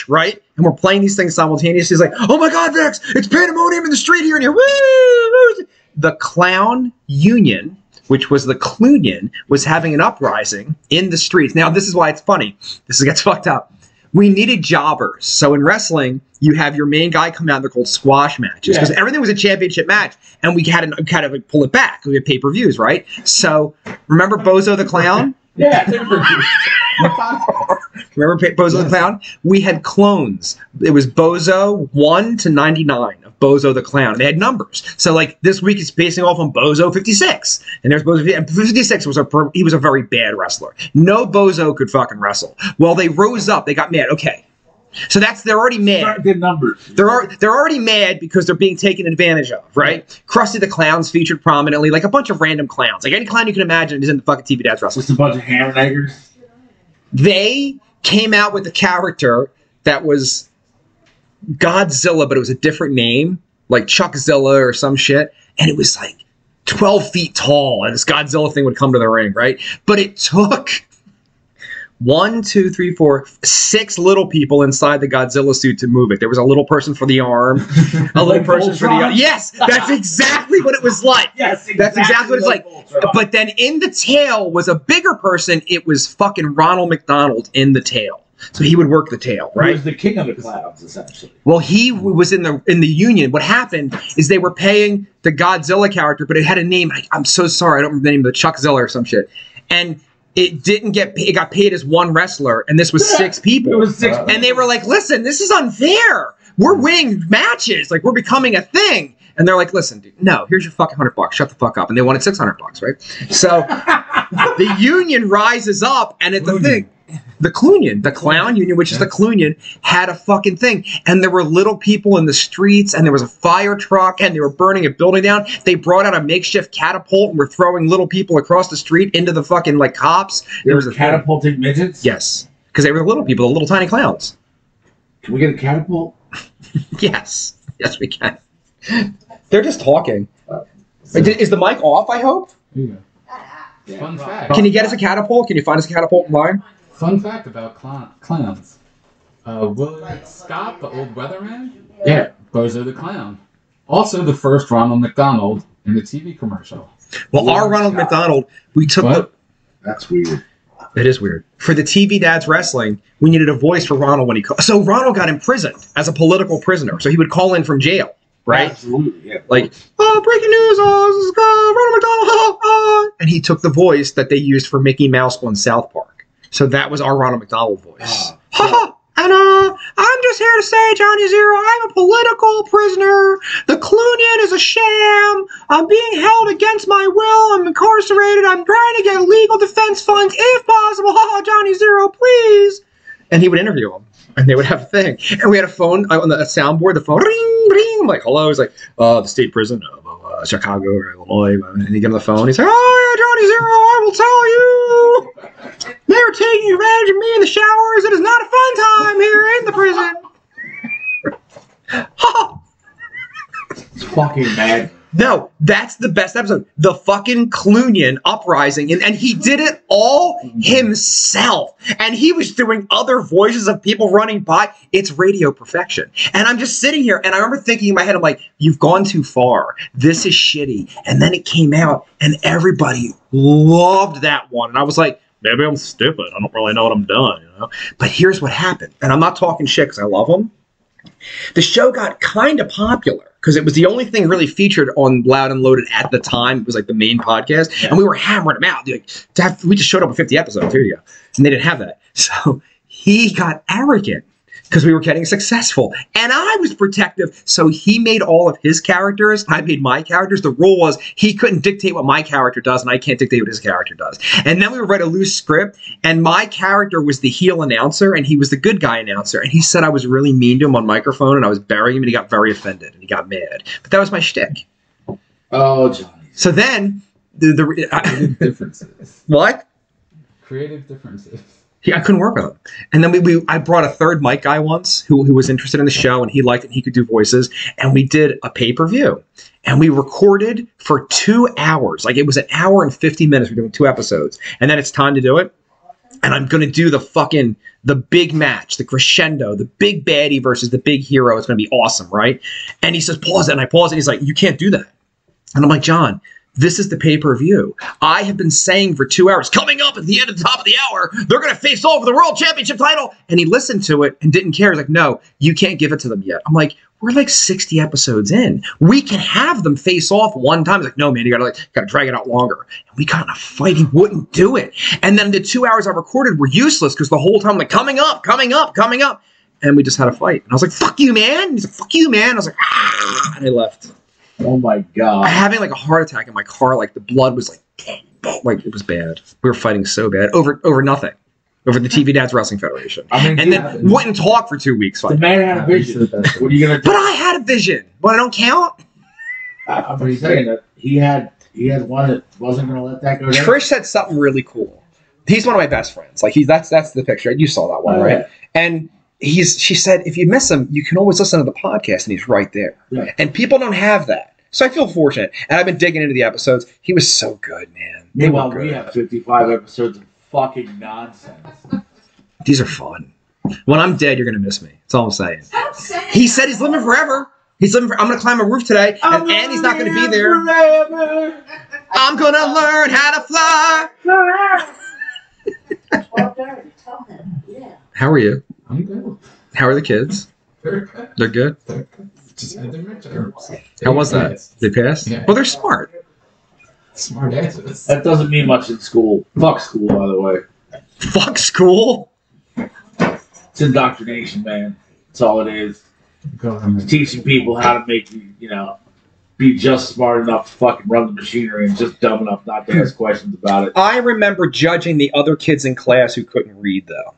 right? And we're playing these things simultaneously. He's like, oh my God, Vex, it's pandemonium in the street here and here. Woo! The Clown Union, which was the Clunion, was having an uprising in the streets. Now, this is why it's funny. This gets *laughs* fucked up. We needed jobbers. So in wrestling, you have your main guy come out. They're called squash matches because everything was a championship match, and we had to kind of like, pull it back. We had pay per views, right? So remember Bozo the Clown?
yeah.
Remember P- Bozo the Clown? We had clones. It was Bozo 1 to 99 of Bozo the Clown. They had numbers. So, like, this week is basing off on Bozo 56. And there's Bozo and 56 was a per- he was a very bad wrestler. No Bozo could fucking wrestle. Well, they rose up. They got mad. Okay. So that's they're already mad.
Start the numbers.
They're al- they're already mad because they're being taken advantage of, right? Krusty the Clown's featured prominently, like a bunch of random clowns, like any clown you can imagine is in the fucking TV Dad's Wrestling.
Just a bunch of ham naggers.
They came out with a character that was Godzilla, but it was a different name, like Chuckzilla or some shit, and it was like twelve feet tall, and this Godzilla thing would come to the ring, right? But it took. One, two, three, four, six little people inside the Godzilla suit to move it. There was a little person for the arm, a little
Like
person for the
Voltron?
arm. Yes, *laughs* that's exactly what it was like.
Yes,
That's exactly what it's like.
Voltron.
But then in the tail was a bigger person. It was fucking Ronald McDonald in the tail. So he would work the tail,
He
right?
was the king of the clouds, essentially.
Well, he w- was in the in the union. What happened is they were paying the Godzilla character, but it had a name. I, I'm so sorry, I don't remember the name of the Chuckzilla or some shit. And it didn't get pa- it got paid as one wrestler, and this was *laughs* six people.
It was six.
Uh,
And they were like, listen, this is unfair. We're winning matches. Like, we're becoming a thing. And they're like, listen, dude, no, here's your fucking 100 bucks. Shut the fuck up. And they wanted 600 bucks, right?
*laughs*
So the union rises up, and it's the thing. The Clunion, the clown union, which is the Clunion, had a fucking thing. And there were little people in the streets, and there was a fire truck, and they were burning a building down. They brought out a makeshift catapult and were throwing little people across the street into the fucking, like, cops.
They
It
were
was a thing.
catapulting midgets.
Yes. Because they were the little people, the little tiny clowns.
Can we get a catapult?
*laughs* Yes. Yes, we can. They're just talking. Uh, Is is the mic off, I hope?
Fun fact.
Can you get us a catapult? Can you find us a catapult online?
Fun fact about clown, clowns. Uh, Willard Scott, the old weatherman?
Yeah.
Bozo the clown. Also the first Ronald McDonald in the TV commercial.
Well, our Ronald McDonald, we took *laughs*
What?
That's weird.
the. It is weird. For the TV Dad's Wrestling, we needed a voice for Ronald when he. Called. So Ronald got imprisoned as a political prisoner. So he would call in from jail, right?
Absolutely. Yeah.
Like, oh, breaking news, oh, this is, uh, Ronald McDonald, oh, oh." And he took the voice that they used for Mickey Mouse on South Park. So that was our Ronald McDonald voice.
Ah,
Ha ha! And uh, I'm just here to say, Johnny Zero, I'm a political prisoner. The Clunion is a sham. I'm being held against my will. I'm incarcerated. I'm trying to get legal defense funds if possible. Ha ha, Johnny Zero, please. And he would interview him, and they would have a thing. And we had a phone uh, on the a soundboard. The phone ring, ring. I'm like, hello. He's like, uh, the state prison of uh, Chicago or Illinois. uh, And he get on the phone. He's like, oh yeah, Johnny Zero, I will tell you. They were taking advantage of me in the showers. It is not a fun time here in the prison. *laughs* Ha!
It's fucking mad.
no, that's the best episode. The fucking Clunion uprising, and, and he did it all himself. And he was doing other voices of people running by. It's radio perfection. And I'm just sitting here, and I remember thinking in my head, I'm like, "You've gone too far. This is shitty." And then it came out, and everybody loved that one. And I was like, "Maybe I'm stupid. I don't really know what I'm doing." You know. But here's what happened, and I'm not talking shit because I love them. The show got kind of popular because it was the only thing really featured on Loud and Loaded at the time. It was like the main podcast, and we were hammering them out. Like, to have- we just showed up with 50 episodes. Here you go, and they didn't have that. *laughs* So he got arrogant because we were getting successful, and I was protective. So he made all of his characters. I made my characters. The rule was he couldn't dictate what my character does, and I can't dictate what his character does. And then we would write a loose script, and my character was the heel announcer, and he was the good guy announcer. And he said I was really mean to him on microphone, and I was burying him, and he got very offended, and he got mad. But that was my shtick.
Oh, Johnny.
So then, the, the *laughs* I,
Creative differences.
what?
Creative differences.
He, I couldn't work with him. And then we, we I brought a third mic guy once who, who was interested in the show and he liked it and he could do voices. And we did a pay per view. And we recorded for two hours. Like it was an hour and 50 minutes. We're doing two episodes. And then it's time to do it. And I'm going to do the fucking the big match, the crescendo, the big baddie versus the big hero. It's going to be awesome, right? And he says, pause it. And I pause it. And he's like, you can't do that. And I'm like, John, this is the pay per view. I have been saying for two hours, coming up at the end of the top of the hour, they're going to face off for the world championship title. And he listened to it and didn't care. He's like, no, you can't give it to them yet. I'm like, we're like 60 episodes in. We can have them face off one time. He's like, no, man, you gotta like gotta drag it out longer. And we got in a fight. He wouldn't do it. And then the two hours I recorded were useless because the whole time I'm like coming up, coming up, coming up. And we just had a fight. And I was like, fuck you, man. And he's like, fuck you, man. I was like, ah, and I left.
Oh my
I
god.
having like a heart attack in my *laughs* car. Like the blood was like, like it was bad. We were fighting so bad over over nothing. over the TV Dads Wrestling Federation,
I mean,
and
yeah,
then wouldn't talk for two weeks.
The
Like,
man had a vision. What are you gonna do?
but I had a vision, but I don't count.
I, I'm just saying that he had he had one that wasn't going to let that go down.
Trish said something really cool. He's one of my best friends. Like he's that's that's the picture. You saw that one,
Oh,
right? And he's she said, if you miss him, you can always listen to the podcast, and he's right there.
Yeah.
And people don't have that, so I feel fortunate. And I've been digging into the episodes. He was so good, man. They were
Meanwhile, we
good.
have 55 episodes of fucking nonsense.
These are fun. When I'm dead, you're gonna miss me. That's all I'm saying.
Stop saying
He
that.
said he's living forever. He's living. For, I'm gonna climb a roof today, and, and he's not gonna be there.
Forever.
I'm gonna learn how to fly.
Twelve thirty, tell him, yeah.
How are you?
I'm good.
How are the kids?
Very good.
They're good.
Very good. Just had their midterms.
How was that?
Yes.
They passed.
Yeah.
Well, they're smart.
Smart asses.
That doesn't mean much in school. Fuck school, by the way.
Fuck school.
It's indoctrination, man. That's all it is.
Go on,
It's teaching people how to make you, you know, be just smart enough to fucking run the machinery and just dumb enough not to ask questions about it.
I remember judging the other kids in class who couldn't read, though.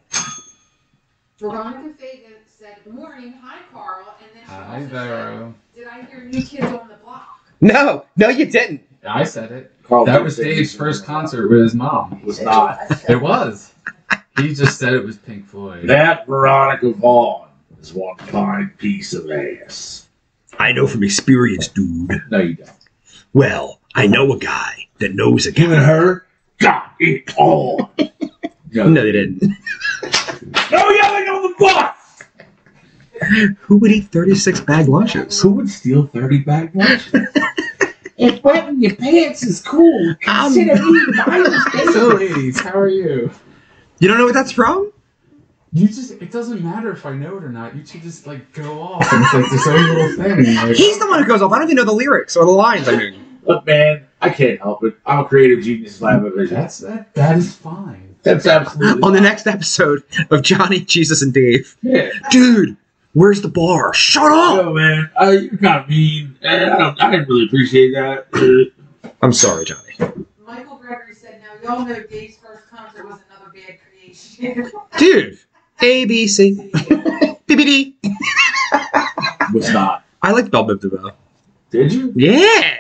Veronica Fagan said, "Good morning, hi Carl," and then she
Hi,
also said,
Vero.
"Did I hear new kids on the block?"
No, no, you didn't.
I said it.
Carl
That was
Davis
Dave's
said-
first concert with his mom.
Was not.
I said-
It was. He just said it was Pink Floyd.
That Veronica Vaughn is one fine piece of ass.
I know from experience, dude.
No, you don't.
Well, I know a guy that knows a
Him and
guy.
her got it on. no,
No, they didn't.
no yelling on the bus!
Who would eat 36 bag lunches?
Who would steal 30 bag lunches? if wetting your pants is cool,
I'm-
consider me my
So, ladies, how are you?
You don't know what that's from?
You just, it doesn't matter if I know it or not. You two just, like, go off. And it's like this own little thing. Like,
He's the one who goes off. I don't even know the lyrics or the lines. I mean,
Look, man, I can't help it. I'm a creative genius, I have a vision.
That's, that, that is fine.
That's absolutely
on the next episode of Johnny, Jesus, and Dave,
Yeah.
dude, where's the bar? Shut up!
Oh man, uh, you're kind of mean. Uh, I don't. I didn't really appreciate that. Uh,
I'm sorry, Johnny.
Michael Gregory said, "Now y'all know Dave's first concert was another bad creation."
Dude, A, B, C, *laughs* B, B, D.
was not.
I like Bell Bib DeVoe.
Did you?
Yeah!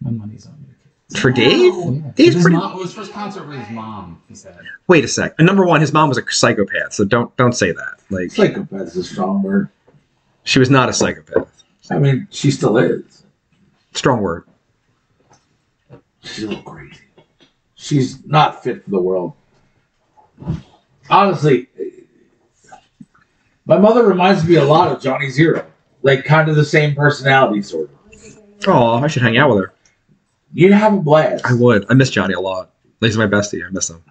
My money's on you.
For Dave?
Yeah.
Dave's
His
pretty-
mom- well, his first concert with his mom, he said.
Wait a sec. And number one, his mom was a psychopath, so don't don't say that. Like,
Psychopath's a strong word.
she was not a psychopath.
I mean, she still is.
Strong word.
She's a little crazy. She's not fit for the world. Honestly, my mother reminds me a lot of Johnny Zero. Like, kind of the same personality, sort of.
Oh, I should hang out with her.
You'd have a blast.
I would. I miss Johnny a lot. He's my bestie. I miss him.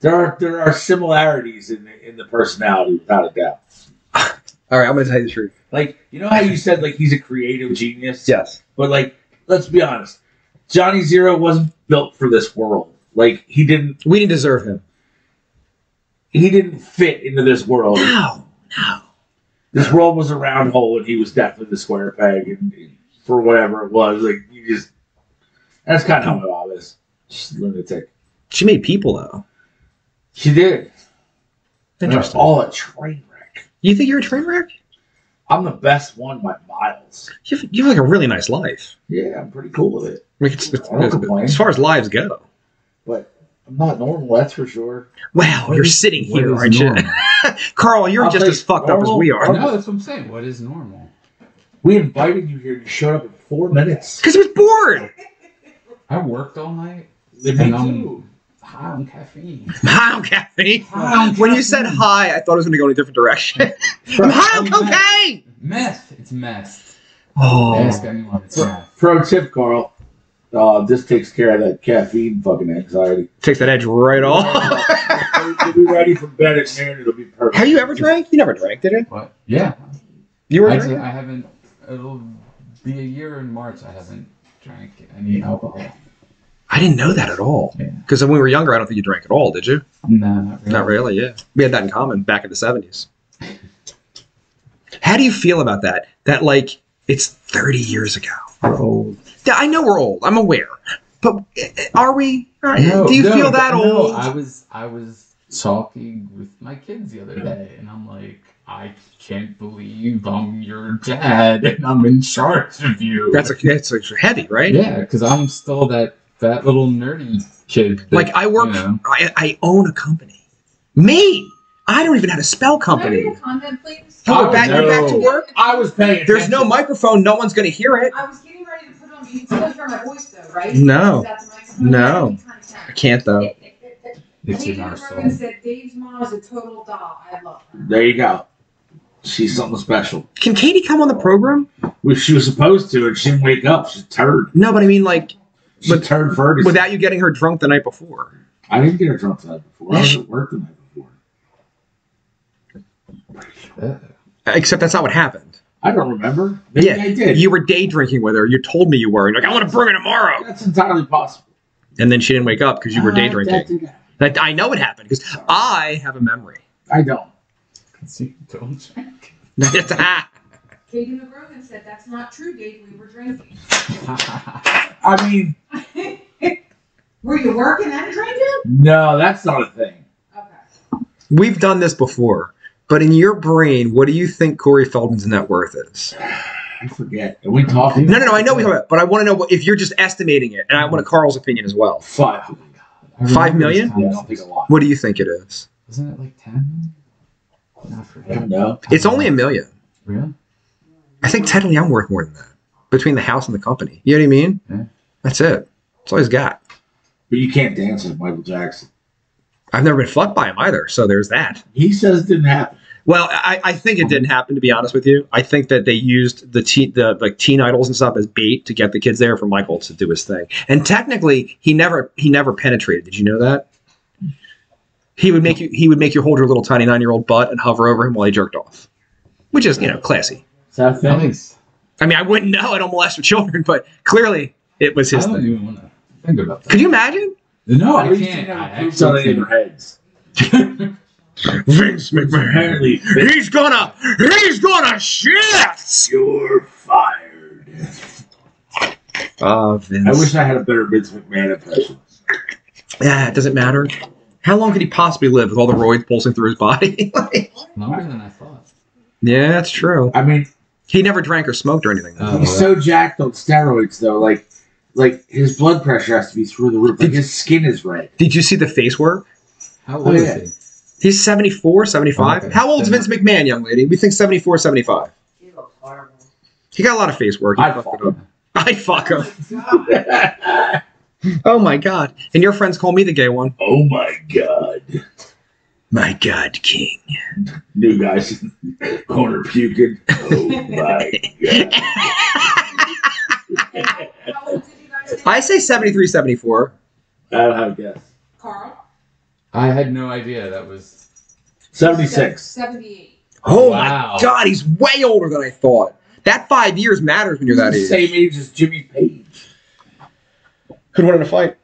There are there are similarities in the, in the personality, without a doubt.
All right, I'm going to tell you the truth.
Like, you know how you said like he's a creative genius.
Yes.
But like, let's be honest, Johnny Zero wasn't built for this world. Like, he didn't
We didn't deserve him.
he didn't fit into this world.
No.
This world was a round hole, and he was definitely the square peg, and, and for whatever it was, like you just that's kind of how all this. Just lunatic.
She made people, though.
She did. And they're
Interesting.
all a train wreck.
You think you're a train wreck?
I'm the best one by miles.
You have, you have like a really nice life.
Yeah, I'm pretty cool with it.
I mean, it's, it's-
I don't
it's-
complain.
as far as lives go.
but I'm not normal. That's for sure.
Wow, Oh, you're sitting here, aren't you? *laughs* Carl, you're
I'll
just
play
as fucked up as
normal.
we are. *laughs*
No, that's what I'm saying. What is normal?
We invited you here. and You showed up in four minutes.
Because he was bored.
I worked all night.
Me
And, um,
too.
High on caffeine.
*laughs* Hi, I'm Kathy.
High on
When you said
caffeine.
hi, I thought it was going to go in a different
*laughs*
direction. I'm high on
I'm mad.
cocaine.
Meth. It's meth.
Oh,
Ask anyone. It's
Pro,
meth.
pro tip, Carl. Uh, this takes care of that caffeine fucking anxiety.
takes that edge right
*laughs*
off.
*laughs* You'll be ready for bed at noon. It'll be perfect.
Have you ever drank? You never drank, did you?
What? Yeah.
You were
I,
drinking?
did- I haven't. It'll be a year in March. I haven't drank any alcohol.
I didn't know that at all.
Yeah.
Because when we were younger, I don't think you drank at all, did you?
No, not really.
Not really, yeah. We had that in common back in the 70s. How do you feel about that? That, like, it's 30 years ago.
We're old.
Yeah, I know we're old. I'm aware.
But eh, eh, are we? are- *laughs*
No,
do you
no,
feel that
no,
old?
I was I was talking with my kids the other day, and I'm like, I can't believe I'm your dad, *laughs* and I'm in charge of you.
that's a, that's a heavy, right?
yeah, because I'm still that that little nerdy kid. that,
Like I work,
you know,
I, I own a company. Me, I don't even have a spell company.
comment, please?
Oh, we're
Oh,
back, we're back to
no.
work.
I was paying.
There's no microphone. No one's going to hear it.
I was getting ready to put on. You can still hear my voice though, right?
No.
Is that the microphone?
No.
You can contact.
I can't though.
it's in
Adrian
our
Morgan
soul.
said Dave's mom is a total doll. I love her.
There you go. She's something special.
Can Katie come on the program?
Which she was supposed to, and she didn't wake up. She's turd.
No, but I mean like
She's
But-
turd Ferguson.
without you getting her drunk the night before.
I didn't get her drunk the night before. I was at work the night before.
Yeah.
Except that's not what happened.
I don't remember. Maybe
Yeah,
I did.
You were day drinking with her. You told me you were. And you're like, I want to bring her tomorrow.
That's entirely possible.
And then she didn't wake up because you were day
Uh, that
drinking.
did happen.
That, I know it happened because I have a memory.
I don't.
See, *laughs* don't drink.
Katie McGrogan said that's not true, Dave. We were drinking. *laughs*
I mean,
were you working and drinking?
no, that's not a thing.
Okay.
We've done this before. But in your brain, what do you think Corey Feldman's net worth is?
I forget. Are we talking?
No, no, no. I know we have it, but I want to know what, if you're just estimating it, and I want Carl's opinion as well.
Five.
*laughs* I
Five
remember this
million?
time.
Yeah, I don't think a lot.
What do you think it is?
Wasn't it like ten? I forget.
No.
It's only a million.
Really?
I think technically I'm worth more than that between the house and the company. You know what I mean?
Yeah.
That's it. That's all he's got.
But you can't dance with Michael Jackson.
I've never been fucked by him either, so there's that.
He says it didn't happen.
Well, I, I think it didn't happen to be honest with you. I think that they used the teen, the like teen idols and stuff as bait to get the kids there for Michael to do his thing. And technically, he never he never penetrated. Did you know that? He would make you he would make you hold your little tiny nine year old butt and hover over him while he jerked off, which is you know classy.
Is that a
That
thing?
makes.
I mean, I wouldn't know. I don't molest children, but clearly it was
I
his
don't
thing.
even want to think about that.
Could you imagine?
No,
At
I
least he
can't.
never
I
poops on any
actually
of
can't.
their heads.
Vince McMahon.
Apparently,
*laughs* He's gonna he's gonna shit.
you're fired.
Ah, Vince.
I wish I had a better Vince McMahon impression.
Yeah, it doesn't matter. How long could he possibly live with all the roids pulsing through his body? *laughs* Like-
Longer than I thought.
yeah, that's true. Uh,
I mean,
He never drank or smoked or anything.
Oh,
he's so jacked on steroids though. Like, like his blood pressure has to be through the roof. Like his skin is red.
Did you see the face work?
how old
Oh,
is
yeah.
he?
He's 74, 75.
Okay.
How old's Vince McMahon, young lady? We think 74, 75.
You look horrible.
He got a lot of face work. He
I'd
fucked
fuck
it up. I fuck him. *laughs*
Oh my God.
Oh my god. And your friends call me the gay one.
Oh my god!
My god, king.
New guys, *laughs* corner puking. Oh my god!
And how, how old did you guys think?
I say 73, 74.
I don't have a guess.
Carl?
I had no idea that was.
Seventy-six.
Seventy-eight.
Oh
Wow.
my god, he's way older than I thought. That five years matters when you're that
He's
age.
the same age as Jimmy Page.
Who'd win in a fight?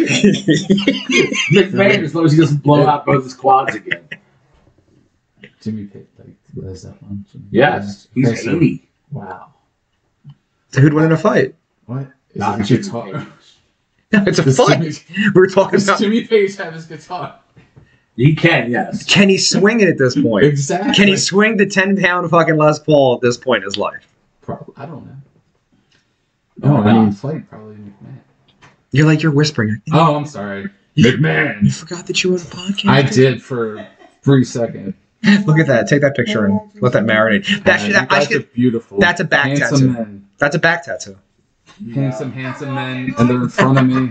*laughs*
*laughs* McMahon, as long as he doesn't blow out both his quads again.
Jimmy Pitt. Like, what is that one? Jimmy
Yes,
Pitt?
he's
Okay, so-
eighty.
Wow.
Who'd win in a fight?
What? Is
Not
it
Jimmy
guitar?
Page.
No, *laughs* it's a
*laughs* Does
fight.
Jimmy,
We were talking
does
about
Jimmy Page have his guitar?
He can, yes.
can he swing it at this point?
Exactly.
Can he swing the ten pound fucking Les Paul at this point in his life?
Probably, I don't know.
Oh,
Oh, No, I mean, flight probably McMahon.
You're like you're whispering.
Oh, I'm sorry.
You
McMahon.
forgot that you were on a podcast.
I did for a brief second.
*laughs* Look at that. Take that picture and let that marinate. That should.
Uh,
That, I
that's a
should
beautiful.
that's a back
handsome
tattoo.
men.
that's a back tattoo.
Handsome, handsome men, and they're in front of me.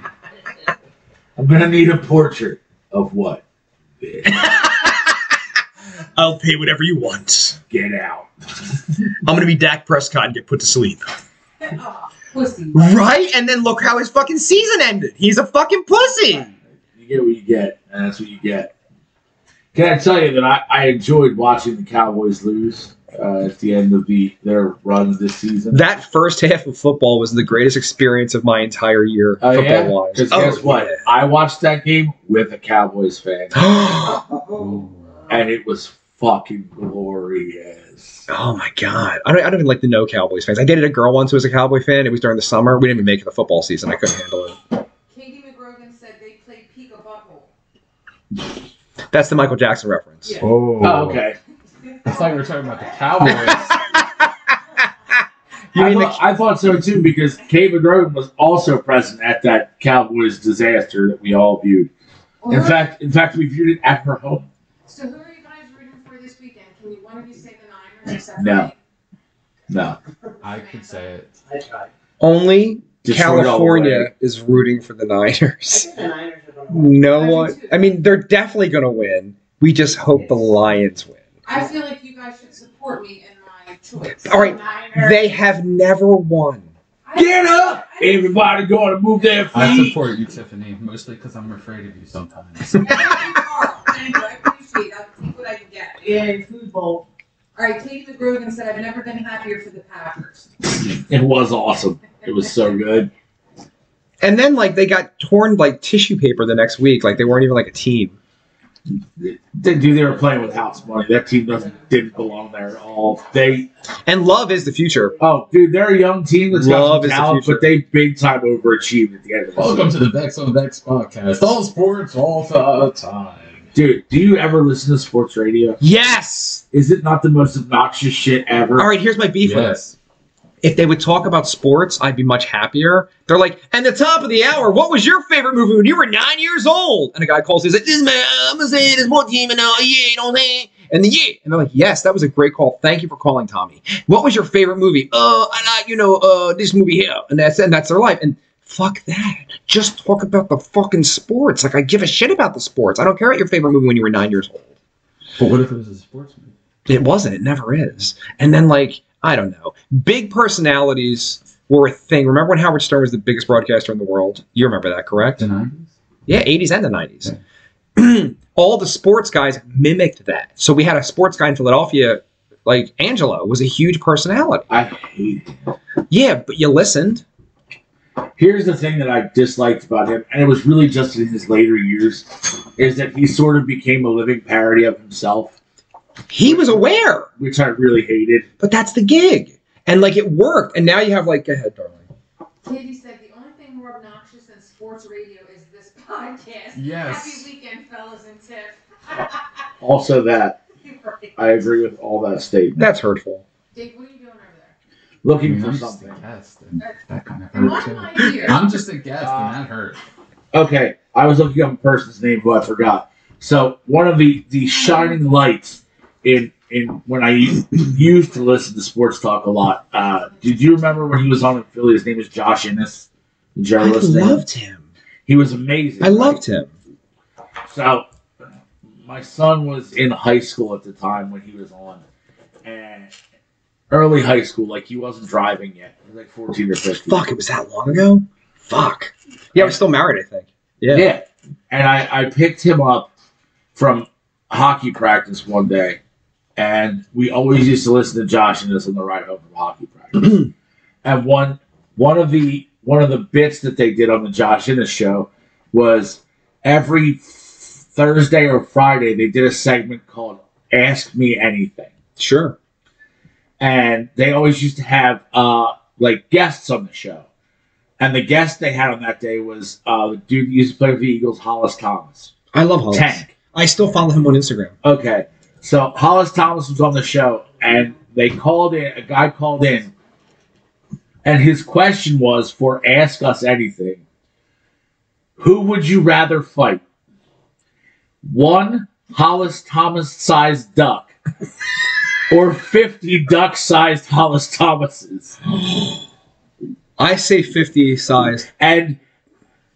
I'm gonna need a portrait of what?
I'll pay whatever you want.
Get out.
I'm gonna be Dak Prescott and get put to sleep.
Oh, pussy.
Right? And then look how his fucking season ended. He's a fucking pussy.
You get what you get, and that's what you get. Can I tell you that I, I enjoyed watching the Cowboys lose uh, at the end of the their run this season?
That first half of football was the greatest experience of my entire year
Oh, yeah?
football
Because
wise.
guess what?
*gasps*
I watched that game with a Cowboys fan,
yeah.
Ooh.
and it was fucking glorious. is.
Oh my god, I don't, I don't even like the no Cowboys fans. I dated a girl once who was a Cowboy fan. It was during the summer. We didn't even make it the football season. I couldn't handle it.
Katie McGrogan said they played peek a butthole.
That's the Michael Jackson reference.
Yeah.
Oh,
Oh, okay.
*laughs*
I thought you were talking about the
*laughs*
Cowboys.
You
I,
mean
thought, I thought so too because Kay McGrogan was also present at that Cowboys disaster that we all viewed.
Well,
In
who-
fact, in fact, we viewed it at her home.
so who are you guys rooting for this weekend? Can you one of you say the Niners? except
No.
for
No,
me?
I could say it.
I tried.
Only
Detroit all the way.
California is rooting for the
*laughs*
Niners.
The Niners are going to win.
No
I do
one.
too.
I mean, they're definitely going to win. We just hope the Lions win.
I feel like you guys should support me in my choice.
All right,
Niners.
They have never won.
I-
Get up! *laughs*
I-
Everybody going to move their
I
feet.
support you, Tiffany, mostly because I'm afraid of you sometimes.
Thank you, Carl. Thank you. I appreciate it. I'll take what I can get.
Yay, food bowl.
All right, Katie McGrogan said, I've never been happier for the Packers.
It was awesome. It was so good.
And then like they got torn like tissue paper the next week. Like they weren't even like a team.
They, dude, they were playing with house money. That team doesn't didn't belong there at all. They
And love is the future.
oh, dude, they're a young team that's
Love
got
is
some
the
talent,
future.
but they big time overachieved at the end of the
*laughs* Welcome to the Vex on Vex podcast. All sports, all the time.
Dude, do you ever listen to sports radio?
Yes.
Is it not the most obnoxious shit ever?
All right. Here's my beef with it.
Yes.
If they would talk about sports, I'd be much happier. They're like, and the top of the hour, what was your favorite movie when you were nine years old? And a guy calls, he's like, this is my, I'm gonna say this one team, and uh, yeah, you know what I'm saying? And the yeah, and they're like, yes, that was a great call. Thank you for calling, Tommy. What was your favorite movie? Uh, and I, you know, uh, this movie here, and that's and that's their life. And fuck that. Just talk about the fucking sports. Like I give a shit about the sports. I don't care about your favorite movie when you were nine years old.
But what if it was a sports movie?
It wasn't. It never is. And then, like, I don't know. Big personalities were a thing. Remember when Howard Stern was the biggest broadcaster in the world? You remember that, correct?
The 90s?
Yeah, 80s and the 90s. *clears throat* All the sports guys mimicked that. So we had a sports guy in Philadelphia, like Angelo, was a huge personality.
I hate him.
Yeah, but you listened.
Here's the thing that I disliked about him, and it was really just in his later years, is that he sort of became a living parody of himself,
He was aware,
which I really hated.
but that's the gig. And, like, it worked. And now you have, like, go ahead, darling.
*laughs* Katie said, the only thing more obnoxious than sports radio is this podcast.
Yes.
Happy weekend, fellas and Tiff. *laughs*
Also, that
You're right.
I agree with all that statement.
That's hurtful.
Dave, what are you doing over
I
Looking
mean,
for
I'm just a
something.
guest, and that kind of
there? And why
hurt
am I
too.
here?
I'm just a guest, and that hurt.
Okay, I was looking up a person's name who I forgot. So one of the, the shining lights in in when I used to listen to sports talk a lot. Uh, did you remember when he was on in Philly? His name was Josh Innes. Did you ever
I
listen to him?
loved him.
He was amazing.
I loved him.
Like, So, my son was in high school at the time when he was on, and early high school, like he wasn't driving yet. He was like 14 or 15.
Fuck, it was that long ago? Fuck. Yeah, I was still married, I think. Yeah.
Yeah. And I, I picked him up from hockey practice one day, and we always used to listen to Josh and this on the ride home from hockey practice. and one one of the one of the bits that they did on the Josh Innes show was every Thursday or Friday they did a segment called "Ask Me Anything."
Sure.
and they always used to have uh like guests on the show. And the guest they had on that day was uh the dude that used to play for the Eagles, Hollis Thomas.
I love Hollis.
Tank.
I still follow him on Instagram.
Okay. So Hollis Thomas was on the show and they called in a guy called in and his question was for ask us anything. Who would you rather fight? One Hollis Thomas sized duck or 50 duck sized Hollis Thomases?
I say 50 size.
and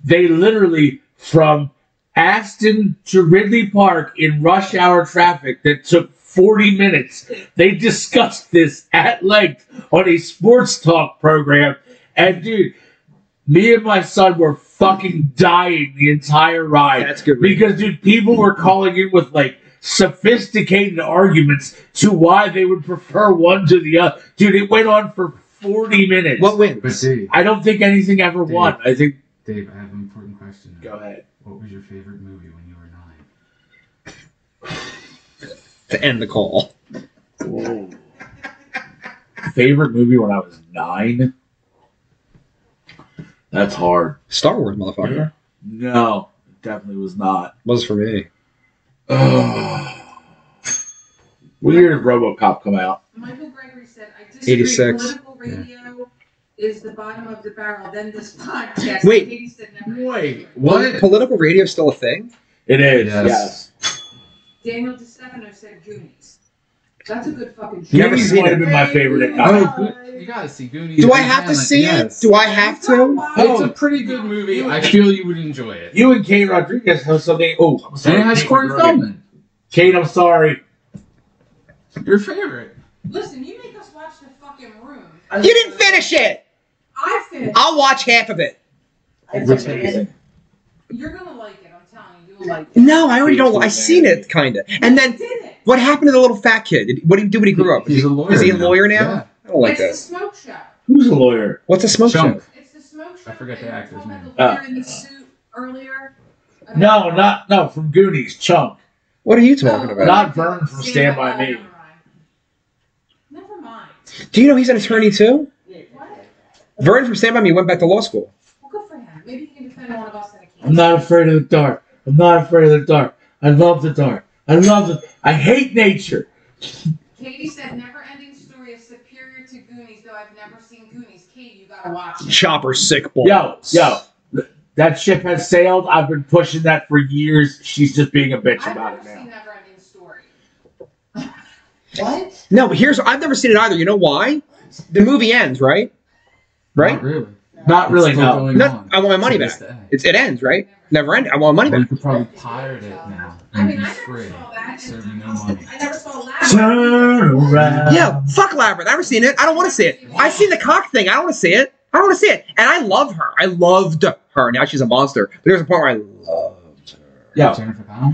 they literally from Aston to Ridley Park in rush hour traffic that took 40 minutes. They discussed this at length on a sports talk program. And dude, me and my son were fucking dying the entire ride.
That's good reading.
Because dude, people were calling in with like sophisticated arguments to why they would prefer one to the other. Dude, it went on for 40 minutes.
What
But
wins?
Dave,
I don't think anything ever
Dude.
won. I think
Dave, I have an important question.
Go ahead. *laughs*
What was your favorite movie when you were nine?
To end the call.
Whoa. favorite movie when I was nine? That's hard.
Star Wars, motherfucker.
No, it definitely was not.
Was for me.
Ugh. When did RoboCop come out?
*laughs* Michael Gregory said, I disagree.
86.
Political radio is the bottom of the barrel, then this podcast.
Wait.
Katie said never
Wait,
What? Political radio is still a thing?
It is.
Yes.
Yes.
Daniel DeStefano said Goonies. That's a good fucking show.
You never
Goonies
seen
might have
it.
been my favorite.
Oh, Go- you gotta see Goonies.
Do I have to see it? Do I have to?
it's a pretty good movie. I feel you would enjoy it.
You and Kane Rodriguez have something. Oh, I'm
And
sorry.
it
Oh.
has
Kane,
Corey
you're right.
Feldman,
Kane, I'm sorry.
your favorite.
Listen, you make us watch the fucking room.
You didn't finish it.
I finished.
I'll watch half of it.
You're gonna like it. I'm telling you, you'll like it.
No, I already don't. I seen it kind of. And
You
then
did it.
what happened to the little fat kid? Did- What did he do when he grew up?
He's a lawyer.
Is he a lawyer now?
Yeah.
I don't like
it's the
that.
smoke show.
Who's a lawyer?
What's a smoke
Chunk.
show?
It's the smoke show.
I forget the
and
actor's
Tom had
name.
the
Uh,
lawyer
Oh.
in the suit earlier.
No, not no from Goonies. Chunk,
What are you talking
No.
about?
not Vern from Stand by Me.
Never mind. Never mind.
Do you know he's an attorney too?
What?
Vern from Stand By Me went back to law school.
Well, good for him. Maybe he can defend one of us in a case.
I'm not afraid of the dark. I'm not afraid of the dark. I love the dark. I love the. I hate nature.
Katie said, "Never ending story is superior to Goonies, though I've never seen Goonies." Katie, you gotta watch it.
Chopper sick boy.
Yo, yo, th- that ship has sailed. I've been pushing that for years. She's just being a bitch
I've
about
never
it
seen
now.
Never Ending Story. what?
No, but here's I've never seen it either. You know why? The movie ends, right? Right?
Not really.
Not really.
It's still
No.
going
No,
on.
I want my money
To this
back.
day.
It's, it ends, right? Never end. I want my money
Well,
back.
you could probably pirate it now
I
and
mean,
be
I never
free,
saw that.
serve you no money.
I never saw
Turn around.
Yeah, fuck Labyrinth. I've never seen it. I don't want to see it. I've seen the cock thing. I don't want to see it. I don't want to see it. And I love her. I loved her. Now she's a monster. But there's a part where I loved her.
Yeah.
Jennifer Connelly?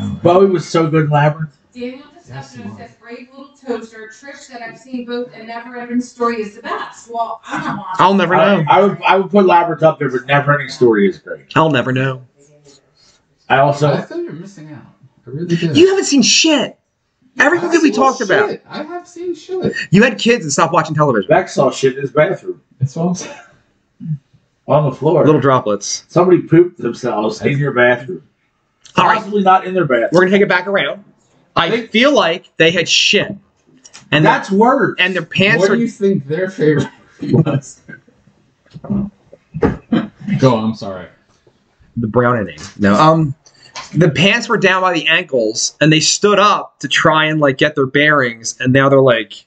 *laughs*
no, right?
Bowie was so good in Labyrinth.
Daniel
Yes,
DeStefano
you
says, "Brave little toaster." Trish said, "I've seen both, and Never Ending Story is the best." Well, I'm not watching.
I'll never
I,
know.
I would I would put Labyrinth up there, but Never Ending Story is great.
I'll never know.
I
I
also
feel you're missing out. I really do.
You haven't seen shit. Every
I've
movie we
seen
talked about.
shit. I have seen shit.
You had kids and stopped watching television.
Beck saw shit in his bathroom
That's what I'm saying.
on the floor.
Little droplets.
Somebody pooped themselves in your bathroom.
All right.
Possibly not in their bathroom.
We're gonna take it back around. I feel like they had shit, and
That's worse.
their, and their pants
what
are.
do you think their favorite was? Go. I'm sorry.
the brown inning. No. Um, the pants were down by the ankles, and they stood up to try and like get their bearings, and now they're like,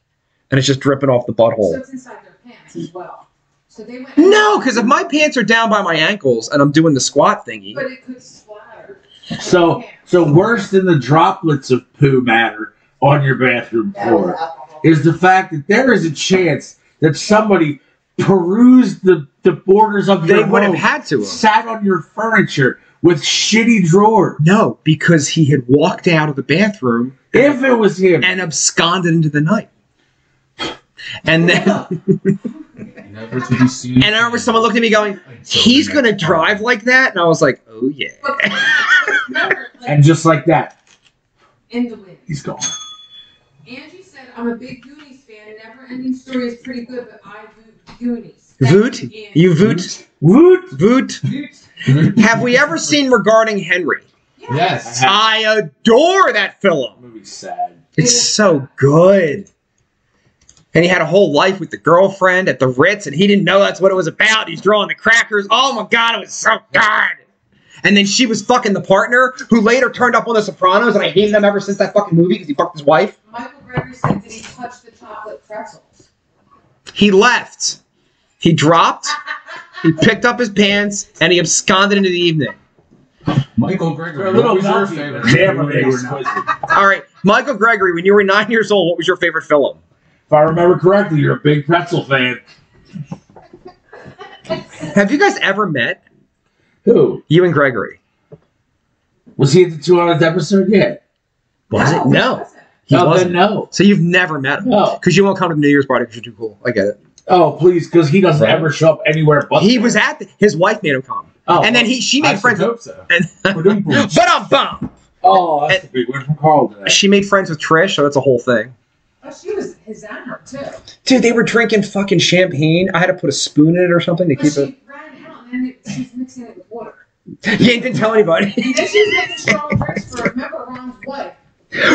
and it's just dripping off the
So
butthole.
Oh.
it's inside their pants as well. So they went.
No, because if my pants are down by my ankles and I'm doing the squat thingy,
But it could splatter.
So, so worse than the droplets of poo matter on your bathroom floor is the fact that there is a chance that somebody perused the, the borders of
they
your
would have
home,
had to. Have.
sat on your furniture with shitty drawer.
No, because he had walked out of the bathroom
If it was him,
and absconded into the night, and then
Never to be seen.
and I remember someone looking at me going, "He's gonna
oh.
drive like that," and I was like, "Oh yeah."
But *laughs* remember, like
and just like that,
in the wind.
he's gone.
Angie said, I'm a big Goonies fan. Never ending story is pretty good, but I vote Goonies.
Voot?
Thank Angie.
You voot
Woot!
voot. Have we ever seen regarding Henry?
Yeah.
*laughs* Yes.
I
I adore that
have-
film.
movie's sad.
It's so good. And he had a whole life with the girlfriend at the Ritz, and he didn't know that's what it was about. He's drawing the crackers. Oh my god, it was so good. And then she was fucking the partner, who later turned up on The Sopranos, and I hated him ever since that fucking movie because he fucked his wife.
Michael Gregory said, Did he touch the chocolate pretzels?
He left. He dropped. He picked up his pants, and he absconded into the evening.
Michael
They're a
Gregory. What
little
was your
melty,
favorite?
but damn, are they
They were not-
exquisite.
All right, Michael Gregory, when you were nine years old, what was your favorite film?
If I remember correctly, you're a big pretzel fan.
Have you guys ever met
Who
you and Gregory?
was he at the 200th episode yet?
Was it? No.
wasn't.
He
oh,
wasn't.
then no.
So you've never met him.
No.
Because you won't come to the New Year's party because you're too cool. I get it.
Oh, please, because he doesn't
Right.
ever show up anywhere but
He was at the, his wife made him come.
Oh,
and then he she
I
made friends with
hope so.
*laughs*
then.
but I'm bum.
oh, that's a big one from Carl today.
She made friends with Trish, so that's a whole thing.
Oh, she was Kazammer too.
Dude, they were drinking fucking champagne. I had to put a spoon in it or something to
But
keep
she
it.
ran out and then it, she's mixing it with water.
Yeah, didn't tell anybody. *laughs*
And then she's making strong drinks for remember Ron's wife.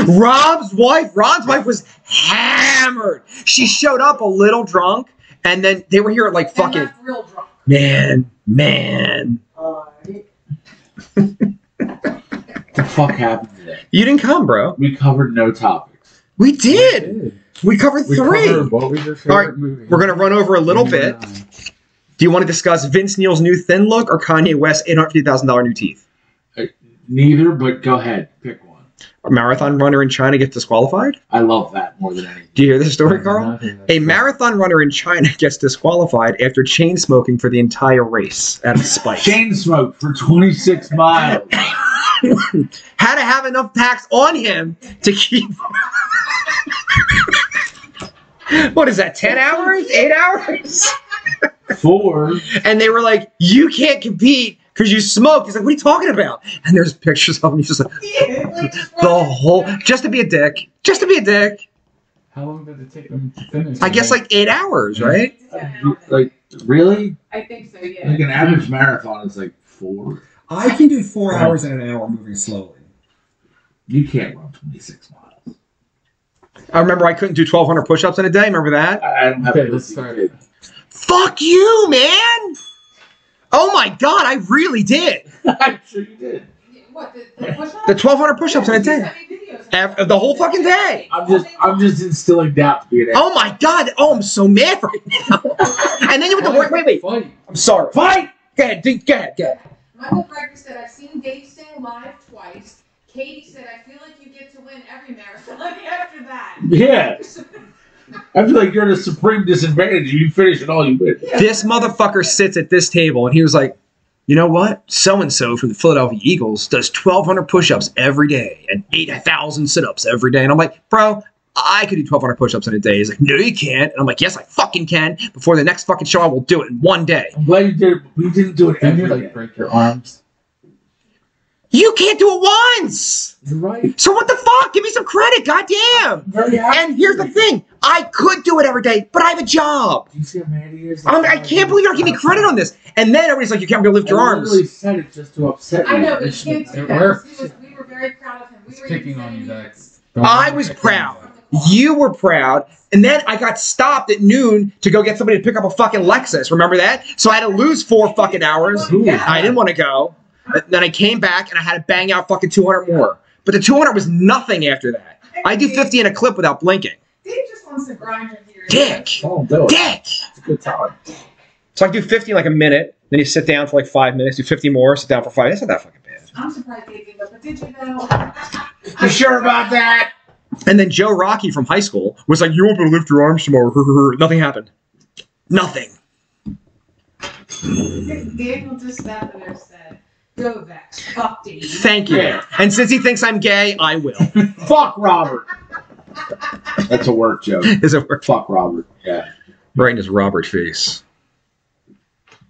Rob's wife, Ron's wife was hammered. She showed up a little drunk, and then they were here at like
And
fucking
left real drunk.
man, man.
the fuck happened today?
You didn't come, bro.
We covered no topics.
We did. We covered
We
three.
covered what was your favorite
All right,
movie?
We're gonna run over a little bit. Do you want to discuss Vince Neil's new thin look or Kanye West's eight hundred fifty thousand dollar new teeth?
Neither, but go ahead, pick one.
A marathon runner in China gets disqualified.
I love that more than anything.
Do you hear this story, Carl? A marathon runner in China *laughs* gets disqualified after chain smoking for the entire race out of spite.
Chain smoke for 26 miles.
had to have enough packs on him to keep. what is that? Ten hours? Eight hours?
Four.
And they were like, "You can't compete because you smoked." He's like, "What are you talking about?" And there's pictures of him. He's just like
Like, just
the
Ron-
whole, just to be a dick, just to be a dick.
How long did it take them to finish?
I guess like eight hours, right?
Uh, Like, really?
I think so,
I think
yeah.
an average marathon is like four.
I can do four hours in an hour moving slowly.
You can't run 26 miles.
I remember I couldn't do 1,200 push-ups in a day. Remember that?
I I don't have
Okay,
to
let's
listen
start
to
it.
it. *laughs*
Fuck you, man! Oh my god, I really did
I'm sure you did.
What, the, the push-ups?
the 1,200 push-ups in a day. Ev- the whole fucking day.
I'm just, I'm just instilling doubt to be an ass.
Oh my god! Oh, I'm so mad right now. and then you went to work. Wait, wait.
Fight.
I'm sorry. Fight. Go ahead. dude, Go ahead. Go ahead.
Michael Greger said, I've seen Dave sing live twice. Katie said, I feel like you get to win every marathon *laughs* after that.
Yeah. I feel like you're at a supreme disadvantage if you finish it all you win.
This motherfucker sits at this table, and he was like, "You know what? So and so from the Philadelphia Eagles does 1,200 push-ups every day and 8,000 sit-ups every day." And I'm like, "Bro." I could do 1,200 push-ups in a day. He's like, no, you can't. And I'm like, yes, I fucking can. Before the next fucking show, I will do it in one day.
I'm glad you did it, but we didn't do it
Didn't you
every day.
like break your arms?
You can't do it once.
You're right.
So what the fuck? Give me some credit, goddamn.
Very happy.
And here's the thing: I could do it every day, but I have a job.
Do you see how mad he is?
I'm, I can't believe you're not giving me credit on this. And then everybody's like, "You can't be able to lift your
I
arms."
literally said it just to upset you.
I know, but you can't do
It
that.
worked.
He was- we were very proud of him. We
It's
were
picking
even
on you,
saying he-
Dex.
I was proud. You were proud, and then I got stopped at noon to go get somebody to pick up a fucking Lexus. Remember that? So I had to lose four fucking hours.
Ooh.
I didn't want to go. But Then I came back and I had to bang out fucking 200 more. But the 200 was nothing after that. I do 50 in a clip without blinking.
Dave just wants to grind your gears.
Dick,
Oh, do it.
dick.
It's a good time.
So I do 50 in like a minute. Then you sit down for like five minutes. Do 50 more. Sit down for five. That's not that fucking bad.
I'm surprised Dave did that, but did you know? *laughs*
You sure about that?
And then Joe Rocky from high school was like, "You won't be able to lift your arms tomorrow." Nothing happened. Nothing.
Daniel just sat there and said, Go back. Fuck Dave.
Thank you.
Yeah.
And since he thinks I'm gay, I
*laughs*
will.
Fuck Robert. That's a work joke.
Is it work?
Fuck Robert. Yeah.
Right in his Robert face.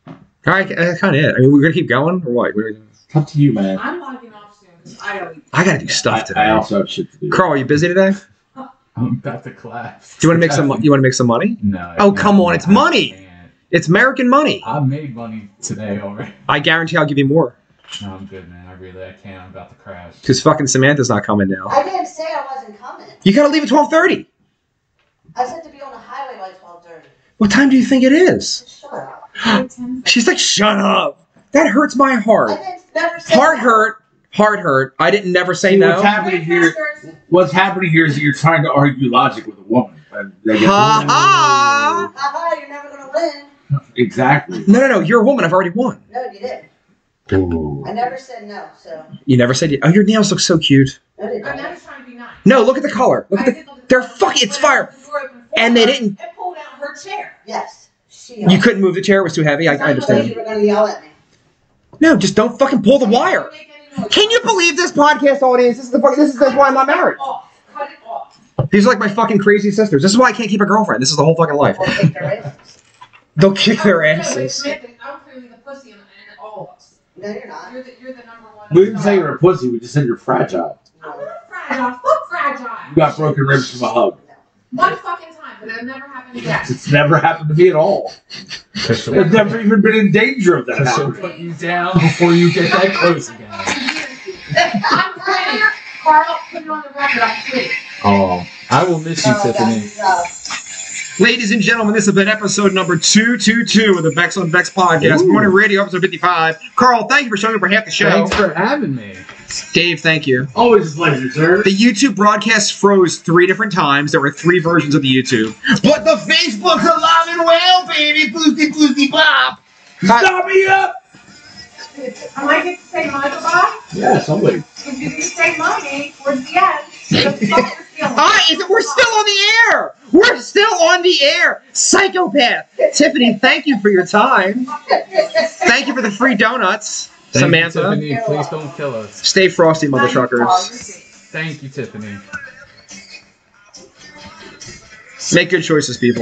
All right, that's kind of it. I mean, we're gonna keep going or what? We're-
It's up to you, man.
I'm logging off soon because
*gasps*
I don't
I gotta do
I,
stuff
I
today.
also have shit to do.
Carl, are you busy today? Do
I'm about to collapse.
you want to make some? mo- You want to make some money?
No.
Oh,
no,
come on,
no,
it's
I
money.
can't.
It's American money.
I made money today already. *laughs*
I guarantee I'll give you more
No, I'm good, man. I really, I can't. I'm about to crash. *laughs*
because fucking Samantha's not coming now.
I didn't say I wasn't coming.
You gotta leave at twelve thirty.
I said to be on the highway by twelve thirty.
What time do you think it is?
Shut up.
know.
She's like, shut up. That hurts my heart.
I didn't never say
Heart
that.
hurt. Heart hurt. I didn't never say
See,
no.
What's happening here? What's happening here is that you're trying to argue logic with a woman. And they get-
Ha ha!
Haha, you're never gonna win.
Exactly.
No, no, no. You're a woman. I've already won.
No, you didn't. I never said no, so
You never said. Oh, your nails look so cute.
no, you
I'm
didn't.
not trying to be nice.
No, look at the color. Look
I
at the.
did look at the
they're
phone
fucking-
when
it's
I
fire.
opened the door open for
And they
her
didn't-
And pulled out her chair.
Yes, she.
You couldn't move the chair. It was too heavy. I, I
You
understand.
were gonna yell at me.
No, just don't fucking pull the wire.
Make any noise.
Can you believe this podcast audience? This is the fucking. This is that's why I'm not married.
Off. Cut it off.
These are like my fucking crazy sisters. This is why I can't keep a girlfriend. This is the whole fucking life.
Or take their asses.
They'll kick their
No, but
asses.
admit that I'm clearly the pussy in, in all of us.
No,
*laughs*
you're not.
You're the, you're the number one.
We didn't say you're a pussy. We just said you're fragile.
*laughs*
I'm not fragile. Fuck fragile.
You got broken ribs from a hug.
No.
One fucking time but that never happened again.
It's never happened to me at all.
Because she'll,
I've never even been in danger of that
because she'll
happening.
put you down before you get that close again.
I'm quitting. Carl, put it on the record. I'm quitting.
Oh, I will miss you, Tiffany.
that's, uh,
Ladies and gentlemen, this has been episode number 222 of the Vex on Vex podcast.
Ooh.
Morning radio, episode 55. Carl, thank you for showing up for half the show.
Thanks for having me.
Dave, thank you.
Always a pleasure, sir.
The YouTube broadcast froze three different times. There were three versions of the YouTube. But the Facebook's alive and well, baby. Boosty, boosty, bop.
Stop me up!
Am I get to say my goodbye?
Yeah, somebody.
Because you didn't say mine towards the end. That's all we're feeling.
Ah, is it, we're still on the air. We're still on the air. Psychopath. Tiffany, thank you for your time.
*laughs*
Thank you for the free donuts.
Thank
Samantha.
You, Tiffany, please don't kill us.
Stay frosty, mother truckers.
Thank you, Tiffany.
Make good choices, people.